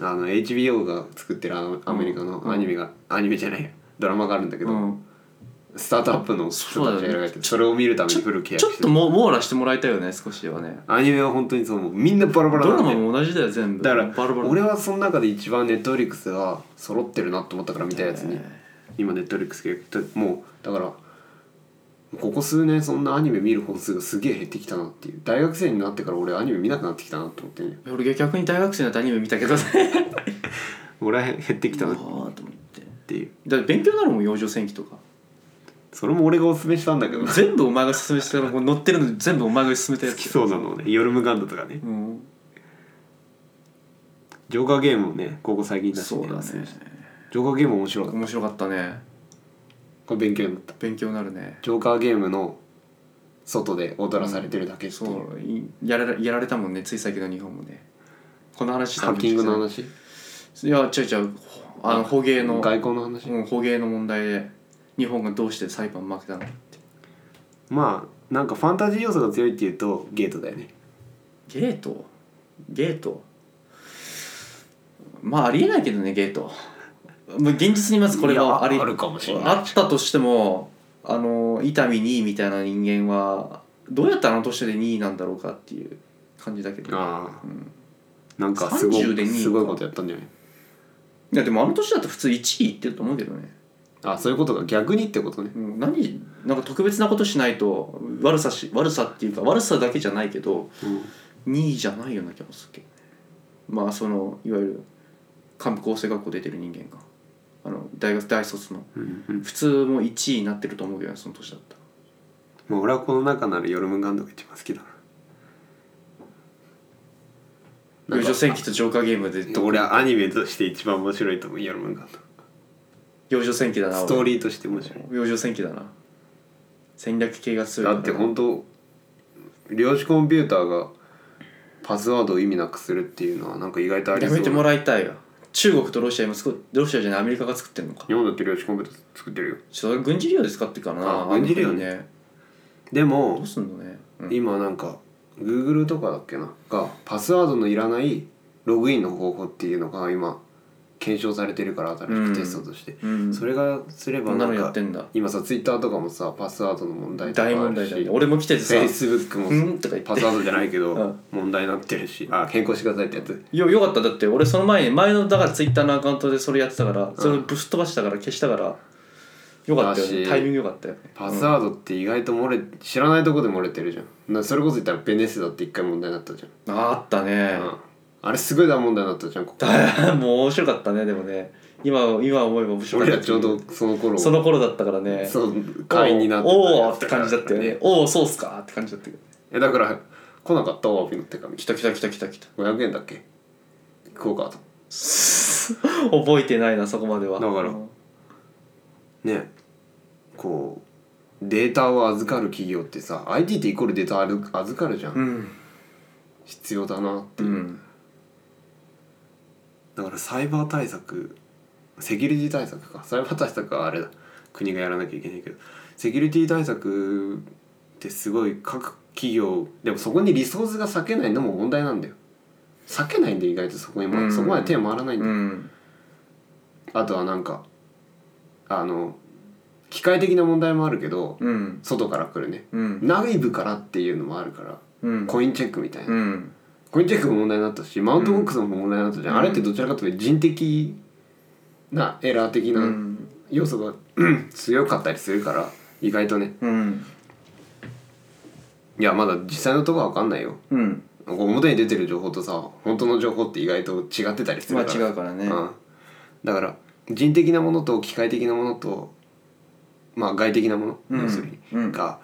[SPEAKER 1] あの HBO が作ってるあのアメリカ
[SPEAKER 3] うん
[SPEAKER 1] のアニメが、アニメじゃないやドラマがあるんだけど、
[SPEAKER 3] うん
[SPEAKER 1] スタートアップの人たちが描いてるそれを見るためにフル契
[SPEAKER 3] ちょ
[SPEAKER 1] 約
[SPEAKER 3] っ
[SPEAKER 1] して
[SPEAKER 3] と
[SPEAKER 1] る
[SPEAKER 3] も網羅してもらいたいよね少しはね
[SPEAKER 1] アニメは本当にそうもうみんなバラバラ
[SPEAKER 3] ドラ
[SPEAKER 1] なんで
[SPEAKER 3] マも同じだよ全部
[SPEAKER 1] だから
[SPEAKER 3] バラバラ
[SPEAKER 1] 俺はその中で一番ネットフリックスが揃ってるなと思ったから見たやつに、今ネットフリックス契約ってもうだからここ数年そんなアニメ見る本数がすげえ減ってきたなっていう大学生になってから俺アニメ見なくなってきたなと思ってね
[SPEAKER 3] 俺逆に大学生になってアニメ見たけ どね
[SPEAKER 1] 俺は減ってきた
[SPEAKER 3] あ
[SPEAKER 1] な
[SPEAKER 3] あ
[SPEAKER 1] っ
[SPEAKER 3] と思って
[SPEAKER 1] ていう
[SPEAKER 3] だって勉強になるもん養生戦記とか
[SPEAKER 1] それも俺がおすすめしたんだけど好
[SPEAKER 3] 全部お前が勧めしたのこれ載ってるの全部お前が勧めたやつ
[SPEAKER 1] きそうなのをね「夜無ガンダ」とかね
[SPEAKER 3] うん
[SPEAKER 1] ジョーカーゲームをねここ最近出して
[SPEAKER 3] そ
[SPEAKER 1] ね
[SPEAKER 3] うだね
[SPEAKER 1] 忘れましたジョーカーゲーム面白かった
[SPEAKER 3] 面白かったね
[SPEAKER 1] これ勉強になった
[SPEAKER 3] 勉強になるね
[SPEAKER 1] ジョーカーゲームの外で踊らされてるだけっていう、
[SPEAKER 3] そういやられやられたもんねつい最近の日本もねこの話
[SPEAKER 1] ハッキングの話
[SPEAKER 3] いや違う違うほあの捕鯨の
[SPEAKER 1] 外交の話、
[SPEAKER 3] うん捕鯨の問題で日本がどうして裁判負けたのって
[SPEAKER 1] まあなんかファンタジー要素が強いっていうとゲートだよね
[SPEAKER 3] ゲートゲートまあありえないけどねゲートもう現実にまずこれ
[SPEAKER 1] い
[SPEAKER 3] は
[SPEAKER 1] や
[SPEAKER 3] あり
[SPEAKER 1] あるかもしれない
[SPEAKER 3] あったとしてもあの伊丹2位みたいな人間はどうやったらあの年で2位なんだろうかっていう感じだけど
[SPEAKER 1] ああ、
[SPEAKER 3] ん
[SPEAKER 1] なんかすご
[SPEAKER 3] 30で
[SPEAKER 1] い
[SPEAKER 3] 2位
[SPEAKER 1] すごいことやったんじゃない
[SPEAKER 3] いやでもあの年だと普通1位いってると思うけどね、
[SPEAKER 1] あそういうことが逆にってことね
[SPEAKER 3] うん、何なんか特別なことしないと悪さし悪さっていうか悪さだけじゃないけど
[SPEAKER 1] うん
[SPEAKER 3] 2位じゃないような気もするけどねまあそのいわゆる幹部構成学校出てる人間があの大学大卒の
[SPEAKER 1] うんうん
[SPEAKER 3] 普通も1位になってると思うけどねその年だったら
[SPEAKER 1] まあ俺はこの中ならヨルムガンドが一番好きだな
[SPEAKER 3] 幼女
[SPEAKER 1] なん
[SPEAKER 3] 戦
[SPEAKER 1] か
[SPEAKER 3] 記と浄化ゲームでど
[SPEAKER 1] 俺はアニメとして一番面白いと思うヨルムガン
[SPEAKER 3] 幼女戦記だ
[SPEAKER 1] ド
[SPEAKER 3] な
[SPEAKER 1] ストーリーとして面白い
[SPEAKER 3] 俺幼女戦記だな戦略系が強い
[SPEAKER 1] だって本当量子コンピューターがパスワードを意味なくするっていうのはなんか意外とあり
[SPEAKER 3] や
[SPEAKER 1] そう
[SPEAKER 3] めても
[SPEAKER 1] な
[SPEAKER 3] らいたいわ中国とロシア今作っロシアじゃないアメリカが作ってるのか
[SPEAKER 1] 日本だって量子コンピューター作ってるよ
[SPEAKER 3] それ軍事利用で使ってるからな
[SPEAKER 1] あ軍事利用ね
[SPEAKER 3] ね
[SPEAKER 1] で
[SPEAKER 3] ど
[SPEAKER 1] も
[SPEAKER 3] うすんのね、うん
[SPEAKER 1] 今なんか Google とかだっけながパスワードのいらないログインの方法っていうのが今検証されてるから新しくテストとして、
[SPEAKER 3] うん、
[SPEAKER 1] それがすれ
[SPEAKER 3] こ
[SPEAKER 1] ば
[SPEAKER 3] んな
[SPEAKER 1] な
[SPEAKER 3] の
[SPEAKER 1] ん
[SPEAKER 3] やっ
[SPEAKER 1] か
[SPEAKER 3] てんだ
[SPEAKER 1] 今さ Twitter とかもさパスワードの問題とかあ
[SPEAKER 3] 大問
[SPEAKER 1] る
[SPEAKER 3] 題
[SPEAKER 1] し
[SPEAKER 3] だよね俺も来ててさ
[SPEAKER 1] Facebook
[SPEAKER 3] う
[SPEAKER 1] も
[SPEAKER 3] んとか言って
[SPEAKER 1] パスワードじゃないけ
[SPEAKER 3] う
[SPEAKER 1] ど
[SPEAKER 3] ん
[SPEAKER 1] 問題になってるしあ変更してくださいってやつ
[SPEAKER 3] よよかっただって俺その前に前のだからツイッターのアカウントでそれやってたから、それぶっ飛ばしたから消したからよかったよ
[SPEAKER 1] だ
[SPEAKER 3] ね
[SPEAKER 1] し
[SPEAKER 3] タイミングよかったよね
[SPEAKER 1] パスワードって意外と漏れ知らないとこで漏れてるじゃんなそれこそ言ったらベネッセだって一回問題になったじ
[SPEAKER 3] あーあったね
[SPEAKER 1] ゃん、、うん、あれすごい大問題になったじゃんここ
[SPEAKER 3] もう面白かったねでもね今今思えば面白かっ
[SPEAKER 1] 俺
[SPEAKER 3] た
[SPEAKER 1] らちょうどその頃
[SPEAKER 3] その頃だったからね
[SPEAKER 1] そう会員になって
[SPEAKER 3] お
[SPEAKER 1] た
[SPEAKER 3] ー
[SPEAKER 1] や
[SPEAKER 3] おーっ
[SPEAKER 1] つ
[SPEAKER 3] て感じだったよねおおそうっすかって感じだったけど
[SPEAKER 1] えだから来なかったわピの手紙
[SPEAKER 3] 来た来た来た来た来た
[SPEAKER 1] 500円だっけ食おうかと
[SPEAKER 3] 覚えてないなそこまでは
[SPEAKER 1] だから
[SPEAKER 3] うん
[SPEAKER 1] ねこうデータを預かる企業ってさ IT ってイコールデータある預かるじゃん、
[SPEAKER 3] うん、
[SPEAKER 1] 必要だな
[SPEAKER 3] うん、
[SPEAKER 1] だからサイバー対策セキュリティ対策かサイバー対策はあれだ国がやらなきゃいけないけどセキュリティ対策ってすごい各企業でもそこにリソースが割けないのも問題なんだよ割けないんで意外とそこに回
[SPEAKER 3] うん
[SPEAKER 1] そこまで手回らないんだよ、
[SPEAKER 3] うん、
[SPEAKER 1] あとはなんかあの機械的な問題もあるけど、
[SPEAKER 3] うん、
[SPEAKER 1] 外から来るね
[SPEAKER 3] うん、
[SPEAKER 1] 内部からっていうのもあるから、
[SPEAKER 3] うん、
[SPEAKER 1] コインチェックみたいな、
[SPEAKER 3] うん、
[SPEAKER 1] コインチェックも問題になったしマウントボックスも問題になったじゃん、
[SPEAKER 3] うん
[SPEAKER 1] あれってどちらかというと人的なエラー的
[SPEAKER 3] う、
[SPEAKER 1] なん要素が、 強かったりするから意外とね
[SPEAKER 3] うん、
[SPEAKER 1] いやまだ実際のとこは分かんないよ
[SPEAKER 3] うん、
[SPEAKER 1] 表に出てる情報とさ本当の情報って意外と違ってたりす
[SPEAKER 3] まあ
[SPEAKER 1] るから
[SPEAKER 3] 違うからね、
[SPEAKER 1] うん、だから人的なものと機械的なものとまあ外的なもの、
[SPEAKER 3] うん
[SPEAKER 1] 要するに、
[SPEAKER 3] うん
[SPEAKER 1] が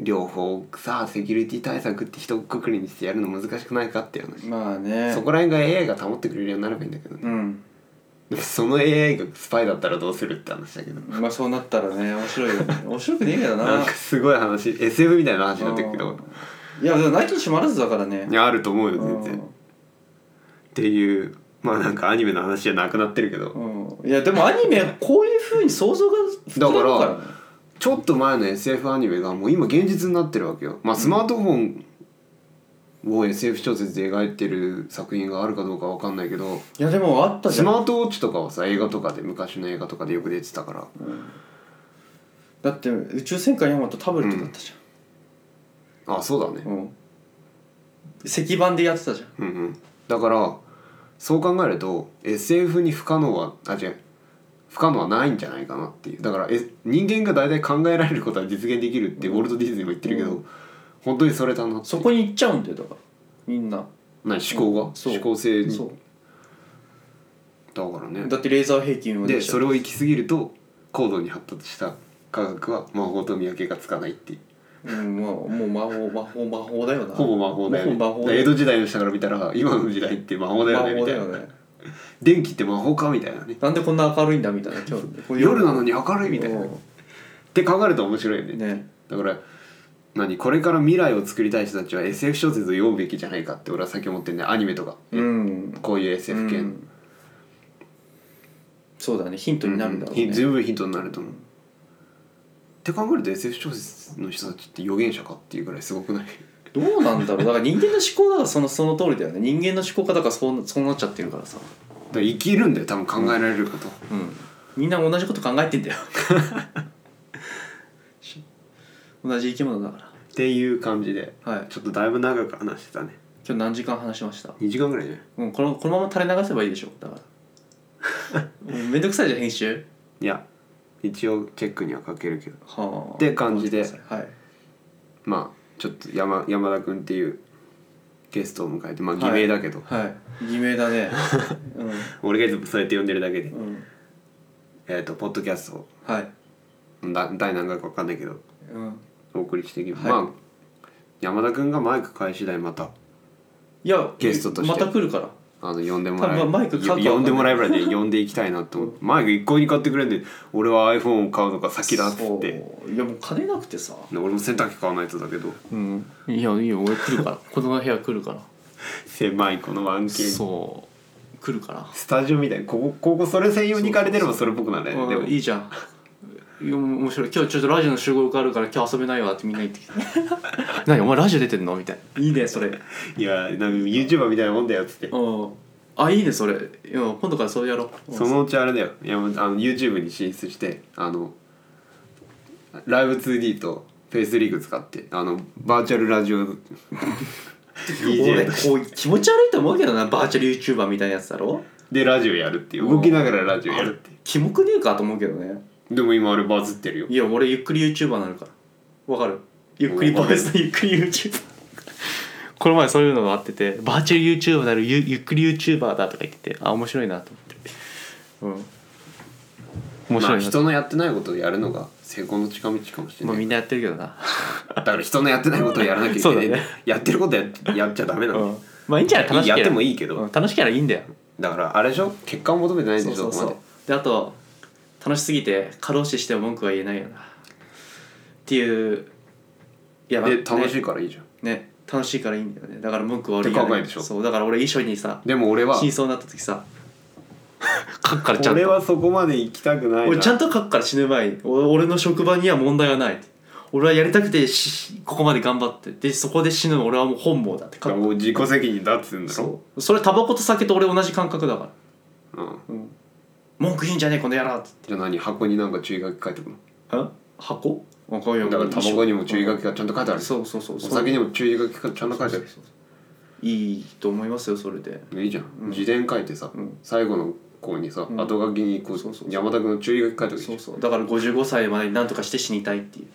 [SPEAKER 1] 両方さあセキュリティ対策って一括りにしてやるの難しくないかっていう話、
[SPEAKER 3] まあね、
[SPEAKER 1] そこら辺が AI が保ってくれるようになればいいんだけどね、
[SPEAKER 3] うん、
[SPEAKER 1] でもその AI がスパイだったらどうするって話だけど、
[SPEAKER 3] まあそう なったらね面白いよね、面白くねえけどな、
[SPEAKER 1] なんかすごい話 SF みたいな話になってるけ
[SPEAKER 3] うん
[SPEAKER 1] ど
[SPEAKER 3] いやなきにしもあらずだからね
[SPEAKER 1] いやあると思うよ
[SPEAKER 3] うん
[SPEAKER 1] 全然っていうまあなんかアニメの話じゃなくなってるけど
[SPEAKER 3] うんいやでもアニメこういうふうに想像が膨れるからね
[SPEAKER 1] ちょっと前の SF アニメがもう今現実になってるわけよまあスマートフォンを SF 小説で描いてる作品があるかどうかわかんないけど
[SPEAKER 3] いやでもあったじ
[SPEAKER 1] ス
[SPEAKER 3] ゃん
[SPEAKER 1] マートウォッチとかはさ映画とかで昔の映画とかでよく出てたから
[SPEAKER 3] だって宇宙戦艦ヤマトタブレットだったじ
[SPEAKER 1] あそうだね
[SPEAKER 3] ゃん、うん石板でやってたじゃ
[SPEAKER 1] う
[SPEAKER 3] ん
[SPEAKER 1] んうんだからそう考えると SF に不可能はあ違う不可能はないんじゃないかなっていうだから、え人間が大体考えられることは実現できるってウォルト・ディズニーも言ってるけど、
[SPEAKER 3] う
[SPEAKER 1] 本当にそれだなって
[SPEAKER 3] そこに行っちゃうんだよだからみんな
[SPEAKER 1] 何思考が、
[SPEAKER 3] そう
[SPEAKER 1] 思考性に
[SPEAKER 3] そ
[SPEAKER 1] だから
[SPEAKER 3] う
[SPEAKER 1] ね
[SPEAKER 3] だってレーザー兵器運用
[SPEAKER 1] で
[SPEAKER 3] し
[SPEAKER 1] それを行き過ぎると高度に発達した科学は魔法と見分けがつかないっていう
[SPEAKER 3] うんまあもう魔法魔法魔法だよな
[SPEAKER 1] ほぼ魔法だよね
[SPEAKER 3] ほぼ魔法
[SPEAKER 1] だか
[SPEAKER 3] だ
[SPEAKER 1] ら江
[SPEAKER 3] よ
[SPEAKER 1] 戸時代の人から見たら今の時代って魔法だよね
[SPEAKER 3] 魔
[SPEAKER 1] み
[SPEAKER 3] 法
[SPEAKER 1] た
[SPEAKER 3] だ
[SPEAKER 1] いな、
[SPEAKER 3] よね
[SPEAKER 1] 電気って魔法かみたいなね
[SPEAKER 3] なんでこんな明るいんだみたいな今日これ
[SPEAKER 1] 夜なのに明るいみたいな、
[SPEAKER 3] う
[SPEAKER 1] っ
[SPEAKER 3] ん
[SPEAKER 1] て考えると面白いよね
[SPEAKER 3] ね
[SPEAKER 1] だから何これから未来を作りたい人たちは SF 小説を読むべきじゃないかって俺は先思ってんねアニメとか、
[SPEAKER 3] うん
[SPEAKER 1] こういう SF 系
[SPEAKER 3] う
[SPEAKER 1] の、
[SPEAKER 3] んそうだねヒントになるんだろう
[SPEAKER 1] う
[SPEAKER 3] ね
[SPEAKER 1] ん十分ヒントになると思う、って考えると SF 小説の人たちって預言者かっていうぐらいすごくない
[SPEAKER 3] どうなんだろうだから人間の思考だからそのその通りだよね人間の思考家だからそうなそうなっちゃってるからさ
[SPEAKER 1] だから生きるんだよ多分考えられること、
[SPEAKER 3] うんみんな同じこと考えてんだよ し同じ生き物だから
[SPEAKER 1] っていう感じで
[SPEAKER 3] はい
[SPEAKER 1] ちょっとだいぶ長く話してたね
[SPEAKER 3] 今日何時間話しました
[SPEAKER 1] 2時間ぐらいね
[SPEAKER 3] もうこのこのまま垂れ流せばいいでしょだからもうめんどくさいじゃん編集
[SPEAKER 1] いや一応チェックにはかけるけど
[SPEAKER 3] はあ
[SPEAKER 1] って感じで
[SPEAKER 3] はい
[SPEAKER 1] まあちょっと山山田君っていうゲストを迎えてまあ偽名だけど、
[SPEAKER 3] はい偽名だね
[SPEAKER 1] 俺がいつもそうやって呼んでるだけで
[SPEAKER 3] うん、うん、
[SPEAKER 1] えー、とポッドキャスト
[SPEAKER 3] はい、
[SPEAKER 1] をだ第何回か分かんないけど
[SPEAKER 3] うん、
[SPEAKER 1] お送りしていきます、
[SPEAKER 3] はい
[SPEAKER 1] まあ山田君がマイク買い次第また
[SPEAKER 3] いや
[SPEAKER 1] ゲストとして
[SPEAKER 3] また来るから
[SPEAKER 1] あの呼んでもらえ
[SPEAKER 3] 多分マイク買うか
[SPEAKER 1] よ呼んでもらえばね呼んでいきたいなと思ってマイク一向に買ってくれんで俺は iPhone を買うのが先だっつって
[SPEAKER 3] そういやもう金なくてさ
[SPEAKER 1] 俺も洗濯機買わないとだけど
[SPEAKER 6] うんいやいいよ俺来 るからこの部屋来るから
[SPEAKER 1] 狭いこの 1K
[SPEAKER 6] そう来るから
[SPEAKER 1] スタジオみたいなここここそれ専用に借りてればそれっぽくなるね
[SPEAKER 3] うん
[SPEAKER 1] でも
[SPEAKER 3] いいじゃんいや面白い今日ちょっとラジオの集合があるから今日遊べないわってみんな言 ってき
[SPEAKER 6] 「何お前ラジオ出てんの?」みたいな
[SPEAKER 3] たいいねそれうん
[SPEAKER 1] いやなんか YouTuber みたいなもんだよっつって
[SPEAKER 3] あいいねそれいや今度からそれやろう
[SPEAKER 1] そのうちあれだよいやもうあの YouTube に進出してあのライブ 2D とフェイスリーグ使ってあのバーチャル ラジオ
[SPEAKER 3] 俺
[SPEAKER 1] DJ として
[SPEAKER 3] こう気持ち悪いと思うけどなバーチャル YouTuber みたいなやつだろ
[SPEAKER 1] でラジオやるっていう動きながらラジオやるってい
[SPEAKER 3] キモくねえかと思うけどね
[SPEAKER 1] うでも今あれバズってるよ
[SPEAKER 3] いや俺ゆっくり YouTuber になるからわかるゆっくりボイスのゆっくり YouTuber
[SPEAKER 6] この前そういうのがあっててバーチャル YouTuber なるゆゆっくり YouTuber だとか言っててあ面白いなと思ってうん面
[SPEAKER 1] ま
[SPEAKER 6] 白
[SPEAKER 1] あ、
[SPEAKER 6] いな、
[SPEAKER 1] 人のやってないことをやるのが成功の近道かもしれ
[SPEAKER 6] まあ、
[SPEAKER 1] ない、
[SPEAKER 6] みんなやってるけどな、
[SPEAKER 1] だから人のやってないことをやらなきゃいけない、
[SPEAKER 6] そうだね
[SPEAKER 1] やってることややっちゃダメな
[SPEAKER 6] う
[SPEAKER 1] の、
[SPEAKER 6] ん、まあいいんじゃない楽しければ
[SPEAKER 1] やってもいいけど
[SPEAKER 6] うん楽しければいいんだよ
[SPEAKER 1] だからあれでしょ結果を求めてないでし
[SPEAKER 3] そ
[SPEAKER 1] ょ
[SPEAKER 3] うそう
[SPEAKER 1] そ
[SPEAKER 3] そ
[SPEAKER 1] こ
[SPEAKER 3] うであと楽しすぎて過労死しても文句は言えないよなっていういや
[SPEAKER 1] までで楽しい
[SPEAKER 3] ね
[SPEAKER 1] からいいじゃん
[SPEAKER 3] ね楽しいからいいんだよねだから文句は俺
[SPEAKER 1] って考え
[SPEAKER 3] 言わな
[SPEAKER 1] でしょ
[SPEAKER 3] そうだから俺遺書にさ
[SPEAKER 1] でも俺は
[SPEAKER 3] 真相になった時さ
[SPEAKER 6] 書くからちゃん
[SPEAKER 1] 俺
[SPEAKER 6] と
[SPEAKER 1] はそこまで行きたくないな
[SPEAKER 3] 俺ちゃんと書くから死ぬ前にお俺の職場には問題はない俺はやりたくてしここまで頑張ってでそこで死ぬの俺はもう本望だって書
[SPEAKER 1] だから
[SPEAKER 3] く
[SPEAKER 1] もう自己責任だっつうんだろ
[SPEAKER 3] そうそれタバコと酒と俺同じ感覚だから
[SPEAKER 1] うん
[SPEAKER 3] 文句言うんじゃねえこの野郎って
[SPEAKER 1] じゃあ何箱になんか注意書き書いてくの
[SPEAKER 3] あ箱わかんない
[SPEAKER 1] だからタバコにも注意書きがちゃんと書いてある
[SPEAKER 3] そうそうそう
[SPEAKER 1] お
[SPEAKER 3] そう
[SPEAKER 1] 酒にも注意書きがちゃんと書いてある
[SPEAKER 3] いいと思いますよそれで
[SPEAKER 1] いいじゃん自伝書いてさ
[SPEAKER 3] うん
[SPEAKER 1] 最後の項にさ
[SPEAKER 3] うん
[SPEAKER 1] 後書きにこ
[SPEAKER 3] そう
[SPEAKER 1] う
[SPEAKER 3] そうそう
[SPEAKER 1] 山田君の注意書き書いてあるじ
[SPEAKER 3] そ
[SPEAKER 1] ゃ
[SPEAKER 3] うそうだから55歳までになんとかして死にたいっていう
[SPEAKER 1] ん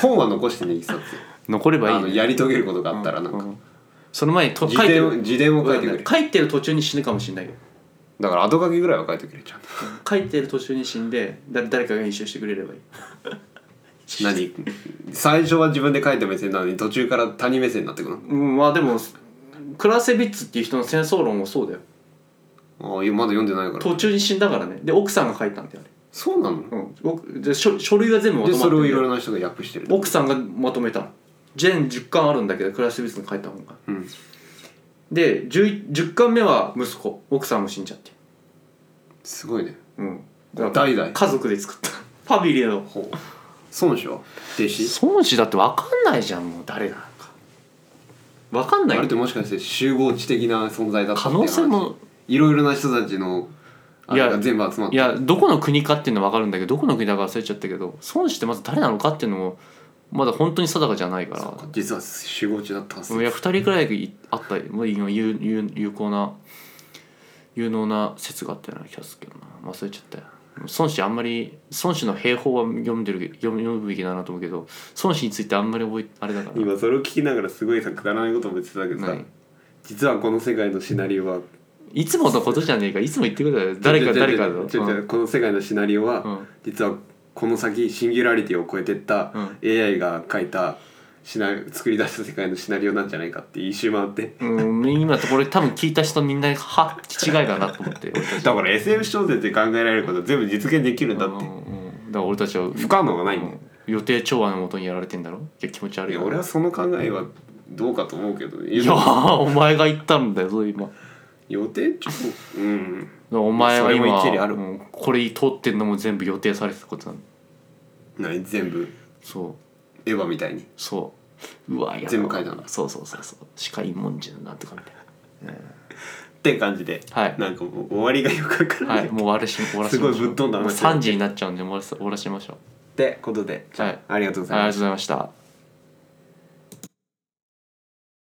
[SPEAKER 1] 本は残してね一冊
[SPEAKER 6] 残ればいい、
[SPEAKER 1] あ
[SPEAKER 6] ね
[SPEAKER 1] のやり遂げることがあったらなん
[SPEAKER 6] う
[SPEAKER 1] か
[SPEAKER 6] んその前にと書
[SPEAKER 1] 自
[SPEAKER 6] いてる
[SPEAKER 1] 伝自伝を書いてくれ
[SPEAKER 3] 書いてる途中に死ぬかもしれないよ
[SPEAKER 1] だから後書きぐらいは書いてくれ ちゃんと
[SPEAKER 3] 書いてる途中に死んでだ誰かが編集してくれればいい
[SPEAKER 1] 何最初は自分で書いた目線なのに途中から他人目線になってくの
[SPEAKER 3] うんまあでもクラセビッツっていう人の戦争論もそうだよ
[SPEAKER 1] ああいやまだ読んでないから
[SPEAKER 3] 途中に死んだからねで奥さんが書いたんだよ
[SPEAKER 1] そうなの
[SPEAKER 3] あれ、うん、僕で書書類が全部まと
[SPEAKER 1] で
[SPEAKER 3] まって
[SPEAKER 1] それを
[SPEAKER 3] るん
[SPEAKER 1] い
[SPEAKER 3] だ
[SPEAKER 1] ろい
[SPEAKER 3] よ
[SPEAKER 1] ろな人が訳してる
[SPEAKER 3] 奥さんがまとめたの
[SPEAKER 2] 全10巻あるんだけどクラス別に書いた本が
[SPEAKER 1] うん
[SPEAKER 2] で 10, 10巻目は息子奥さんも死んじゃって
[SPEAKER 1] すごいね
[SPEAKER 2] うん
[SPEAKER 1] 代々
[SPEAKER 2] 家族で作ったファミリーの
[SPEAKER 1] ほう孫子は弟子
[SPEAKER 3] 孫子だって分かんないじゃんもう誰なのか分かんな
[SPEAKER 1] あ
[SPEAKER 3] い
[SPEAKER 1] れってもしかして集合知的な存在だった
[SPEAKER 3] 可
[SPEAKER 1] って話
[SPEAKER 3] 能性も
[SPEAKER 1] いろいろな人たちのあれ
[SPEAKER 3] いや
[SPEAKER 1] が全部集まっ
[SPEAKER 3] い
[SPEAKER 1] て
[SPEAKER 3] やどこの国かっていうのは分かるんだけどどこの国だか忘れちゃったけど孫子ってまず誰なのかっていうのもまだ本当に定かじゃないか
[SPEAKER 1] そっから実は集合知だったんです
[SPEAKER 3] いや2人くらいあったもう今有有有効な有能な説があったような気がするけどな忘れちゃったよ孫子あんまり孫子の兵法は読んでる読む読むべきだなと思うけど孫子についてあんまり覚えあれだから
[SPEAKER 1] 今それを聞きながらすごいさくだらないことも言ってたけどさ
[SPEAKER 3] 何
[SPEAKER 1] 実はこの世界のシナリオはい
[SPEAKER 3] つものことじゃねえかいつも言ってくれたよ誰か
[SPEAKER 1] ちょ
[SPEAKER 3] 誰
[SPEAKER 1] ちょ
[SPEAKER 3] かの
[SPEAKER 1] ちょちょちょこの世界のシナリオは、
[SPEAKER 3] うん
[SPEAKER 1] 実はこの先シンギュラリティを超えてった
[SPEAKER 3] うん
[SPEAKER 1] AI が書いたシナ作り出した世界のシナリオなんじゃないかって一周回って
[SPEAKER 3] うんうん今これ多分聞いた人みんなは気違いだなと思って俺た ち
[SPEAKER 1] だから SF 小説で考えられることは全部実現できるんだって
[SPEAKER 3] うんうんだから俺たちは
[SPEAKER 1] 不可能がないんだよ
[SPEAKER 3] うん予定調和のもとにやられてんだろいや気持ち
[SPEAKER 1] い
[SPEAKER 3] 悪い
[SPEAKER 1] や
[SPEAKER 3] な
[SPEAKER 1] 俺はその考えはどうかと思うけどね
[SPEAKER 3] いやーお前が言ったんだよそう今
[SPEAKER 1] 予定ちょっとうん
[SPEAKER 3] お前は
[SPEAKER 1] それも
[SPEAKER 3] 今
[SPEAKER 1] 一理ある
[SPEAKER 3] うんこれ通ってんのも全部予定されてたことなの
[SPEAKER 1] 何全部
[SPEAKER 3] そう
[SPEAKER 1] エヴァみたいに
[SPEAKER 3] そううわやだ
[SPEAKER 1] 全部書いたの
[SPEAKER 3] そうそうそうそう歯科医文字のなんとかみたい
[SPEAKER 1] って感じで
[SPEAKER 3] はい
[SPEAKER 1] なんかもう終わりがよくわから
[SPEAKER 3] な
[SPEAKER 1] な、
[SPEAKER 3] は いいもう終わらし終わらし
[SPEAKER 1] すごい
[SPEAKER 3] ましょう
[SPEAKER 1] ぶっ飛んだ話
[SPEAKER 3] もう3時になっちゃうんで終わらせ終わらしましょう
[SPEAKER 1] ってことでじゃあ、
[SPEAKER 3] はい
[SPEAKER 1] ありがとうござい
[SPEAKER 3] はいあ
[SPEAKER 1] ま
[SPEAKER 3] り
[SPEAKER 1] し
[SPEAKER 3] が
[SPEAKER 1] た
[SPEAKER 3] とうございました